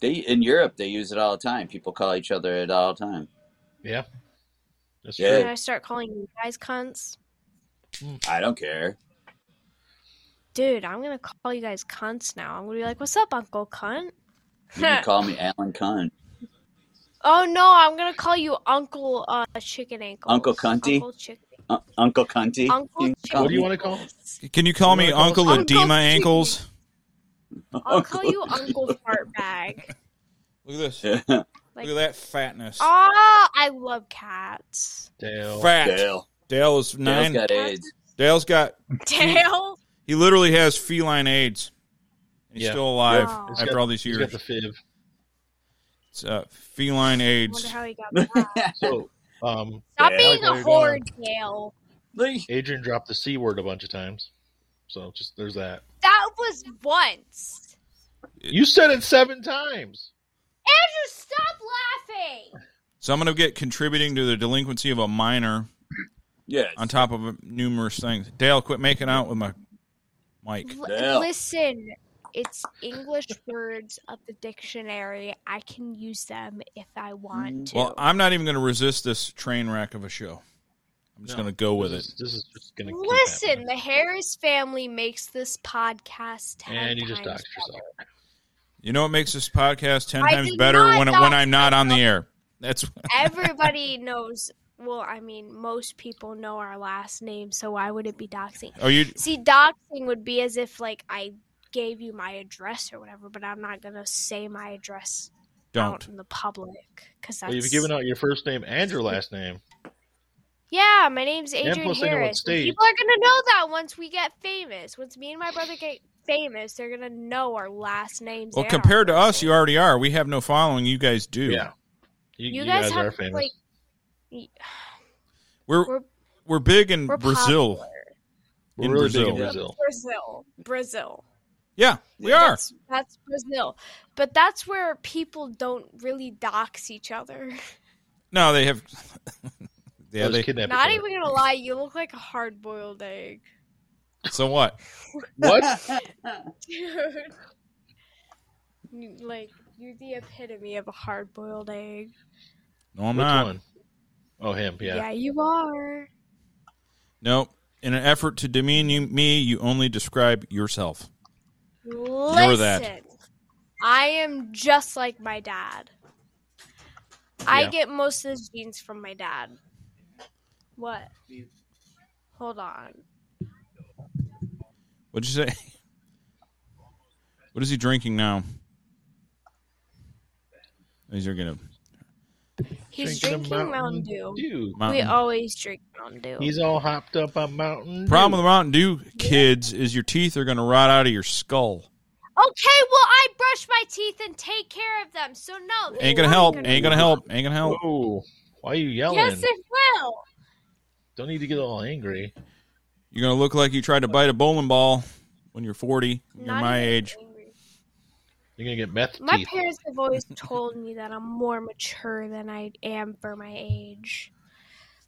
S4: They in Europe, they use it all the time. People call each other it all the time.
S6: Yeah. That's
S4: Yeah.
S8: Can I start calling you guys cunts?
S4: I don't care.
S8: Dude, I'm gonna call you guys cunts now. I'm gonna be like, What's up, Uncle Cunt?
S4: You can call me Alan Cunt.
S8: Oh no, I'm gonna call you Uncle uh, Chicken Ankle.
S4: Uncle Cunty?
S8: Uncle Chicken.
S4: Un- Uncle Cunty?
S8: Uncle
S4: You can
S8: Chick- What do you
S4: me-
S8: wanna
S6: call?
S3: Can you call me Uncle Edema Ankles?
S8: I'll call you Uncle Fartbag.
S3: Look at this.
S4: Look
S3: at that fatness.
S8: Oh, I love cats.
S6: Dale.
S3: Fat.
S4: Dale.
S3: Dale is 9
S4: got AIDS.
S3: Dale's got.
S8: Dale.
S3: He literally has feline AIDS. He's
S6: Yeah.
S3: still alive
S8: Wow.
S6: He's
S3: after
S6: got-
S3: all these
S6: he's
S3: years.
S6: got the fib.
S3: It's uh, feline AIDS.
S8: Wonder how he got that.
S6: So, um,
S8: Stop
S6: yeah,
S8: being
S6: like where
S8: a
S6: you're
S8: whore,
S6: going.
S8: Gail.
S6: Adrian dropped the c word a bunch of times, so just there's that.
S8: That was once.
S6: You said it seven times.
S8: Andrew, stop laughing.
S3: So I'm going to get contributing to the delinquency of a minor.
S4: Yes.
S3: On top of numerous things. Dale, quit making out with my mic.
S8: L- Listen, it's English words of the dictionary. I can use them if I want to.
S3: Mm-hmm. Well, I'm not even going to resist this train wreck of a show. I'm just
S6: No,
S3: going to go with
S6: this
S3: it.
S6: This is just going
S8: Listen, the Harris family makes this podcast ten
S3: And you just
S8: times
S3: doxed
S8: better.
S3: You know what makes this podcast ten
S8: I
S3: times
S8: did
S3: better
S8: not
S3: when it,
S8: dox
S3: when I'm not on the air? That's
S8: Everybody knows. Well, I mean, most people know our last name, so why would it be doxing?
S3: Oh, you-
S8: see, doxing would be as if like I gave you my address or whatever, but I'm not gonna say my address out
S6: Don't.
S8: in the public because that's
S6: Well, you've given out your first name and your last name.
S8: yeah. My name's
S6: And
S8: Adrian
S6: plus I know what
S8: Harris. and
S6: state.
S8: People are gonna know that once we get famous. Once me and my brother get famous, they're gonna know our last names.
S3: well
S8: and our
S3: compared to us. You already are. We have no following. You guys do.
S6: Yeah,
S8: You, guys, have like y-
S3: we're, we're
S8: we're-
S3: big in
S8: we're
S3: Brazil.
S8: popular.
S6: We're
S3: in
S6: really big
S3: Brazil.
S6: in Brazil.
S8: Brazil, Brazil.
S3: Yeah, we are.
S8: That's, that's Brazil, but that's where people don't really dox each other.
S3: No, they have. yeah,
S6: Those
S3: they
S6: kidnapping
S8: Not even gonna lie, you look like a hard-boiled egg,
S3: So what?
S8: dude. You- Like you're the epitome of a hard-boiled egg.
S3: No, I'm
S6: Which
S3: not.
S6: one? Oh, him.
S8: Yeah, you are.
S3: No. In an effort to demean you, me, you only describe yourself.
S8: Listen,
S3: that.
S8: I am just like my dad. I
S3: Yeah.
S8: get most of his genes from my dad. What? Hold on.
S3: What'd you say? What is he drinking now? These are gonna.
S8: He's
S6: Drinking a
S8: drinking, Mountain, Dew. We
S3: Mountain-
S8: always drink Mountain Dew.
S6: He's all hopped up on Mountain.
S3: Problem with
S6: Dew.
S3: the Mountain Dew kids is your teeth are gonna rot out of your skull.
S8: okay, well, I brush my teeth and take care of them, so no. they
S3: Ain't gonna
S8: won't
S3: help. Ain't gonna help. Ain't gonna help.
S6: Whoa. Why are you yelling?
S8: Yes, it will.
S6: Don't need to get all angry.
S3: You're gonna look like you tried to bite a bowling ball when you're 40. When you're
S8: Not
S3: my
S8: even
S3: age.
S6: You're gonna get meth
S8: My
S6: teeth.
S8: parents have always told me that I'm more mature than I am for my age.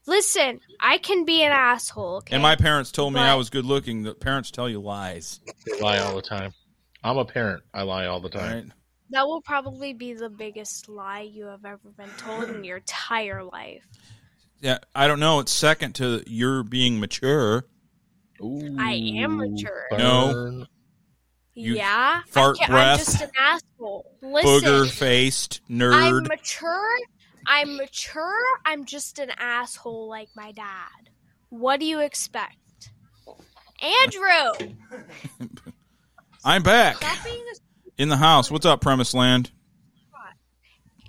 S8: Listen, I can be an asshole. Okay?
S3: And my parents told me
S8: But-
S3: I was good looking. The parents tell you lies.
S6: They lie all the time. I'm a parent. I lie all the time.
S8: that will probably be the biggest lie you have ever been told in your entire life.
S3: Yeah, I don't know. It's second to your being mature.
S8: I am mature.
S3: No, You
S8: yeah,
S3: fart
S8: I can't-
S3: breath.
S8: I'm just an asshole. Listen,
S3: booger faced
S8: I'm
S3: nerd.
S8: mature. I'm mature. I'm just an asshole like my dad. What do you expect? Andrew,
S3: I'm back
S8: stop being this.
S3: in the house. What's up, premise land?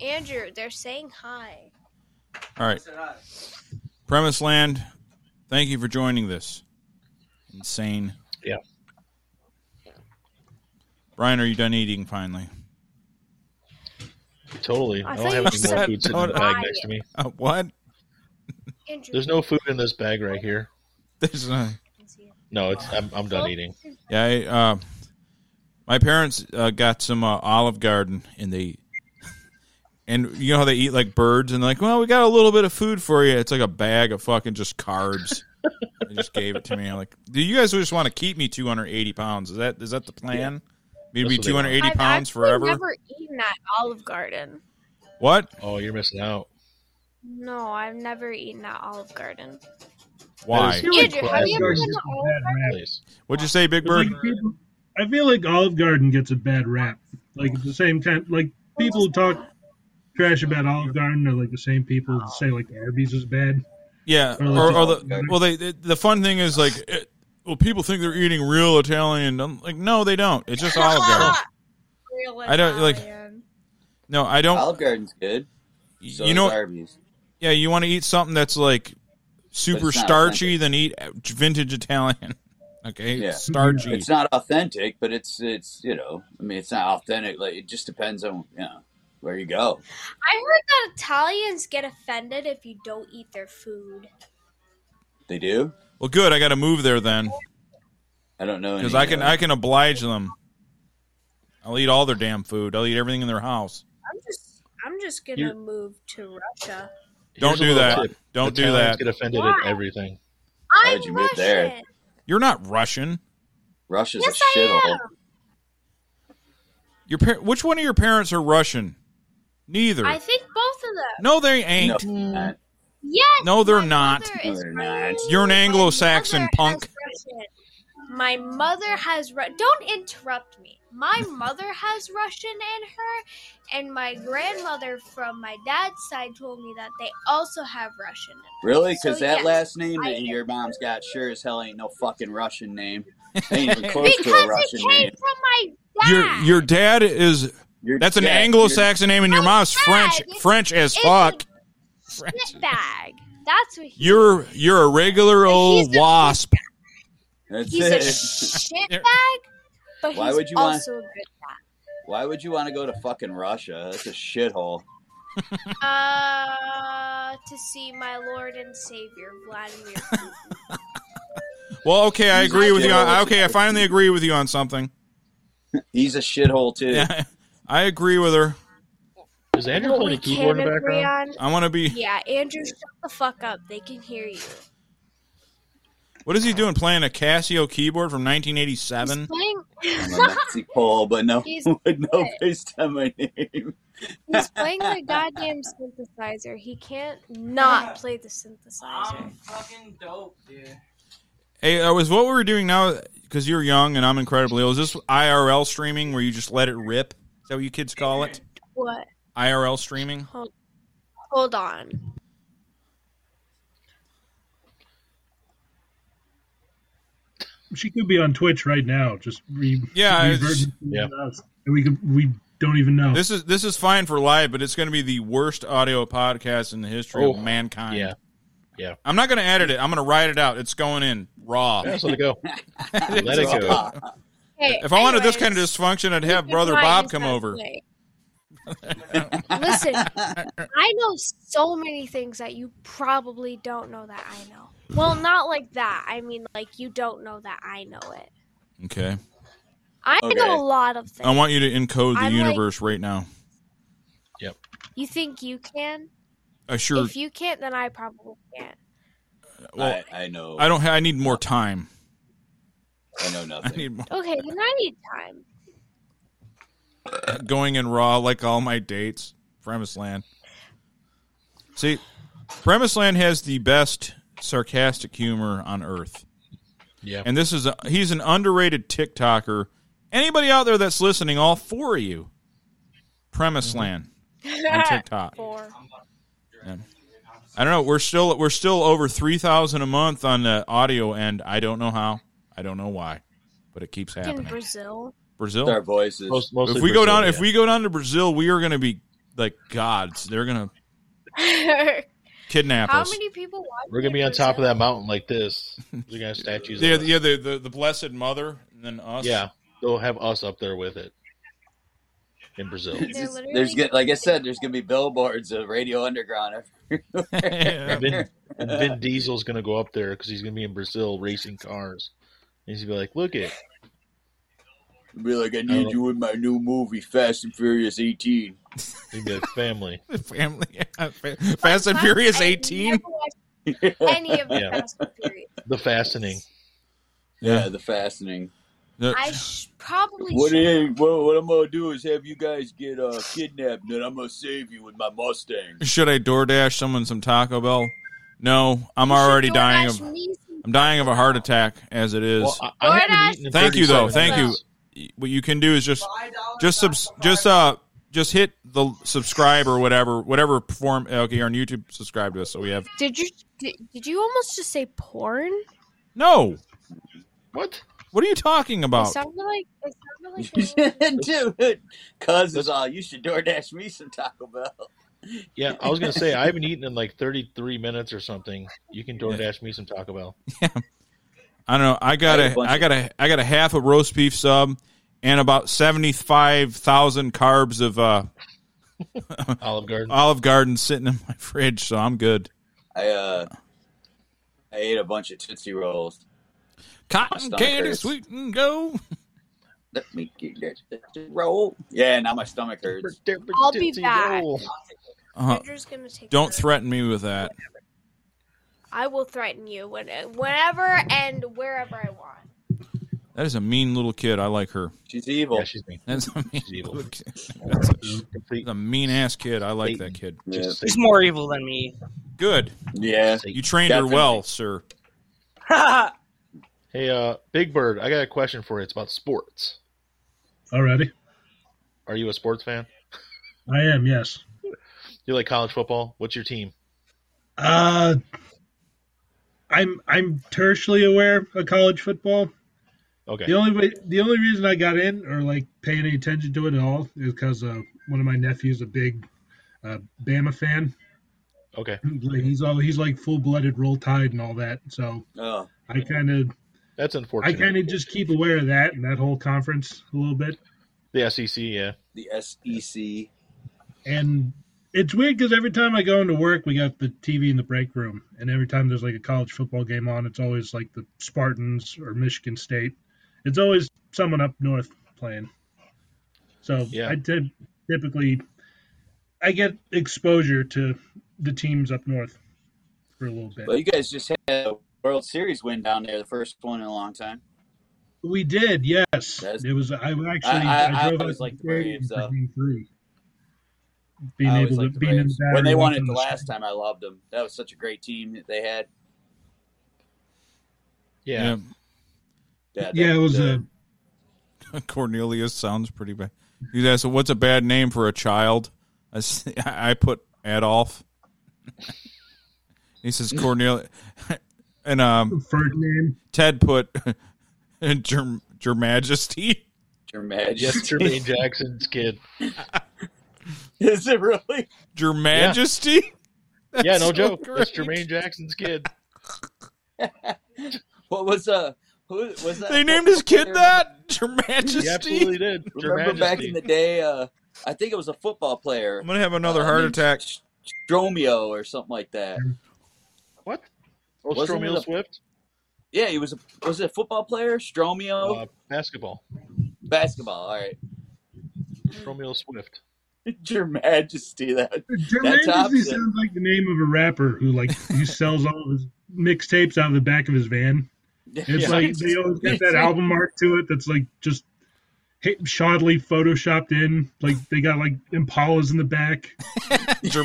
S8: Andrew, they're saying hi.
S3: All right, premise land. Thank you for joining this. Insane.
S6: Yeah.
S3: Brian, are you done eating finally?
S6: Totally.
S8: I
S6: I
S8: thought
S6: don't
S8: you
S6: have any
S8: said
S6: more food sitting in the
S8: don't-
S6: bag next to me.
S3: Uh, what?
S8: Andrew,
S6: There's no food in this bag right here.
S3: There's a,
S6: No, it's I'm, I'm
S8: Oh.
S6: done eating.
S3: yeah. I, uh, my parents uh, got some uh, Olive Garden, and they and you know how they eat like birds, and they're like, well, we got a little bit of food for you. It's like a bag of fucking just carbs. they just gave it to me. I'm like, do you guys just want to keep me 280 pounds? Is that is that the plan? Me to
S6: That's
S3: be
S6: what they
S3: 280
S8: I've
S3: pounds
S8: actually
S3: forever?
S8: Never eaten at Olive Garden.
S3: What?
S6: Oh, you're missing out.
S8: No, I've never eaten at Olive Garden.
S3: Why?
S8: Andrew, have you ever been to Olive Garden?
S3: What'd you say, Big
S7: It's
S3: Bird?
S7: like people- I feel like Olive Garden gets a bad rap. Like it's the same kind. Like people who talk trash about Olive Garden are like the same people who say like Arby's is bad.
S3: Yeah,
S7: Or
S3: or,
S7: like
S3: or
S7: just-
S3: the well, they, the the fun thing is like, it, well, people think they're eating real Italian. I'm like, no, they don't. It's just Olive Garden.
S8: Real
S3: I don't like.
S8: Italian.
S3: No, I don't.
S4: Olive Garden's good. So
S3: you know,
S4: is Arby's.
S3: yeah, you want to eat something that's like super
S4: It's not
S3: starchy, then eat uh, vintage Italian. Okay,
S4: Yeah.
S3: starchy.
S4: It's not authentic, but it's it's you know, I mean, it's not authentic. Like it just depends on you know. There you go.
S8: I heard that Italians get offended if you don't eat their food.
S4: They do.
S3: Well, good. I got to move there then
S4: I don't know
S3: because
S4: any,
S3: I can
S4: uh,
S3: I can oblige them. I'll eat all their damn food. I'll eat everything in their house.
S8: I'm just I'm just gonna
S6: You're-
S8: move to Russia.
S3: Don't
S6: Here's a
S3: do
S6: little
S3: that.
S6: tip.
S3: Don't do
S6: Italians
S3: that.
S6: Get offended
S8: Why?
S6: at everything.
S8: I'm
S4: did
S8: Russian.
S4: you move there?
S3: You're not Russian.
S4: Russia's
S8: Yes,
S4: a
S8: I
S4: shithole.
S3: Your par- which one of your parents are Russian? Neither.
S8: I think both of them.
S3: no, they ain't.
S4: No,
S8: Yes.
S3: No, they're
S8: my
S3: not.
S8: mother is
S4: they're not.
S3: You're an Anglo-Saxon
S8: mother
S3: punk.
S8: has Russian. My mother has Ru- don't interrupt me. My mother has Russian in her, and my grandmother from my dad's side told me that they also have Russian. in her.
S4: Really? Because
S8: So,
S4: that
S8: yes,
S4: last name
S8: I-
S4: that your mom's got sure as hell ain't no fucking Russian name. Ain't even close to a
S8: because
S4: Russian
S8: it came
S4: name.
S8: from my dad.
S3: Your your dad is that's an
S4: dad-
S3: Anglo-Saxon name, and your mom's French French as fuck.
S8: Shit bag. That's what he.
S3: You're you're a regular old wasp.
S4: That's
S8: He's a
S4: it.
S8: shit bag, but
S4: Why
S8: he's
S4: would you want-
S8: also a good guy.
S4: Why would you want to go to fucking Russia? That's a shithole.
S8: Uh, to see my Lord and Savior Vladimir. Putin.
S3: Well, okay, I
S4: He's
S3: agree
S4: not
S3: with you.
S4: gonna
S3: On,
S4: listen
S3: okay, I finally agree with you on something.
S4: He's a shithole too.
S3: Yeah, I agree with her.
S6: Is Andrew
S8: What
S6: playing
S8: we
S6: a keyboard
S8: can
S6: in the
S8: agree
S6: background?
S8: on.
S3: I want to be.
S8: Yeah, Andrew, shut the fuck up. They can hear you.
S3: What is he doing? Playing a Casio keyboard from 1987?
S8: Playing.
S4: I'm a Nazi Pole, but no
S8: He's
S4: would no
S8: shit.
S4: based on my name.
S8: He's playing the goddamn synthesizer. He can't not play the synthesizer.
S9: Fucking dope, dude.
S3: Hey, uh, was what we were doing now because you're young and I'm incredibly old. Is this IRL streaming where you just let it rip? Is that what you kids call it?
S8: What?
S3: IRL streaming.
S8: Hold, hold on.
S7: She could be on Twitch right now. Just re-
S3: Yeah,
S7: revert
S3: it's-
S7: to
S3: yeah.
S7: us. and we could we don't even know.
S3: This is this is fine for live, but it's going to be the worst audio podcast in the history
S6: Oh,
S3: of mankind.
S6: yeah. Yeah.
S3: I'm not going to edit it. I'm going to write it out. It's going in raw.
S6: Yeah, just let it go.
S3: It's
S6: Let it go.
S3: raw.
S8: Hey,
S3: If I wanted this
S8: anyways,
S3: kind of dysfunction, I'd have
S8: keep
S3: brother
S8: quiet,
S3: Bob
S8: he's
S3: come
S8: not
S3: over.
S8: playing. Listen, I know so many things that you probably don't know that I know. Well, not like that. I mean, like you don't know that I know it.
S3: Okay.
S8: I
S3: Okay.
S8: know a lot of things.
S3: I want you to encode the
S8: I'm like-
S3: universe right now.
S8: You think you can?
S3: I sure.
S8: If you can't, then I probably can't.
S3: well,
S4: I, I know.
S3: I don't. Ha- I need more time.
S4: I know nothing.
S3: I need more
S8: Okay, then I need time.
S3: going in raw like all my dates. Premise land. See, premise land has the best sarcastic humor on earth.
S6: Yeah.
S3: And this is a, he's an underrated TikToker. Anybody out there that's listening, all four of you, Premise Land on TikTok.
S8: Four.
S3: And I don't know. We're still we're still over three thousand a month on the audio end. I don't know how. I don't know why, but it keeps
S8: In
S3: happening.
S8: Brazil.
S3: Brazil.
S4: Our voices.
S6: Most,
S3: if
S6: mostly
S3: we go
S6: Brazil,
S3: down, if
S6: yeah.
S3: we go down to Brazil, we are going to be like gods. They're going to kidnap
S8: How
S3: us.
S8: many people watch?
S6: we're gonna be on top of that mountain like this. We got statues.
S3: Yeah,
S6: of us.
S3: yeah. The, the the Blessed Mother and then us.
S6: yeah. They'll have us up there with it in Brazil.
S8: They're literally
S4: There's good, like I said, there's gonna be billboards of Radio Underground.
S6: And
S3: Yeah.
S6: Vin, and Vin Diesel's gonna go up there because he's gonna be in Brazil racing cars. And he's gonna be like, "Look it, Oh.
S4: be like, I need you in my new movie, Fast and Furious 18.
S6: he'd be like, family."
S3: Family. yeah. Fa- Fast and Furious
S8: I
S3: eighteen.
S8: never watched any of the
S6: Yeah.
S8: Fast and Furious.
S6: The fastening.
S4: Yeah, the fastening.
S3: The-
S8: I sh- probably
S4: What,
S8: should.
S4: is, what what I'm gonna do is have you guys get uh, kidnapped, and then I'm gonna save you with my Mustang.
S3: Should I DoorDash someone some Taco Bell? No, I'm already dying of. I'm dying of a heart attack as it is.
S6: Well, I, I haven't
S8: DoorDash
S6: eaten in
S3: Thank you though.
S6: 37
S3: Thank you.
S6: minutes.
S3: What you can do is just just subs, just uh just hit the subscribe or whatever whatever form okay on YouTube subscribe to us so we have
S8: Did you did, did you almost just say porn?
S3: no
S6: What?
S3: what are you talking
S8: It
S3: about
S8: sounded like it sounded like the name-
S4: Dude, cuz is all you should DoorDash me some Taco Bell.
S6: Yeah, I was gonna say I haven't eaten in like 33 minutes or something. You can DoorDash me some Taco Bell.
S3: I don't know I got
S4: I had a
S3: a
S4: bunch
S3: I got a I got a half a roast beef sub and about seventy five thousand carbs of uh
S6: Olive Garden.
S3: Olive Garden sitting in my fridge, so I'm good.
S4: I uh, I ate a bunch of Tootsie Rolls. My
S3: Cotton
S4: stomach
S3: candy,
S4: hurts.
S3: sweet and go.
S4: Let me get that Tootsie roll. Yeah, now my stomach hurts.
S8: I'll be back.
S3: Uh,
S8: Andrew's gonna take
S3: don't
S8: care.
S3: threaten me with that.
S8: I will threaten you when, whenever and wherever I want.
S3: That is a mean little kid. I like her.
S4: She's evil.
S6: she's mean.
S3: That's a mean little kid. That's a, mean ass kid. I like that kid.
S4: Just
S14: He's more evil than me.
S3: Good.
S4: Yeah.
S3: You trained her well, sir.
S6: Hey, uh, Big Bird, I got a question for you. It's about sports.
S7: Alrighty.
S6: Are you a sports fan?
S7: I am, yes.
S6: You like college football? What's your team?
S7: Uh, I'm I'm tertially aware of college football.
S6: Okay.
S7: The only way, the only reason I got in or like paying any attention to it at all is because uh, one of my nephews a big uh, Bama fan.
S6: Okay.
S7: Like, he's all he's like full blooded Roll Tide and all that. So
S4: Oh,
S7: I kind of
S6: that's
S7: I
S6: unfortunate.
S7: kind of just keep aware of that and that whole conference a little bit.
S6: The SEC, yeah.
S4: The E SEC.
S7: And it's weird because every time I go into work, we got the TV in the break room, and every time there's like a college football game on, it's always like the Spartans or Michigan State. It's always someone up north playing. So I did typically I get exposure to the teams up north for a little bit.
S4: Well, you guys just had a World Series win down there, the first one in a long time.
S7: we did, yes. It was I actually
S4: I- I-
S7: I,
S4: I
S7: drove
S4: always
S7: out to stadium
S4: liked the Braves,
S7: for
S4: though.
S7: game three. Being
S4: I
S7: able
S4: always
S7: to
S4: liked the
S7: being in the
S4: Braves. when
S7: battery
S4: they won
S7: watching
S4: it the
S7: the
S4: last time, I loved them. That was such a great team that they had.
S6: Yeah.
S4: Yeah,
S7: Yeah, it was a
S3: Cornelius sounds pretty bad. He's asking, "What's a bad name for a child?" I, s- I put Adolf. he says Cornelius, and um,
S7: Ferdinand.
S3: Ted put Germ Your Majesty.
S4: Your
S6: Yes, Jermaine Jackson's kid.
S4: Is it really?
S3: Your Majesty.
S6: Yeah,
S3: That's
S6: no
S3: so
S6: joke. That's Jermaine
S3: great.
S6: Jackson's kid.
S4: What was uh? Who was that?
S3: They named his kid that. Your Majesty.
S6: He absolutely did. Your
S4: Remember back
S6: Majesty.
S4: in the day? Uh, I think it was a football player.
S3: I'm gonna have another
S4: uh,
S3: heart
S4: named
S3: attack.
S4: Stromio or something like that.
S6: What? Oh,
S4: Wasn't
S6: Stromio
S4: it a-
S6: Swift?
S4: Yeah, he was a was it a football player? Stromio
S6: Uh, basketball.
S4: basketball. All right,
S6: Stromio Swift.
S4: Your Majesty. That that
S7: Jermaine Dempsey
S4: tops it.
S7: sounds like the name of a rapper who like he sells all of his mixtapes out of the back of his van. It's
S6: Yeah.
S7: like they always got that album art to it that's like just hit- shoddily photoshopped in. Like they got like Impalas in the back.
S3: Your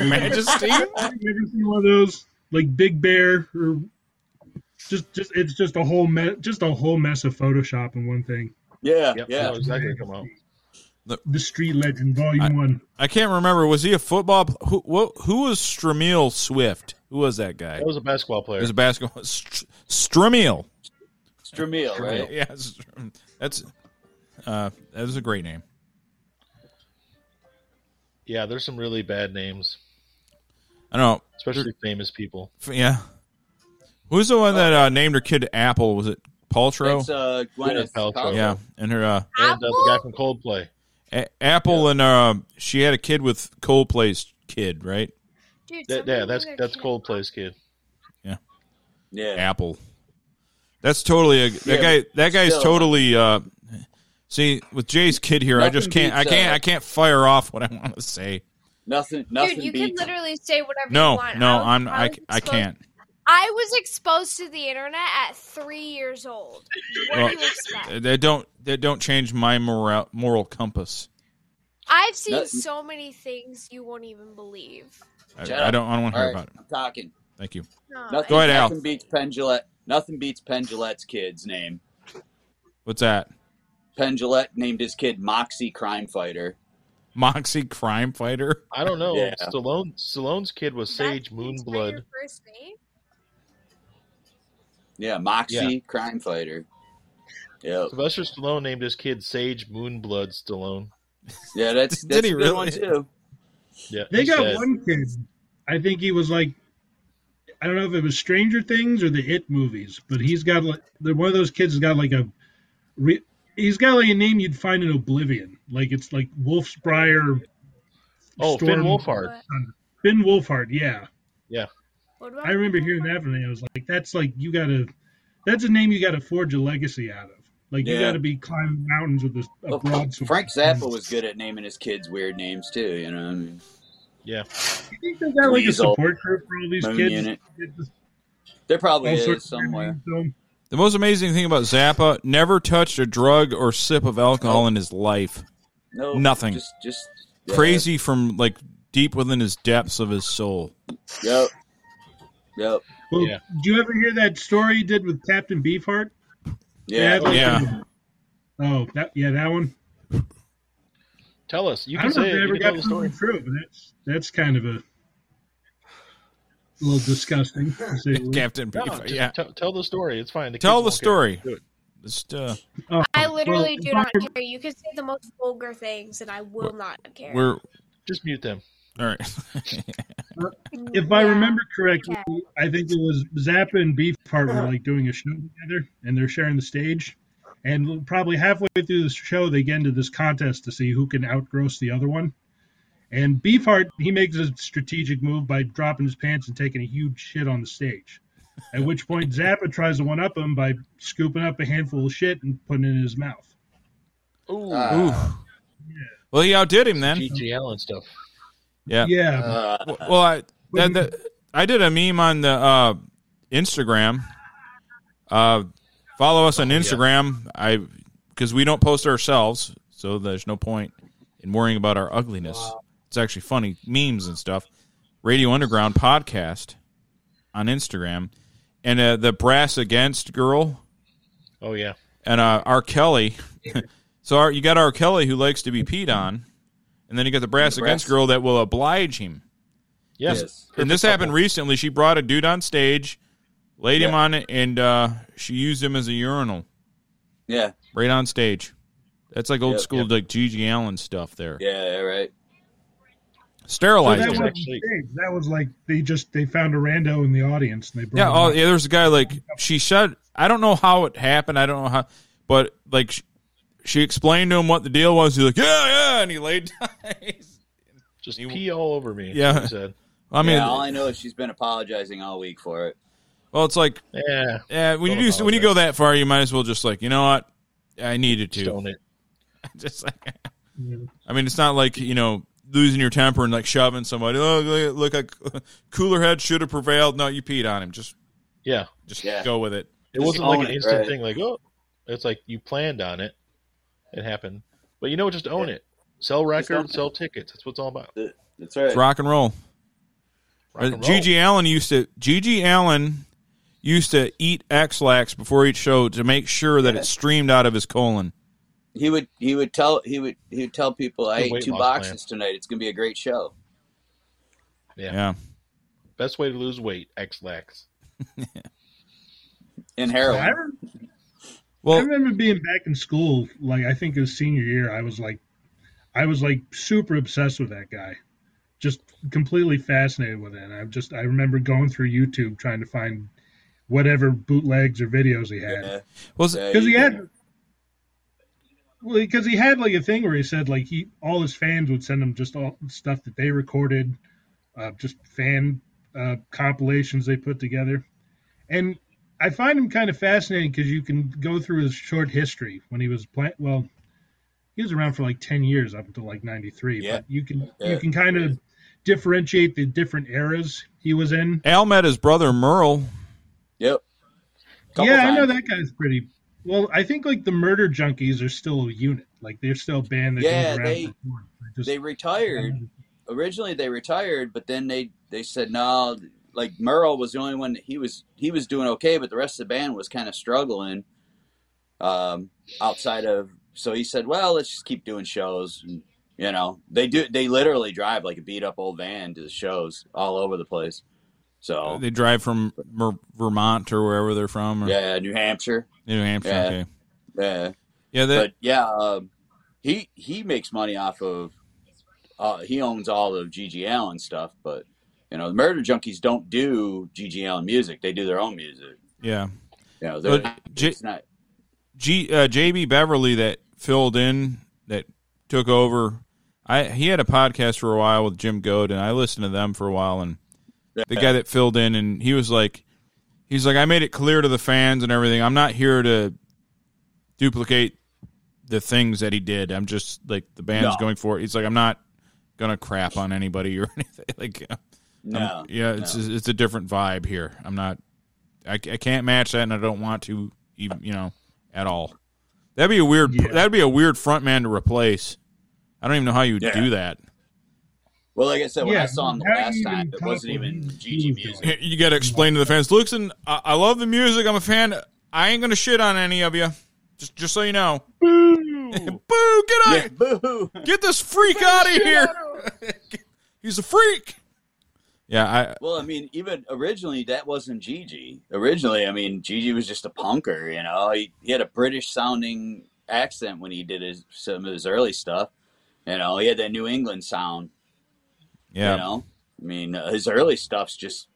S3: Majesty.
S7: Have you ever seen one of those? Like Big Bear or just just it's just a whole mess just a whole mess of Photoshop in one thing.
S4: Yeah,
S6: Yep, I
S4: yeah.
S6: know exactly what you're talking about.
S7: The Street Legend Volume One.
S3: I can't remember. Was he a football? pl- Who wha- who was Stremiel Swift? Who was that guy?
S6: That was a basketball player.
S3: It was a basketball. Str- Stremiel.
S4: Stromio, right?
S3: Yeah, it's- that's uh, that is a great name.
S6: Yeah, there's some really bad names,
S3: I don't know.
S6: especially famous people.
S3: F- Yeah, who's the one that uh, named her kid Apple? Was it Paltrow?
S4: It's uh, Gwyneth
S6: Paltrow.
S4: Paltrow.
S3: yeah, and her uh,
S6: And uh, the guy from Coldplay.
S3: a- Apple and uh, she had a kid with Coldplay's kid, right?
S8: Dude,
S6: That, yeah, that's that's Coldplay's kid.
S4: Yeah.
S3: Apple. That's totally a that
S4: Yeah,
S3: guy. That guy's
S4: still.
S3: totally. Uh, see, with Jay's kid here, I just
S4: Nothing
S3: can't. I
S4: beats,
S3: can't.
S4: uh,
S3: I can't fire off what I want to say.
S4: Nothing. Nothing
S8: Dude, you can
S4: beats.
S8: literally say whatever you
S3: No,
S8: want.
S3: no,
S8: was-
S3: I'm. I.
S8: was
S3: I
S8: exposed-
S3: can't.
S8: I was exposed to the internet at three years old. What
S3: Well,
S8: do you expect?
S3: They don't. They don't change my moral moral compass.
S8: I've seen
S4: Nothing-
S8: so many things you won't even believe.
S3: I,
S4: Shut
S3: I
S4: up.
S3: don't. I don't want to
S4: All
S3: hear
S4: right,
S3: about it.
S4: I'm talking.
S3: Thank you.
S8: No,
S4: Nothing,
S3: Go ahead, Al.
S4: nothing beats Penn Jillette. Nothing beats Penn Jillette's kid's name.
S3: What's that?
S4: Penn Jillette named his kid Moxie Crime Fighter.
S3: Moxie crime fighter.
S6: I don't know.
S4: Yeah.
S6: Stallone Stallone's kid was Sage Moonblood.
S8: Your first name?
S4: Yeah, Moxie Crime Fighter. Yep.
S6: Sylvester Stallone named his kid Sage Moonblood Stallone.
S4: Yeah, that's
S3: Did
S4: that's
S3: he
S4: a good
S3: really?
S4: one too.
S6: Yeah,
S7: They
S6: he's
S7: got
S6: dead.
S7: one kid. I think he was like, I don't know if it was Stranger Things or the It movies, but he's got like they're one of those kids has got like a, re, he's got like a name you'd find in Oblivion, like it's like Wolfsbriar
S6: Oh,
S7: Storm-
S6: Finn Wolfhard.
S7: Finn Wolfhard, yeah.
S6: Yeah.
S7: I remember hearing that from him. I was like, that's like you gotta that's a name you gotta forge a legacy out of. Like you
S4: Yeah.
S7: gotta be climbing mountains with a, a broad sword.
S4: Frank Zappa was good at naming his kids weird names too. You know, what I mean?
S6: yeah.
S7: You think they got like a
S4: Weasel.
S7: support group for all these
S4: Moon
S7: kids?
S4: unit.
S7: It's just
S4: There probably
S7: all
S4: is
S7: sorts of
S4: somewhere.
S3: The most amazing thing about Zappa never touched a drug or sip of alcohol in his life.
S4: No,
S3: nothing.
S4: Just, just yeah.
S3: crazy from like deep within his depths of his soul.
S4: Yep. Yep.
S7: Well, Do you ever hear that story he did with Captain Beefheart? They
S4: Yeah.
S7: had, like,
S3: Yeah.
S7: a- oh, that yeah, that one.
S6: Tell us. You
S7: I
S6: can
S7: don't know
S6: say
S7: if
S6: it.
S7: they
S6: You
S7: ever
S6: can tell
S7: got
S6: the
S7: proven
S6: story.
S7: true, but that's that's kind of a, little disgusting. to say the least.
S3: Captain
S6: No,
S3: Beefheart,
S6: just
S3: yeah.
S6: tell, tell the story. It's fine.
S3: Tell
S6: kids
S3: the
S6: won't
S3: story.
S6: care. Do it.
S3: Just uh,
S7: Oh,
S8: I literally
S6: well,
S8: do not care. You can say the most vulgar things, and I will not care.
S3: we're
S6: just mute them.
S3: All right.
S7: If I remember correctly, I think it was Zappa and Beefheart were like doing a show together, and they're sharing the stage. And probably halfway through the show, they get into this contest to see who can outgross the other one. And Beefheart, he makes a strategic move by dropping his pants and taking a huge shit on the stage. At which point, Zappa tries to one up him by scooping up a handful of shit and putting it in his mouth.
S6: Ooh.
S3: Oof. Well, he outdid him then.
S6: GGL and stuff.
S3: Yeah.
S7: Yeah.
S3: W- well, I that, that, I did a meme on the uh, Instagram. Uh, follow
S6: Oh,
S3: us on Instagram. I because we don't post ourselves, so there's no point in worrying about our ugliness. It's actually funny memes and stuff. Radio Underground podcast on Instagram, and uh, the brass against girl
S6: Oh yeah.
S3: and uh, R. Kelly. so our, you got R. Kelly who likes to be peed on, and then you got the brass
S4: Mm-hmm. The brass.
S3: against girl that will oblige him.
S6: Yes.
S3: And this happened recently. She brought a dude on stage, laid him
S4: Yeah.
S3: on it, and uh, she used him as a urinal
S4: Yeah.
S3: right on stage. That's like old
S4: Yep.
S3: school, like Gigi Allen stuff there.
S4: Yeah. Right.
S7: So
S3: Sterilized
S7: that,
S3: him.
S7: wasn't staged. that was like they just they found a rando in the audience and they brought
S3: Yeah.
S6: Mm-hmm.
S7: him
S3: Oh,
S7: up.
S3: yeah. There's a guy like she said. I don't know how it happened. I don't know how, but like she, she explained to him what the deal was. He's like, yeah, yeah, and he laid down.
S6: Just pee all over me.
S3: Yeah.
S6: he said.
S3: I mean,
S4: yeah, all I know is she's been apologizing all week for it.
S3: well, it's like
S6: Yeah.
S3: yeah. When you do when you go that far, you might as well just like you know what I needed to.
S6: Stone it.
S3: just like
S6: Mm-hmm.
S3: I mean, it's not like you know losing your temper and like shoving somebody. Oh, look, look like cooler head should have prevailed. No, you peed on him. Just
S6: Yeah.
S3: just
S4: Yeah.
S3: go with it.
S6: It wasn't like
S4: own
S6: an
S4: it,
S6: instant
S4: right.
S6: thing. Like oh, it's like you planned on it. It happened. But you know, what? just own it. Sell
S4: own
S6: records.
S4: it.
S6: Sell tickets. That's what it's all about.
S4: That's right.
S3: It's rock and roll.
S6: Rock and
S3: Uh,
S6: roll.
S3: Gigi Allen used to Gigi Allen used to eat X-Lax before each show to make sure that it streamed out of his colon.
S4: He would. He would tell. He would. He would tell people, "I
S6: Good
S4: ate
S6: weight
S4: two
S6: loss
S4: boxes tonight. It's gonna be a great show."
S6: Yeah.
S3: Yeah.
S6: Best way to lose weight. X lax.
S4: In
S7: I
S4: heroin.
S7: remember,
S3: Well-
S7: I remember being back in school. Like I think it was senior year. I was like, I was like super obsessed with that guy, just completely fascinated with it. And I just I remember going through YouTube trying to find whatever bootlegs or videos he had.
S4: Yeah.
S3: Was
S4: Yeah,
S7: because he
S4: you-
S7: had well, because he had like a thing where he said like he all his fans would send him just all stuff that they recorded, uh, just fan uh, compilations they put together, and I find him kind of fascinating because you can go through his short history when he was playing. Well, he was around for like ten years up until like ninety three,
S4: Yeah.
S7: but you can
S4: Yeah.
S7: you can kind of differentiate the different eras he was in.
S3: Al met his brother Merle.
S4: Yep. Couple
S7: yeah, I know
S4: times.
S7: that guy's pretty. Well, I think like the murder junkies are still a unit. Like they're still a band that
S4: Yeah,
S7: goes around.
S4: they-
S7: and performs. They just-
S4: they retired originally they retired but then they they said no like merle was the only one that he was he was doing okay but the rest of the band was kind of struggling um outside of so he said well let's just keep doing shows and, you know they do they literally drive like a beat up old van to the shows all over the place so
S3: They drive from Mer- Vermont or wherever they're from. Or
S4: yeah new hampshire
S3: New Hampshire.
S4: Yeah.
S3: Okay.
S4: yeah
S3: Yeah. That,
S4: but yeah, um, he he makes money off of uh, he owns all of Gigi Allen stuff, but you know the Murder Junkies don't do Gigi Allen music; they do their own music.
S3: yeah.
S4: You know, they're
S3: But
S4: not,
S3: J-
S4: it's not
S3: G uh, JB Beverly that filled in that took over. I he had a podcast for a while with Jim Goad, and I listened to them for a while. And the guy that filled in, and he was like, he's like, I made it clear to the fans and everything. I'm not here to duplicate the things that he did. I'm just like the band's
S4: No.
S3: going for it. He's like, I'm not gonna crap on anybody or anything. Like, uh,
S4: No,
S3: I'm- yeah, it's
S4: no.
S3: it's a different vibe here. I'm not. I, I can't match that, and I don't want to. Even you know, at all. That'd be a weird. That'd be a weird front man to replace. I don't even know how you would do that.
S4: Well, like I said, when
S7: Yeah,
S4: I saw him the
S7: how do
S4: last
S7: you
S4: time,
S7: even
S4: it wasn't
S7: talk
S4: even GG music.
S3: You got to explain to the fans. Listen, I, I love the music. I'm a fan. I ain't gonna shit on any of you. Just, just so you know. Boo! boo! Get out!
S4: boo!
S3: Get this freak out of here! He's a freak. Yeah, I.
S4: Well, I mean, even originally that wasn't Gigi. Originally, I mean, Gigi was just a punker. You know, he, he had a British sounding accent when he did his, some of his early stuff. You know, he had that New England sound.
S3: Yeah.
S4: You know, I mean, uh, his early stuff's just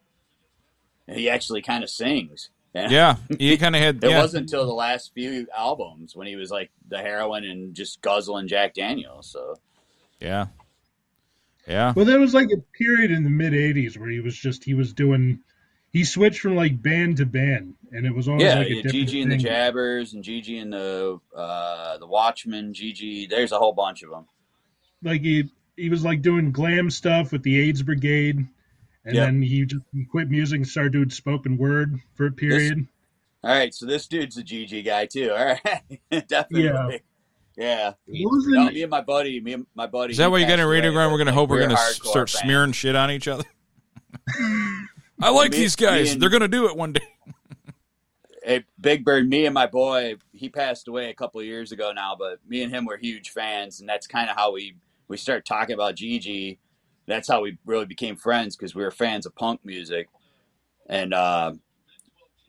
S4: he actually kind of sings.
S3: Yeah, he kind of had.
S4: It
S3: yeah.
S4: wasn't until the last few albums when he was like the heroin and just guzzling Jack Daniels. So
S3: Yeah. Yeah.
S7: Well, there was like a period in the mid '80s where he was just he was doing, he switched from like band to band, and it was always
S4: yeah,
S7: like a
S4: yeah
S7: different
S4: Gigi and the
S7: thing.
S4: Jabbers and Gigi and the uh, the Watchmen. Gigi, there's a whole bunch of them.
S7: like he he was like doing glam stuff with the AIDS Brigade, and
S4: Yep.
S7: then he just quit music and started doing spoken word for a period.
S4: All right, so this dude's a GG guy too. All right, definitely. Yeah.
S7: Wasn't-
S4: No, me and my buddy, me and my buddy.
S3: Is that
S4: he
S3: why you got
S4: passed
S3: a
S4: away,
S3: radiogram?
S4: but,
S3: We're gonna
S4: like,
S3: hope we're gonna s-
S4: hardcore
S3: start
S4: fans.
S3: smearing shit on each other. I like
S4: Me-
S3: these guys.
S4: me and-
S3: They're gonna do it one day.
S4: Hey, Big Bird, me and my boy, he passed away a couple of years ago now, but me and him were huge fans, and that's kind of how we we started talking about Gigi. That's how we really became friends because we were fans of punk music, and uh,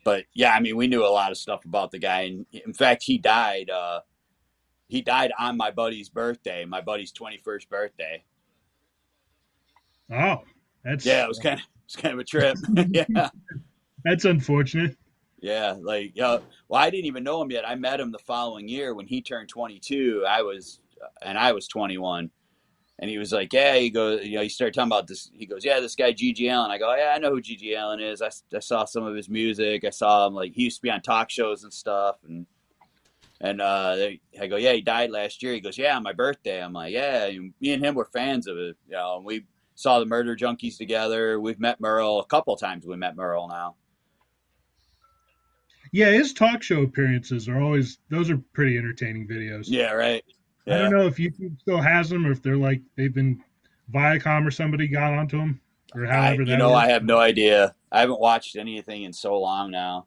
S4: but yeah, I mean, we knew a lot of stuff about the guy, and in fact, he died. Uh, he died on my buddy's birthday, my buddy's twenty first birthday.
S7: Oh, that's
S4: yeah, it was kind of it's kind of a trip. yeah.
S7: that's unfortunate.
S4: Yeah, like yeah. Well, I didn't even know him yet. I met him the following year when he turned 22. I was, uh, and I was 21, and he was like, "Yeah." He goes, you know, he started talking about this. He goes, "Yeah, this guy G.G. Allen." I go, "Yeah, I know who G.G. Allen is. I, s- I saw some of his music. I saw him like he used to be on talk shows and stuff." And and uh, they, I go, "Yeah, he died last year." He goes, "Yeah, on my birthday." I'm like, "Yeah." And me and him were fans of it. You know, and we saw the Murder Junkies together. We've met Merle a couple times. We met Merle now.
S7: Yeah, his talk show appearances are always those are pretty entertaining videos.
S4: Yeah, right.
S7: I don't know if YouTube still has them or if they're like they've been Viacom or somebody got onto them or
S4: I,
S7: however that
S4: you know,
S7: works.
S4: I have no idea. I haven't watched anything in so long now.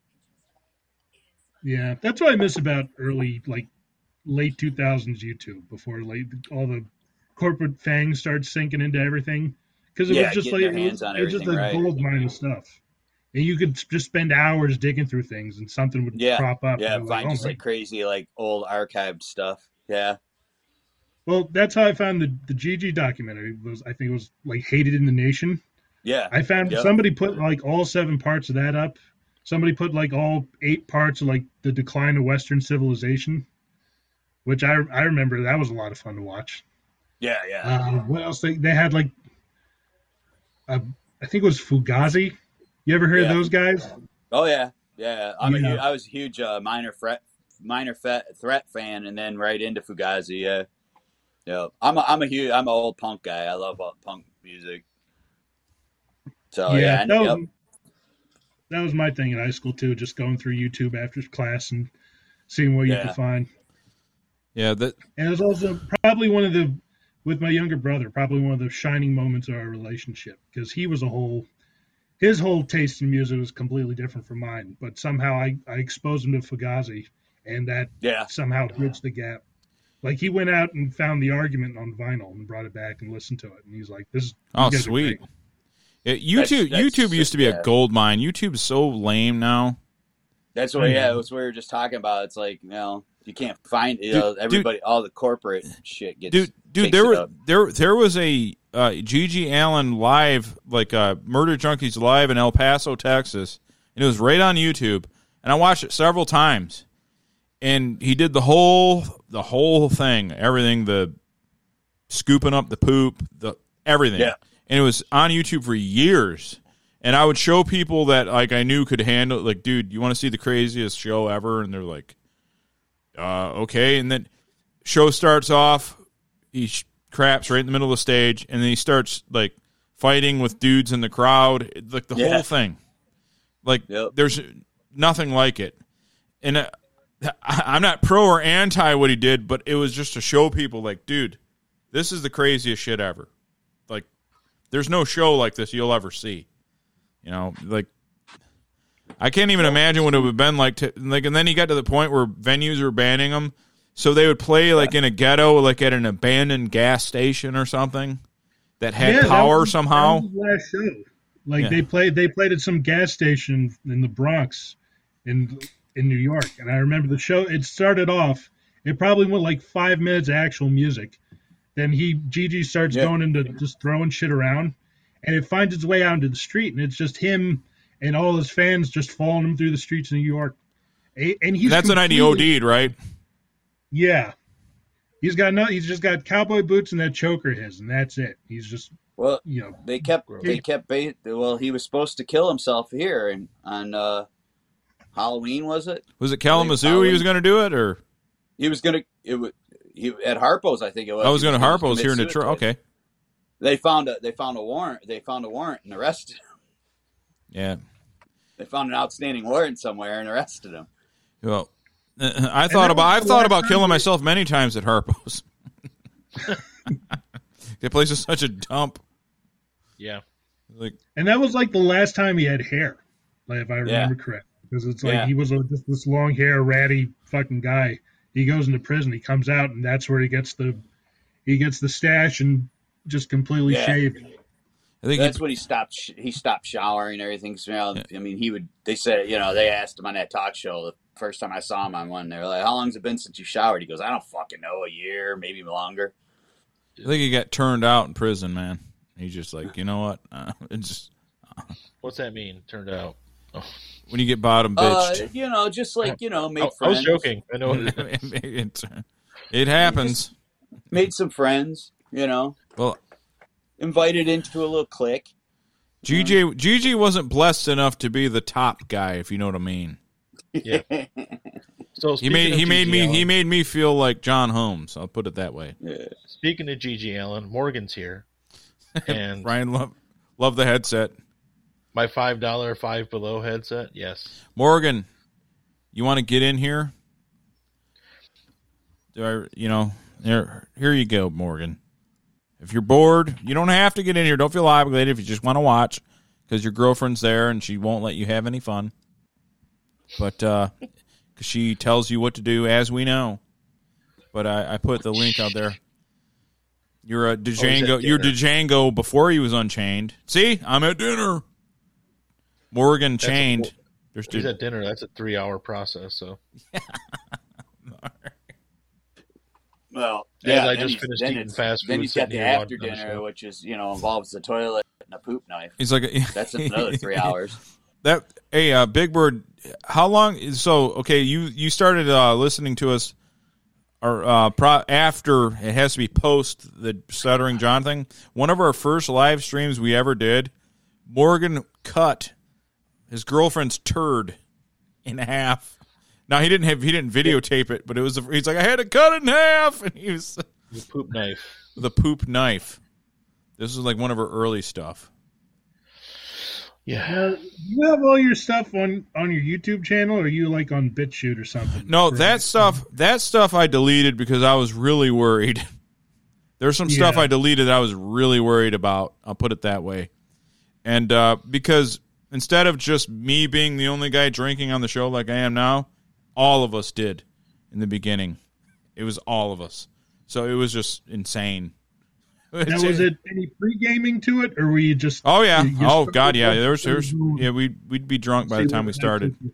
S7: Yeah, that's what I miss about early, like late 2000s YouTube before late all the corporate fangs started sinking into everything because it
S4: Yeah,
S7: was just
S4: getting
S7: like
S4: their
S7: it was,
S4: hands on
S7: it was just a
S4: everything, right.
S7: gold mine of stuff, and you could s- just spend hours digging through things and something would
S4: Yeah,
S7: crop up.
S4: yeah,
S7: and you're like,
S4: find
S7: "Oh
S4: just
S7: my
S4: like crazy, like old archived stuff. Yeah,
S7: Well, that's how I found the the GG documentary. It was I think it was like hated in the nation.
S4: yeah.
S7: I found
S4: Yep.
S7: somebody put like all seven parts of that up. Somebody put like all eight parts of like the decline of Western civilization, which I I remember that was a lot of fun to watch.
S4: Yeah, yeah.
S7: Uh, what else? They they had like, uh, I think it was Fugazi. You ever hear of
S4: Yeah.
S7: those guys?
S4: Oh yeah, yeah. I'm
S7: Yeah.
S4: A, hu- I was a huge uh, minor threat, minor fe- threat fan, and then right into Fugazi. Yeah, yeah. I'm a, I'm a huge, I'm an old punk guy. I love uh, punk music. So Oh, yeah, and-
S7: that was,
S4: yep.
S7: that was my thing in high school too. Just going through YouTube after class and seeing what you
S3: Yeah.
S7: could find.
S3: Yeah, that
S7: And it was also probably one of the, with my younger brother, probably one of the shining moments of our relationship because he was a whole, his whole taste in music was completely different from mine. But somehow I, I exposed him to Fugazi and that
S4: Yeah.
S7: somehow bridged the gap. Like he went out and found the argument on vinyl and brought it back and listened to it. And he's like, this is,
S3: Oh,
S7: you guys are
S3: sweet.
S7: great.
S3: Yeah, YouTube
S4: that's
S3: YouTube used to be
S4: yeah.
S3: a gold mine. YouTube's so lame now.
S4: That's what, yeah, that's what we were just talking about. It's like, you know, you can't find, you
S3: Dude-
S4: know,
S3: dude-
S4: everybody, all the corporate shit gets.
S3: Dude, dude,
S4: takes
S3: there
S4: it
S3: were
S4: up.
S3: there there was a uh, Gigi Allen live like uh, Murder Junkies live in El Paso, Texas, and it was right on YouTube. And I watched it several times. And he did the whole the whole thing, everything the scooping up the poop, the everything.
S4: Yeah.
S3: And it was on YouTube for years. And I would show people that like I knew could handle it, like, dude, you want to see the craziest show ever? And they're like, uh, okay. And then show starts off, he sh- craps right in the middle of the stage, and then he starts like fighting with dudes in the crowd, like the
S4: Yeah.
S3: whole thing. Like there's nothing like it, and uh, I- I'm not pro or anti what he did, but it was just to show people, like, dude, this is the craziest shit ever. Like, there's no show like this you'll ever see. You know, like I can't even imagine what it would have been like to like. And then he got to the point where venues were banning him, so they would play like in a ghetto, like at an abandoned gas station or something that had
S7: Yeah, that
S3: power
S7: was-
S3: somehow.
S7: that was last show. Like
S3: Yeah.
S7: they played they played at some gas station in the Bronx in in New York. And I remember the show it started off it probably went like five minutes of actual music. Then he Gigi starts going into just throwing shit around and it finds its way out into the street and it's just him and all his fans just following him through the streets of New York. A- And he's
S3: That's an idea
S7: completely-
S3: OD'd, right?
S7: Yeah. He's got no he's just got cowboy boots and that choker his and that's it. He's just
S4: Well,
S7: you know,
S4: they kept they kept bait. Well, he was supposed to kill himself here and on uh, Halloween was it?
S3: Was it Kalamazoo he was going to do it, or
S4: He was gonna it was he at Harpo's I think it was.
S3: I was
S4: He
S3: going to Harpo's
S4: commit
S3: here in
S4: suicide.
S3: Detroit? Okay,
S4: They found a they found a warrant. They found a warrant and arrested him.
S3: yeah.
S4: They found an outstanding warrant somewhere and arrested him.
S3: Well, uh, I
S4: And
S3: thought
S4: that
S3: about
S4: was
S3: I've
S4: the
S3: thought
S4: last
S3: about
S4: time
S3: killing
S4: we-
S3: myself many times at Harpo's. that place is such a dump.
S6: Yeah.
S3: Like
S7: And that was like the last time he had hair, like if I remember correct, because it's like
S6: Yeah.
S7: he was a, just this long hair ratty fucking guy. He goes into prison, he comes out, and that's where he gets the he gets the stash and just completely
S4: Yeah.
S7: shaved.
S3: I think
S4: that's when he stopped. sh- He stopped showering and everything. So, you know, I mean, he would. They said, you know, they asked him on that talk show the first time I saw him on one. They were like, "How long's it been since you showered?" He goes, "I don't fucking know. A year, maybe longer."
S3: I think he got turned out in prison, man. He's just like, you know what? Uh, it's just,
S6: What's that mean? Turned out.
S3: when you get bottom bitched,
S4: Uh, you know, just like you know, made
S6: I- I
S4: friends.
S6: was joking. I know what it is.
S3: it, it happens.
S4: Made some friends. You know,
S3: Well,
S4: invited into a little clique.
S3: GG GG wasn't blessed enough to be the top guy, if you know what I mean.
S6: Yeah. So
S3: He
S6: speaking
S3: made
S6: of
S3: he made
S6: GG
S3: me
S6: Allen-
S3: he made me feel like John Holmes. I'll put it that way.
S6: Speaking of Gigi Allen, Morgan's here, and
S3: Ryan love love the headset.
S6: my five dollar five below headset. Yes,
S3: Morgan, you want to get in here? Do I, you know, here, here you go, Morgan. If you're bored, you don't have to get in here. Don't feel obligated if you just want to watch because your girlfriend's there and she won't let you have any fun. But uh 'cause she tells you what to do, as we know. But I, I put the link out there. You're a
S6: Oh, he's at
S3: Django. you're
S6: dinner.
S3: Django before he was unchained. See, I'm at dinner. Morgan
S6: That's a
S3: chained.
S6: four-
S3: There's
S6: he's
S3: two-
S6: at dinner. That's a three hour process. So
S4: Well,
S6: As
S4: yeah.
S6: I
S4: then
S6: just
S4: he's-
S6: finished
S4: then
S6: eating
S4: it's-
S6: fast
S4: Then
S6: food,
S4: he's got
S6: sitting
S4: the
S6: here watching
S4: after
S6: the
S4: dinner,
S6: show.
S4: which is you know involves the toilet and a poop knife.
S3: He's like,
S4: that's another three hours.
S3: That hey, uh, Big Bird, how long? is- So okay, you you started uh, listening to us, or uh, pro, after it has to be post the stuttering John thing. One of our first live streams we ever did, Morgan cut his girlfriend's turd in half. Now he didn't have he didn't videotape it, but it was he's like I had to cut it in half, and he was
S6: the poop knife.
S3: The poop knife. This is like one of her early stuff.
S6: Yeah.
S7: Now, you have all your stuff on on your YouTube channel, or you like on BitChute or something?
S3: No, that stuff that stuff I deleted because I was really worried. There's some stuff
S7: Yeah.
S3: I deleted that I was really worried about. I'll put it that way. And uh, because instead of just me being the only guy drinking on the show like I am now, all of us did in the beginning. It was all of us. So it was just insane.
S7: Now, was it any pre gaming to it, or were you just?
S3: Oh yeah.
S7: you- you
S3: Oh
S7: started
S3: god, yeah.
S7: with-
S3: There's there's yeah, we we'd be drunk by the
S7: See
S3: time we
S7: what
S3: started.
S7: happens.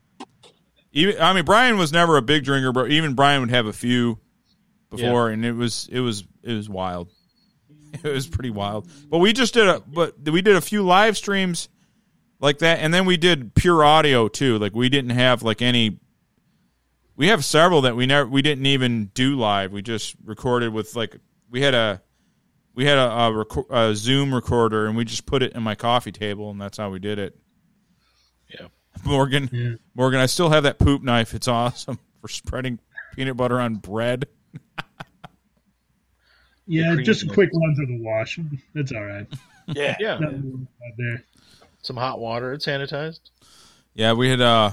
S3: Even I mean Brian was never a big drinker, but even Brian would have a few before and it was it was it was wild. It was pretty wild. But we just did a but we did a few live streams like that and then we did pure audio too. Like we didn't have like any we have several that we never we didn't even do live. We just recorded with like we had a we had a, a, reco- a Zoom recorder, and we just put it in my coffee table, and that's how we did it.
S6: Yeah,
S3: Morgan, Morgan, I still have that poop knife. It's awesome for spreading peanut butter on bread.
S7: Yeah,
S6: cream
S7: just a
S6: will-
S7: quick run through the wash. It's all right.
S6: Yeah. Yeah.
S7: Nothing bad there.
S6: Some hot water. It's sanitized.
S3: Yeah, we had uh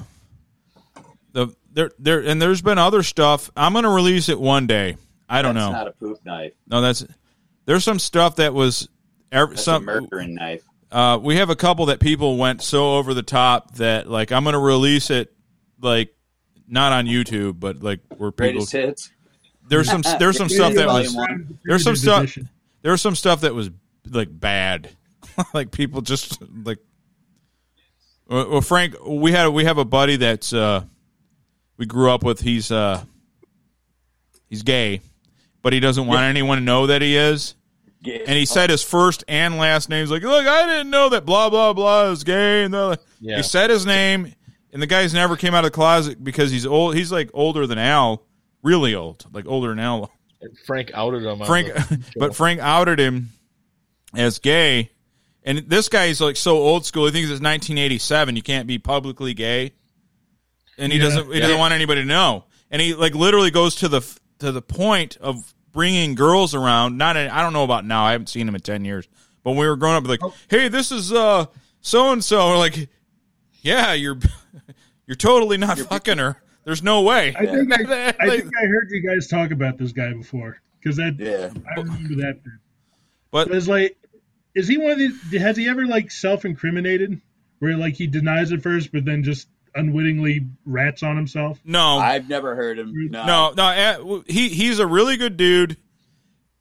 S3: the there there and there's been other stuff. I'm gonna release it one day. I don't
S4: That's
S3: know.
S4: not a poop knife.
S3: no, that's there's some stuff that was ev-
S4: That's
S3: some
S4: a murdering knife.
S3: uh, we have a couple that people went so over the top that like I'm gonna release it like not on YouTube, but like where people
S4: Greatest hits.
S3: There's some there's some stuff that was
S4: Volume one.
S3: there's some
S4: Definitive
S3: stuff
S4: edition.
S3: there's some stuff that was like bad, like people just like. Well, well, Frank, we had we have a buddy that's uh, we grew up with. He's uh, he's gay, but he doesn't want anyone to know that he is.
S4: Yeah.
S3: And he said his first and last name's like, look, I didn't know that blah blah blah is gay. And they're like,
S6: Yeah.
S3: he said his name, and the guy's never came out of the closet because he's old. He's like older than Al, really old, like older than Al.
S6: Frank outed him. on
S3: Frank,
S6: the show.
S3: but Frank outed him as gay, and this guy is like so old school. He thinks it's 1987. You can't be publicly gay, and he
S6: Yeah.
S3: doesn't. He
S6: Yeah.
S3: doesn't want anybody to know. And he like literally goes to the f- to the point of bringing girls around. Not in, I don't know about now. I haven't seen him in ten years. But when we were growing up,
S7: Oh.
S3: like, hey, this is uh so and so. Like, yeah, you're you're totally not fucking her. There's no way.
S7: I think I, I think I heard you guys talk about this guy before because that
S4: yeah.
S7: I remember that. bit.
S3: But
S7: it's like, is he one of the? Has he ever like self-incriminated where like he denies it first, but then just unwittingly rats on himself?
S3: no,
S4: I've never heard him. No.
S3: No, no, eh, w- he he's a really good dude.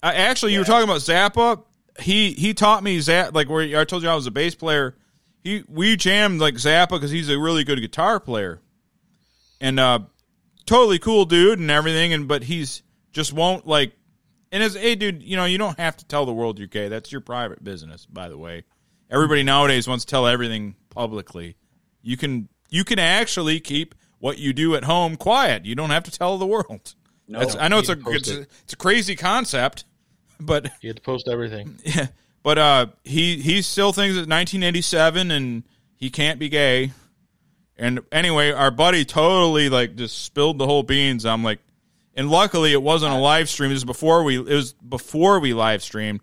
S3: Uh, actually, you were talking about Zappa. He he taught me Zappa. Like where I told you I was a bass player. He we jammed like Zappa because he's a really good guitar player, and uh, totally cool dude and everything. And but he's just won't like. And as hey dude, you know you don't have to tell the world you're gay. That's your private business, by the way. Everybody nowadays wants to tell everything publicly. You can you can actually keep what you do at home quiet. You don't have to tell the world.
S6: No.
S3: That's- I know it's a
S6: You can post
S3: it's, a
S6: it.
S3: it's a crazy concept, but
S6: He had to post everything.
S3: yeah, but uh, he he still thinks it's 1987 and he can't be gay. And anyway, our buddy totally like just spilled the whole beans. I'm like, and luckily it wasn't a live stream. This is before we it was before we live streamed,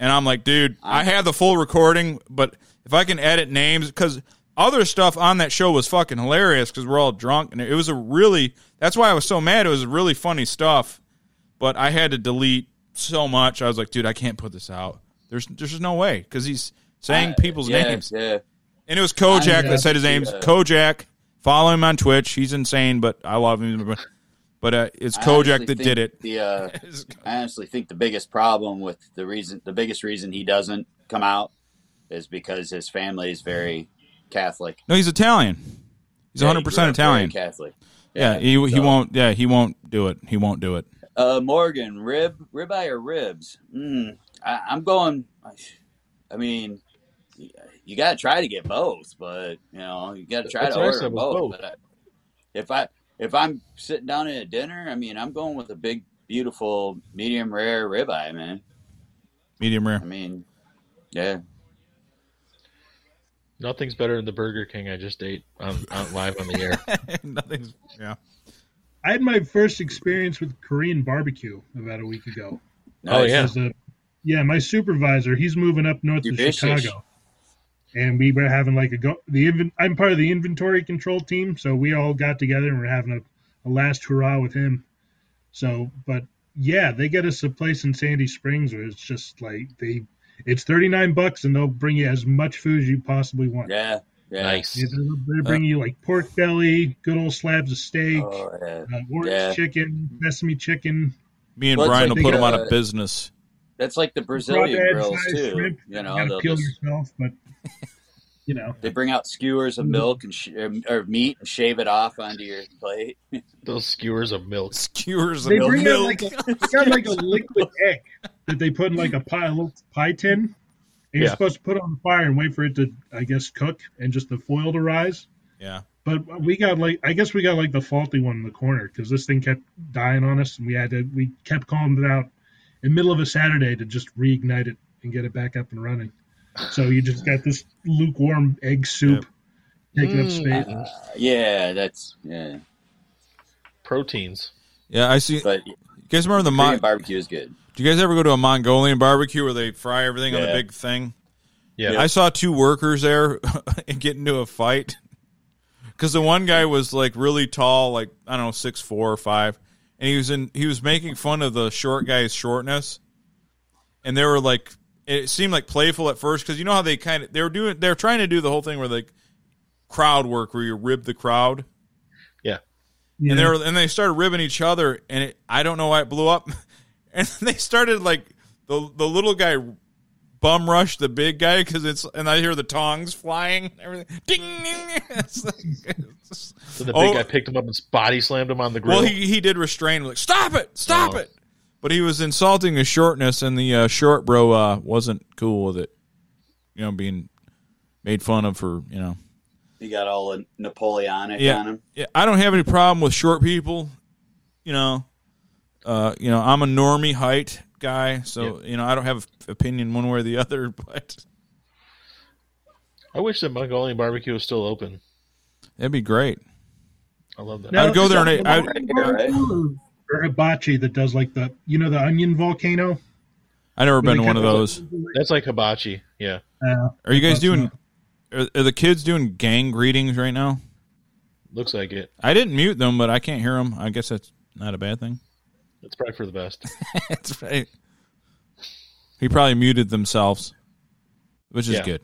S3: and I'm like, dude, I have the full recording, but if I can edit names because other stuff on that show was fucking hilarious because we're all drunk and it was a really that's why I was so mad. It was really funny stuff but I had to delete so much. I was like, dude, I can't put this out. There's there's just no way because he's saying
S4: Uh,
S3: people's
S4: yeah,
S3: names.
S4: Yeah.
S3: And it was Kojak
S4: I-
S3: that said his
S4: yeah.
S3: name. Kojak, follow him on Twitch. He's insane, but I love him. But uh, it's
S4: I
S3: Kojak
S4: honestly
S3: that
S4: think
S3: did it.
S4: The, uh, I honestly think the biggest problem with the reason, the biggest reason he doesn't come out is because his family is very Catholic.
S3: No, he's Italian. He's
S4: Yeah, he
S3: 100
S4: grew up
S3: percent
S4: very
S3: Italian.
S4: Catholic.
S3: Yeah, he he
S4: so-
S3: won't. Yeah, he won't do it. He won't do it.
S4: Uh, Morgan, rib, ribeye or ribs? Mm, I, I'm going. I mean, you got to try to get both, but you know, you got to try
S6: That's
S4: to
S6: what I
S4: order
S6: said, was
S4: both.
S6: both.
S4: But I, if I if I'm sitting down at a dinner, I mean, I'm going with a big, beautiful, medium rare ribeye, man.
S3: Medium rare.
S4: I mean, yeah.
S6: Nothing's better than the Burger King I just ate on, on live on the air.
S3: Nothing's yeah.
S7: I had my first experience with Korean barbecue about a week ago.
S6: Oh, yeah.
S7: As a- yeah, my supervisor, he's moving up north
S6: You're
S7: to
S6: vicious.
S7: Chicago, and we were having like a go. The inven- I'm part of the inventory control team, so we all got together and we're having a, a last hurrah with him. So, but yeah, they get us a place in Sandy Springs where it's just like they, it's 39 bucks and they'll bring you as much food as you possibly want.
S4: Yeah. Yeah. Uh,
S7: Yeah, they're, they're
S3: Uh,
S7: bringing you like pork belly, good old slabs of steak,
S4: Oh, yeah.
S7: uh, orange
S4: Yeah.
S7: chicken, sesame chicken.
S3: Me and
S4: Well, it's
S3: Brian
S4: like
S3: will put
S4: the,
S3: him out
S4: uh,
S3: of business.
S4: That's like the Brazilian
S7: Crawdad
S4: grills
S7: sized
S4: too.
S7: shrimp,
S4: you know,
S7: you gotta
S4: they'll
S7: peel
S4: just-
S7: yourself, but you know,
S4: they bring out skewers of
S7: Mm-hmm.
S4: milk and sh- um, or meat and shave it off onto your plate.
S6: Those skewers of milk.
S3: Skewers
S7: they bring out like a, they got like a liquid egg that they put in like a pie, a little pie tin. And you're
S6: Yeah.
S7: supposed to put it on the fire and wait for it to, I guess, cook and just the foil to rise.
S3: Yeah.
S7: But we got like, I guess we got like the faulty one in the corner because this thing kept dying on us, and we had to, we kept calling it out, in the middle of a Saturday to just reignite it and get it back up and running. So you just got this lukewarm egg soup taking
S6: Mm.
S7: up space.
S4: Mm, uh, yeah, that's yeah.
S6: Proteins.
S3: Yeah, I see. you guys remember the Mon-
S4: barbecue is good.
S3: Do you guys ever go to a Mongolian barbecue where they fry everything on a
S4: Yeah.
S3: big thing?
S4: Yeah.
S3: I saw two workers there and get into a fight because the one guy was like really tall, like I don't know, six four or five, and he was in he was making fun of the short guy's shortness, and they were like it seemed like playful at first because you know how they kind of they were doing they're trying to do the whole thing where like crowd work where you rib the crowd.
S6: Yeah.
S3: And they were, and they started ribbing each other, and it, I don't know why it blew up. And they started like the the little guy bum rushed the big guy because it's and I hear the tongs flying, everything ding. ding. It's like- it's-
S6: So the big
S3: Oh.
S6: guy picked him up and body slammed him on the grill.
S3: well, he he did restrain him, like stop it, stop
S6: Oh.
S3: it. But he was insulting his shortness, and the uh, short bro uh, wasn't cool with it. You know, being made fun of for you know.
S4: He got all the Napoleonic on
S3: yeah,
S4: him.
S3: yeah. I don't have any problem with short people. You know, uh, you know, I'm a normie height guy, so you know, I don't have an opinion one way or the other. But
S6: I wish that Mongolian barbecue was still open.
S3: that'd be great.
S6: I love that.
S3: I'd go there and I,
S7: Or hibachi that does like the you know the onion volcano.
S3: I never been to
S7: Really
S3: one of
S7: kinda-
S3: those.
S6: That's like hibachi. Yeah.
S7: Uh,
S3: Are you guys doing? Are, are the kids doing gang greetings right now?
S6: Looks like it.
S3: I didn't mute them, but I can't hear them. I guess that's not a bad thing.
S6: It's probably for the best.
S3: that's right. He probably muted themselves, which is
S6: Yeah.
S3: good.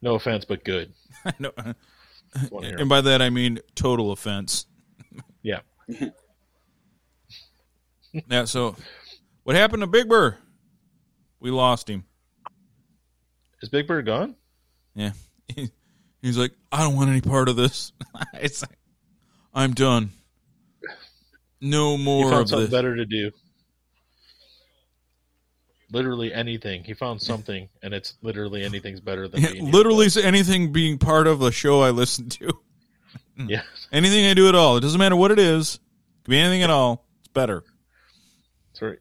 S6: No offense, but good.
S3: no.
S6: wanna hear
S3: And by that I mean total offense.
S6: Yeah.
S3: yeah. So, what happened to Big Bird? We lost him.
S6: Is Big Bird gone?
S3: Yeah. He's like, I don't want any part of this. it's like, I'm done. No
S6: he
S3: more
S6: found
S3: of
S6: something
S3: this.
S6: better to do. Literally anything. He found something, and it's literally anything's better than
S3: Yeah,
S6: being here.
S3: literally s- anything being part of a show I listen to.
S6: Yeah.
S3: Anything I do at all. It doesn't matter what it is. It could be anything at all. It's better.
S6: Sorry.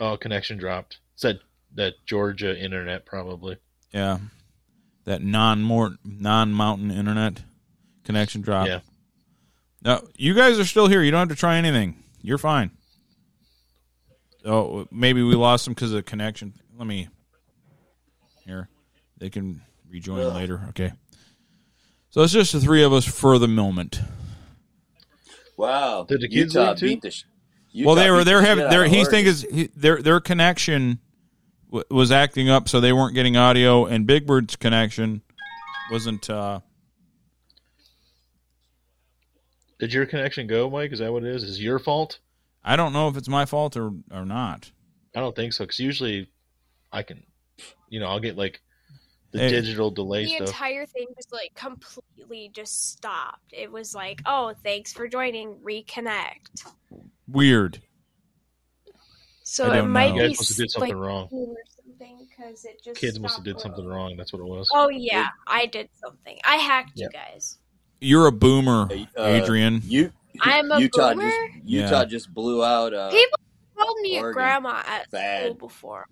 S6: Oh, connection dropped. It's that that Georgia internet probably.
S3: Yeah. That non more non mountain internet connection drop.
S6: Yeah.
S3: Now you guys are still here. You don't have to try anything. You're fine. Oh, maybe we lost them because of the connection. Let me here. They can rejoin later. Okay. So it's just the three of us for the moment.
S4: Wow.
S6: Did the kids
S4: Utah
S6: leave too?
S4: beat the sh-
S3: well,
S4: Utah
S3: they were
S4: beat
S3: they're
S4: the
S3: having
S4: shit
S3: their
S4: out of
S3: he
S4: Oregon.
S3: think is he, their their connection w- was acting up, so they weren't getting audio, and Big Bird's connection wasn't. uh
S6: Did your connection go, Mike? Is that what it is? Is it your fault?
S3: I don't know if it's my fault or or not.
S6: I don't think so. Because usually, I can, you know, I'll get like the
S3: Hey.
S6: digital delay
S8: the
S6: stuff.
S8: entire thing just like completely just stopped. It was like, oh, thanks for joining, reconnect.
S3: Weird.
S8: So
S3: I
S8: it
S3: don't
S8: might
S3: know.
S8: be
S6: You guys must have did something
S8: like,
S6: wrong.
S8: or something because it just
S6: Kids must have
S8: stopped
S6: did something wrong. That's what it was.
S8: Oh yeah, I did something. I hacked you guys.
S3: You're a boomer, Adrian.
S4: You
S8: I'm a
S4: Utah
S8: boomer.
S4: just Utah just blew out. Uh,
S8: People called me a
S4: Oregon.
S8: grandma at
S4: Bad.
S8: school before.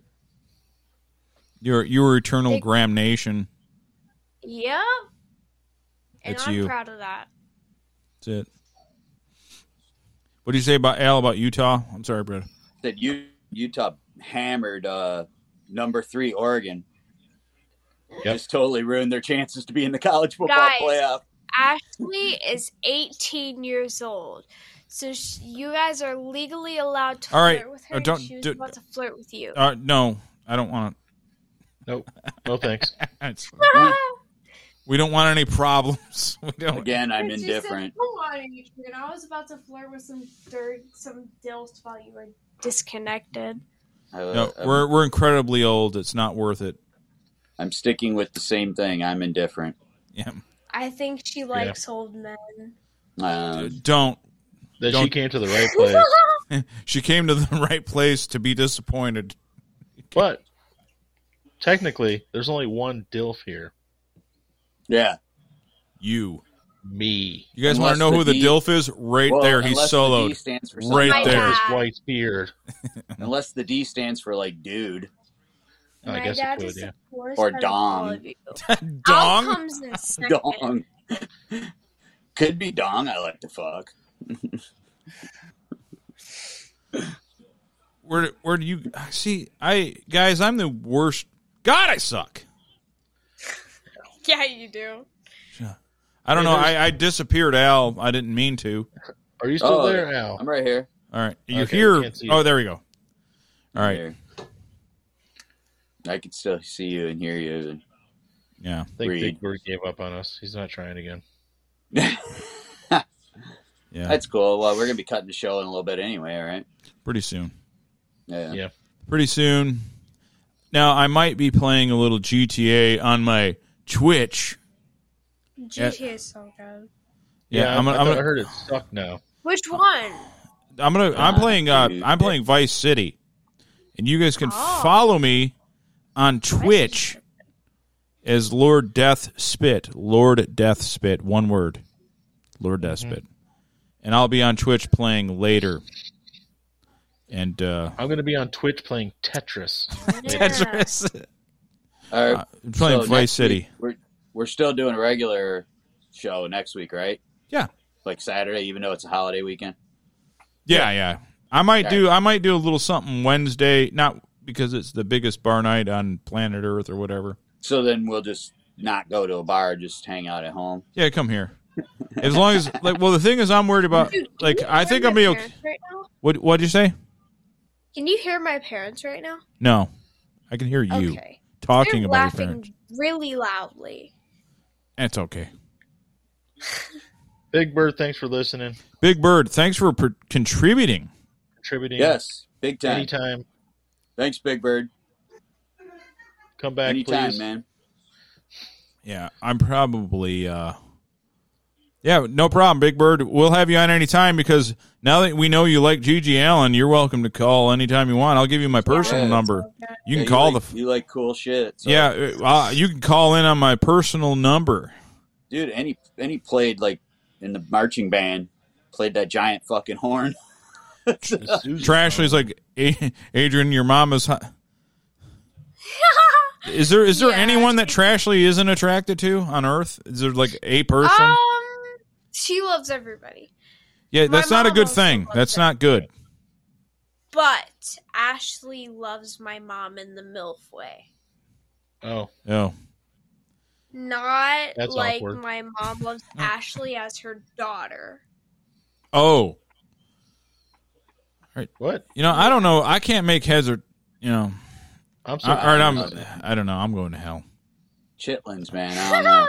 S3: You're you're eternal
S8: Big-
S3: Graham Nation.
S8: Yeah, and
S3: That's
S8: I'm
S3: you.
S8: proud of that.
S3: That's it. What do you say about Al about Utah? I'm sorry, Brett.
S4: that U- Utah hammered uh, number three Oregon. Just totally ruined their chances to be in the college football
S8: Guys.
S4: playoff.
S8: Ashley is 18 years old, so sh- you guys are legally allowed to
S3: All right,
S8: flirt with
S3: uh,
S8: her. and
S3: don't-
S8: she was
S3: do-
S8: about to flirt with you.
S3: Uh, no, I don't want
S6: it. Nope. No thanks.
S3: we don't want any problems. We don't.
S4: Again, I'm
S8: She said, "Come on, Adrian. I was about to flirt with some dirt, some dilfs while you were disconnected.
S4: Uh,
S3: No, we're we're incredibly old. It's not worth it.
S4: I'm sticking with the same thing. I'm indifferent.
S3: Yeah.
S8: I think she likes old men.
S4: Uh,
S3: don't.
S6: Then
S3: don't-
S6: she came to the right place.
S3: she came to the right place to be disappointed.
S6: But technically, there's only one DILF here.
S4: Yeah.
S3: You.
S6: Me.
S3: You guys want to know who the dilf is? Right
S4: Well,
S3: there, he's
S4: unless the D
S3: soloed.
S4: stands for something
S3: right
S4: else.
S8: Oh
S3: there.
S4: My
S6: His wife's beard.
S4: Unless the D stands for like dude.
S6: I My guess it dad could, is the yeah.
S8: worst
S4: Or
S8: out of all
S4: dong.
S8: of you.
S4: dong.
S8: Out comes in second.
S4: dong. Could be dong. I like to fuck.
S3: Where where do you see? I guys, I'm the worst. God, I suck.
S8: Yeah, you do.
S3: I don't
S8: Hey,
S3: know.
S8: there's-
S3: I, I disappeared, Al. I didn't mean to.
S6: Are you
S4: still Oh, there, Al? I'm right here.
S3: All right, you're
S4: Okay,
S3: here.
S4: can't see you.
S3: Oh, there we go. All right.
S4: I can still see you and hear you. And
S3: Yeah.
S6: I think
S4: Reed.
S6: Big Bird gave up on us. He's not trying again.
S3: Yeah.
S4: That's cool. Well, we're gonna be cutting the show in a little bit anyway, all right?
S3: Pretty soon.
S4: Yeah.
S6: Yeah.
S3: Pretty soon. Now I might be playing a little GTA on my Twitch.
S8: GTA is so good.
S3: Yeah, I'm gonna-
S6: I, thought
S3: I'm gonna-
S6: I heard it sucked now.
S8: Which one?
S3: I'm gonna. I'm playing. Uh, I'm playing Vice City, and you guys can follow me on Twitch as Lord Death Spit. Lord Death Spit. One word. Lord Death Spit. And I'll be on Twitch playing later. And uh,
S6: I'm going to be on Twitch playing Tetris.
S3: Tetris.
S4: All
S3: Uh, I'm playing Vice
S4: next
S3: City.
S4: week, we're we're still doing a regular show next week, right?
S3: Yeah.
S4: Like Saturday, even though it's a holiday weekend.
S3: Yeah, yeah. I might
S4: All
S3: do. I might do a little something Wednesday. Not because it's the biggest bar night on planet Earth or whatever.
S4: So then we'll just not go to a bar, just hang out at home.
S3: Yeah, come here. As long as like, well, the thing is, I'm worried about
S8: Dude, can
S3: like
S8: you
S3: I
S8: hear
S3: think
S8: my
S3: I'll be okay.
S8: parents Right now?
S3: What What'd you say?
S8: Can you hear my parents right now?
S3: No, I can hear you
S8: Okay.
S3: talking
S8: They're
S3: about your parents.
S8: laughing really loudly.
S3: It's okay.
S6: Big Bird, thanks for listening,
S3: Big Bird, thanks for per- contributing.
S6: contributing.
S4: Yes, big time.
S6: Anytime.
S4: Thanks, Big Bird.
S6: Come back,
S4: Anytime,
S6: please.
S4: man.
S3: Yeah, I'm probably. uh Yeah, no problem, Big Bird. We'll have you on anytime because now that we know you like Gigi Allen, you're welcome to call anytime you want. I'll give you my personal
S4: Yeah, it's
S3: number. You
S4: Yeah,
S3: can call
S4: like,
S3: the.
S4: You like cool shit. so-
S3: yeah, uh, you can call in on my personal number.
S4: dude. Any any played like in the marching band, played that giant fucking horn.
S3: Trashley's like, "A- Adrian, your mom is. hot." is there is there anyone that Trashley isn't attracted to on Earth? Is there like a person?
S8: Um, she loves everybody,
S3: yeah,
S8: my
S3: that's not a
S8: mom
S3: good
S8: also
S3: thing.
S8: loves
S3: That's not good.
S8: but Ashley loves my mom in the MILF way.
S6: Oh,
S3: Oh,
S8: Not
S3: That's
S8: like
S3: awkward.
S8: my mom loves Ashley as her daughter.
S3: oh. All right.
S6: What?
S3: You know, I don't know. I can't make heads or you know.
S6: I'm
S3: I,
S6: sorry.
S3: all right, I'm. I don't know. I'm going to hell.
S4: Chitlins, man. I don't know.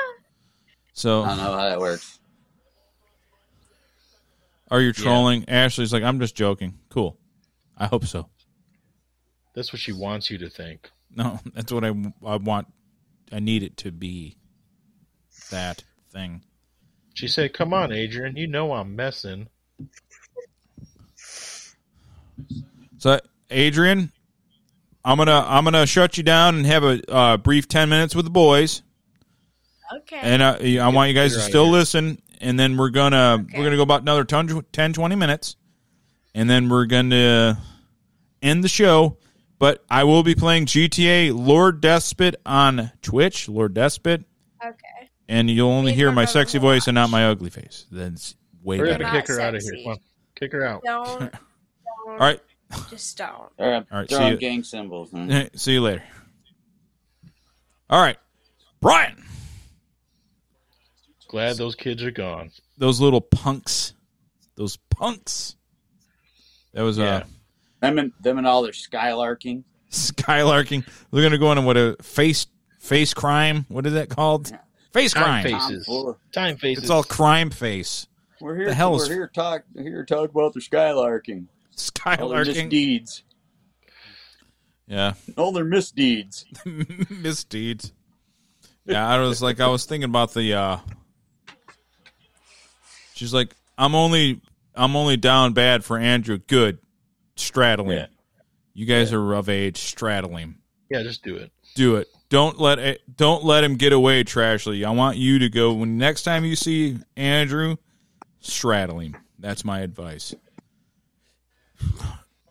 S3: So
S4: I don't know how that works.
S3: are you trolling? Ashley's like, I'm just joking. Cool. I hope so.
S6: That's what she wants you to think.
S3: No, that's what I, I want. I need it to be that thing.
S6: She said, "Come on, Adrian. You know I'm messing."
S3: So, Adrian, I'm gonna I'm gonna shut you down and have a uh, brief ten minutes with the boys,
S8: Okay.
S3: and I, I want you guys to
S6: You're out
S3: still
S6: here.
S3: listen, and then we're gonna we're gonna go about another 10, 10, 20 minutes, and then we're gonna end the show. But I will be playing GTA Lord Despot on Twitch, Lord Despot,
S8: Okay.
S3: and you'll only hear my sexy voice and not my ugly face. That's way
S6: We're
S3: better.
S6: gonna kick her out of here. Come on, kick her out.
S8: Don't.
S3: All right.
S8: Just don't.
S4: All right,
S3: All right,
S4: throw
S3: see
S4: on
S3: you.
S4: gang symbols. huh?
S3: See you later. All right, Brian.
S6: Glad those kids are gone.
S3: those little punks, those punks. That was uh,
S4: Them and them and all their skylarking.
S3: skylarking. They're gonna go into what a face face crime. What is that called? Face crime.
S6: Time faces. Time faces.
S3: It's all crime face.
S4: We're here.
S3: The hell
S4: we're
S3: is-
S4: here. Talk. we're Here talk about their skylarking. All their
S3: Skylarking.
S4: misdeeds.
S3: Yeah,
S4: All their misdeeds.
S3: misdeeds. Yeah, I was like, I was thinking about the. uh She's like, I'm only, I'm only down bad for Andrew. Good, straddling. You guys are of age. Straddling.
S6: Yeah, just do it.
S3: Do it. Don't let it, don't let him get away, Trashly. I want you to go when next time you see Andrew, straddle him. That's my advice.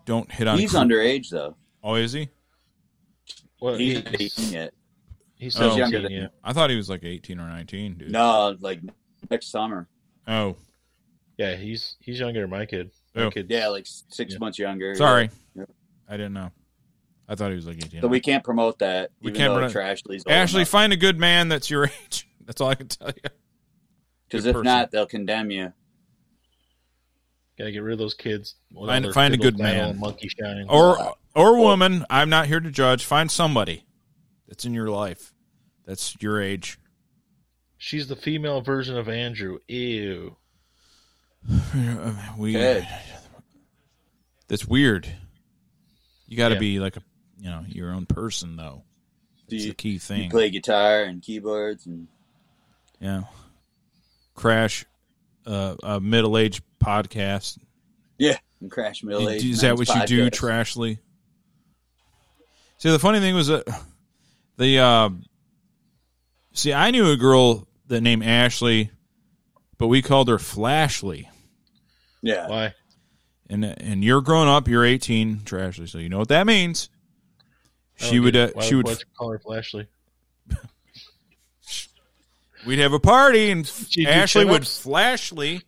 S3: Don't hit on.
S4: He's underage though.
S3: Oh, is he?
S4: he's not 18 yet.
S3: He's
S4: Oh.
S3: younger than you. I thought he was like eighteen or nineteen, dude.
S4: No, like next summer.
S3: Oh,
S6: Yeah, he's he's younger than my kid. My
S3: Oh.
S6: kid's-
S4: Yeah, like six months younger.
S3: sorry,
S4: Yeah.
S3: I didn't know. I thought he was like eighteen.
S4: So we can't promote that.
S3: We
S4: even
S3: can't
S4: though
S3: pronounce-
S4: Trashly's old
S3: Ashley,
S4: enough.
S3: find a good man that's your age. That's all I can tell you.
S4: Because
S3: Good
S4: if
S3: person.
S4: not, they'll condemn you.
S6: Gotta get rid of those kids. with all
S3: find
S6: their
S3: find a
S6: fiddle
S3: good
S6: faddle
S3: man,
S6: and Monkey shine.
S3: or or woman. I'm not here to judge. Find somebody that's in your life, that's your age.
S6: she's the female version of Andrew. Ew.
S3: We that's weird. You got to
S6: Yeah.
S3: be like a you know your own person though.
S4: Do
S3: That's
S4: you-
S3: the key thing.
S4: You play guitar and keyboards and
S3: Yeah. Crash, uh, a middle aged podcast.
S4: yeah, and Crash Middle Age.
S3: Is that what
S4: Man's
S3: you do,
S4: podcast.
S3: Trashly? See, the funny thing was that the uh, see, I knew a girl that named Ashley, but we called her Flashly.
S4: Yeah.
S6: Why?
S3: And and you're grown up, you're 18, Trashly, so you know what that means. She would uh, she would
S6: call her Flashly.
S3: we'd have a party and
S6: She'd do
S3: Ashley would
S6: chin-ups?
S3: flashly.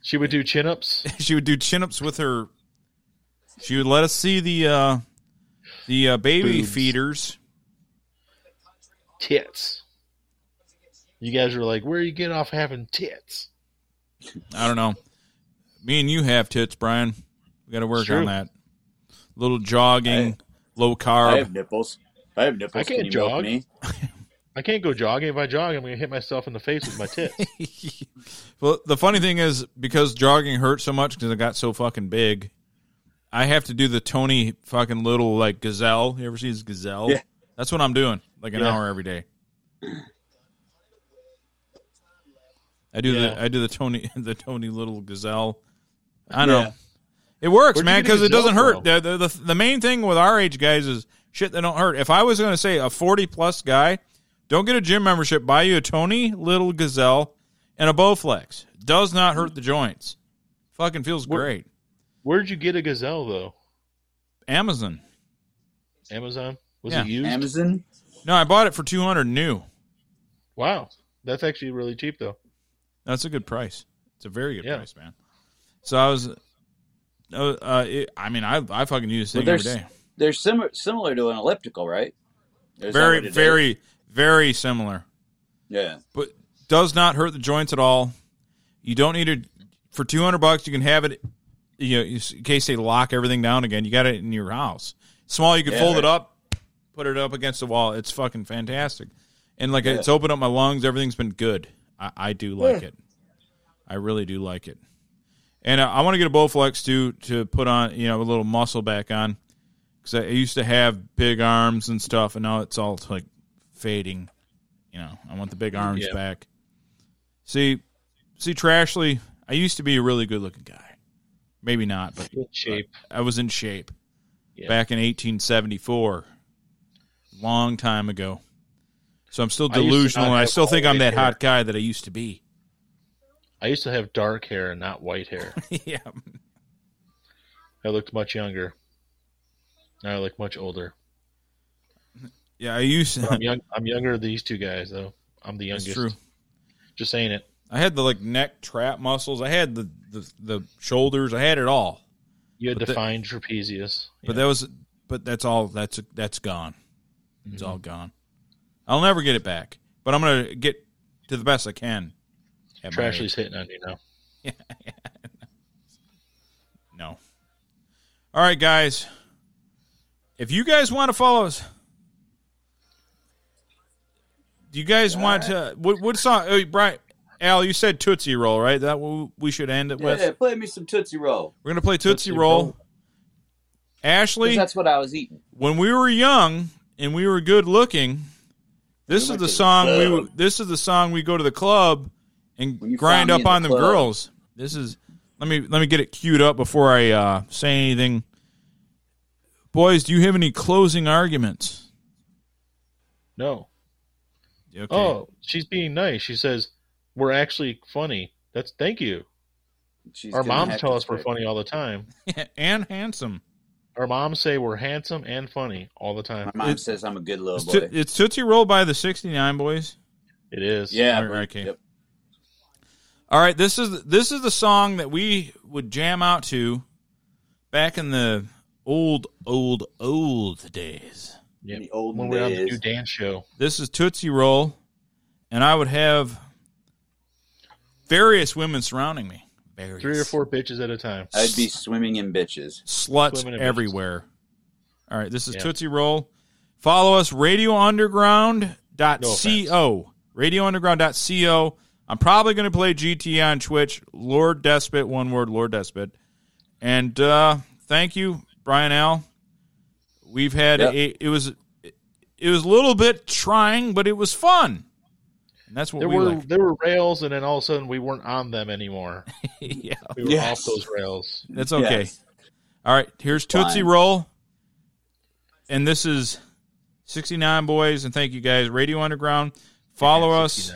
S6: She would do chin ups.
S3: she would do chin ups with her. She would let us see the uh, the uh, baby
S6: Boobs.
S3: feeders.
S6: Tits. You guys were like, where you get off having tits?
S3: I don't know. Me and you have tits, Brian. We got to work
S6: It's true.
S3: on that. Little jogging, low
S4: I
S3: carb.
S4: have nipples. I have nipples.
S6: I
S4: Can
S6: can't
S4: you
S6: jog.
S4: milk me?
S6: I can't go jogging. If I jog, I'm gonna hit myself in the face with my tits.
S3: Well, the funny thing is because jogging hurt so much because I got so fucking big. I have to do the Tony fucking little like gazelle. You ever see his gazelle?
S6: Yeah.
S3: That's what I'm doing, like an
S6: Yeah.
S3: hour every day. I do
S6: Yeah.
S3: the I do the Tony the Tony little gazelle. I know
S6: Yeah.
S3: it
S6: Where'd
S3: works,
S6: you
S3: man,
S6: get a
S3: because it doesn't
S6: gazelle
S3: hurt. The, the the the main thing with our age guys is shit that don't hurt. If I was going to say a forty plus guy, don't get a gym membership. Buy you a Tony little gazelle and a Bowflex. Does not hurt the joints. Fucking feels
S6: Where-
S3: great.
S6: Where'd you get a gazelle though?
S3: Amazon.
S6: Amazon? Was
S3: Yeah.
S6: it used?
S4: Amazon?
S3: No, I bought it for two hundred new.
S6: Wow, that's actually really cheap though.
S3: That's a good price. It's a very good
S6: Yeah.
S3: price, man. So I was, uh, uh, it, I mean, I I fucking use this
S4: But
S3: thing
S4: they're,
S3: every day.
S4: s- they're similar, similar to an elliptical, right? Is that what
S3: Very,
S4: it is?
S3: very, very similar.
S4: Yeah.
S3: but does not hurt the joints at all. You don't need it for two hundred bucks. You can have it, you know, in case they lock everything down again. You got it in your house. Small, you can
S6: Yeah,
S3: fold
S6: right.
S3: it up, put it up against the wall. It's fucking fantastic, and like
S6: Yeah.
S3: it's opened up my lungs. Everything's been good. I, I do like
S6: Yeah.
S3: it. I really do like it, and I, I want to get a Bowflex too to put on, you know, a little muscle back on because I used to have big arms and stuff, and now it's all like fading. You know, I want the big arms
S6: Yeah.
S3: back. See, see, Trashly, I used to be a really good looking guy. Maybe not, but
S6: Good shape.
S3: I was in shape
S6: Yeah.
S3: back in 1874, long time ago. So I'm still
S6: I used to not
S3: delusional, and I
S6: have
S3: still think
S6: all
S3: I'm
S6: white
S3: that
S6: hair.
S3: hot guy that I used to be.
S6: I used to have dark hair and not white hair.
S3: yeah.
S6: I looked much younger. Now I look much older.
S3: Yeah, I used
S6: But I'm young. I'm younger than these two guys though. I'm the
S3: That's
S6: youngest.
S3: true.
S6: Just saying it.
S3: I had the like neck trap muscles. I had the the, the shoulders. I had it all.
S6: You had
S3: But the-
S6: defined trapezius.
S3: But that was, but that's all. That's that's gone. It's
S6: Mm-hmm.
S3: all gone. I'll never get it back. But I'm gonna get to the best I can. at my age.
S6: Trashly's hitting on you now.
S3: No. All right, guys. If you guys want to follow us, do you guys want to? What, what song? Oh, Brian, Al, you said Tootsie Roll, right? That what we should end it
S4: Yeah,
S3: with.
S4: play me some Tootsie Roll.
S3: We're gonna play Tootsie,
S4: Tootsie
S3: Roll.
S4: Roll.
S3: Ashley,
S4: 'Cause that's what I was eating.
S3: when we were young and we were good looking, this is the song we would- this is the song we go to the club and
S6: found
S3: grind
S6: me
S3: up
S6: in the
S3: on them
S6: club.
S3: girls. This is let me let me get it queued up before I uh, say anything. Boys, do you have any closing arguments?
S6: No.
S3: Okay.
S6: Oh, she's being nice. She says, "We're actually funny." That's thank you.
S3: She's
S6: Our
S3: gonna
S6: moms
S3: have
S6: tell
S3: to
S6: us we're
S3: say-
S6: funny all the time.
S3: and handsome.
S6: Our moms say we're handsome and funny all the time.
S4: My mom says I'm a good little
S3: It's,
S4: boy.
S3: to, it's Tootsie Roll by the 69 Boys.
S6: It is.
S4: Yeah,
S3: All right,
S4: bro.
S3: okay. All right, this is this is the song that we would jam out to back in the old old old days.
S6: Yeah.
S4: The old
S6: when we were on the new dance show.
S3: This is Tootsie Roll, and I would have various women surrounding me. Various.
S6: Three or four bitches at a time.
S4: I'd be swimming in bitches.
S3: Sluts
S6: Swimming in bitches.
S3: everywhere. All right, this is
S6: Yeah.
S3: Tootsie Roll. Follow us,
S6: No
S3: radiounderground.co. Radiounderground.co. I'm probably going to play GT on Twitch. Lord Despot, one word, Lord Despot. And uh, thank you, Brian Al. We've had
S4: Yep.
S3: a, it was it was a little bit trying, but it was fun. And that's what
S6: There
S3: we
S6: were
S3: like.
S6: there were rails, and then all of a sudden we weren't on them anymore.
S3: yeah,
S6: we were
S3: Yes.
S6: off those rails.
S3: That's okay. All right, here's Tootsie
S6: Fine.
S3: Roll. And this is 69 Boys. And thank you guys. Radio Underground. Follow us,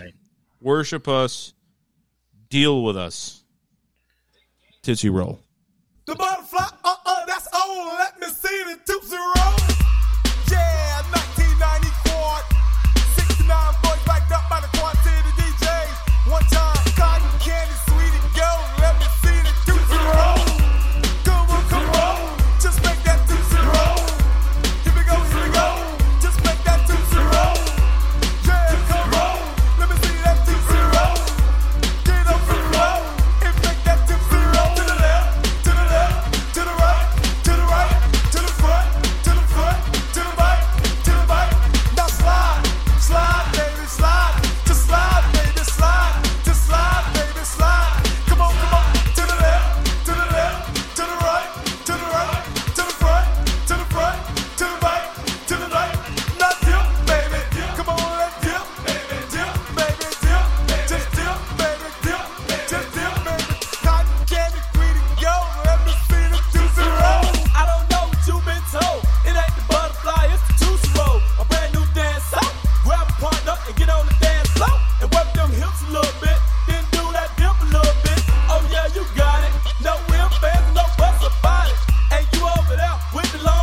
S3: worship us, deal with us. Tootsie Roll.
S15: The butterfly, uh uh, that's old. Let me see the tips and roll. Yeah, 1994. 69 boys backed up by the quartet of DJs. One time, cotton candy, sweet and go. Let me see the tips and roll. Come on, come on. Just make that tips and roll. Here we go, here we go. Just make that tips and roll. Yeah, come on. Let me see that tips and roll. Get up and roll. And make that tips and roll to the left to the left, to the right, to the right, to the front, to the Oh,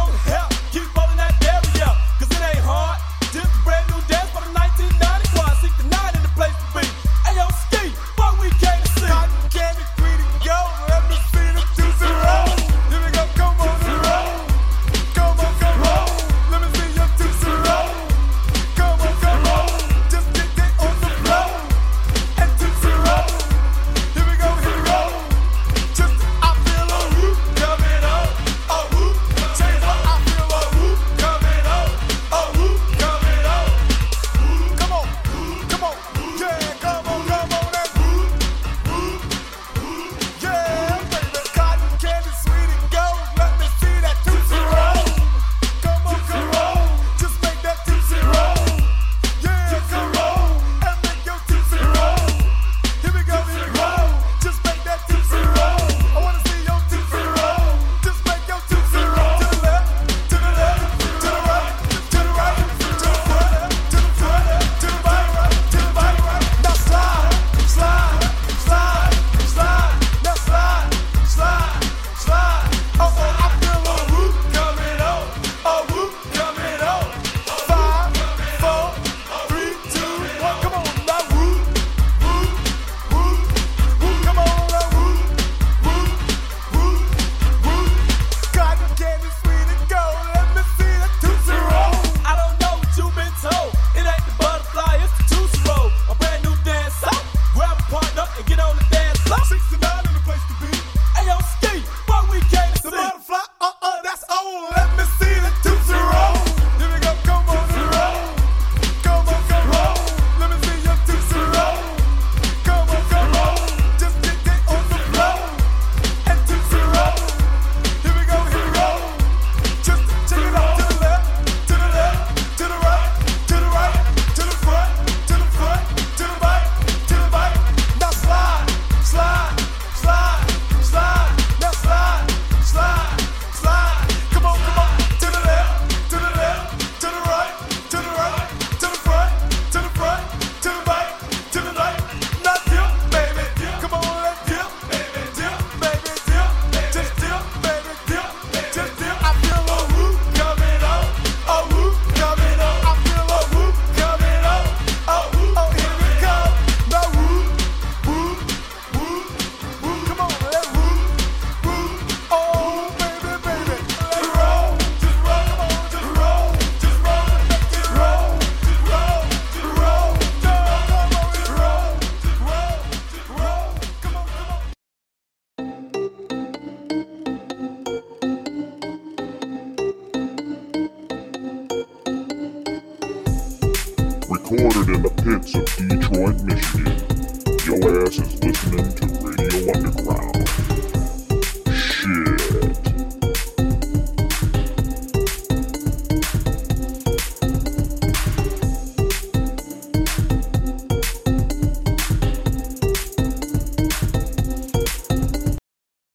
S2: recorded in the pits of Detroit, Michigan.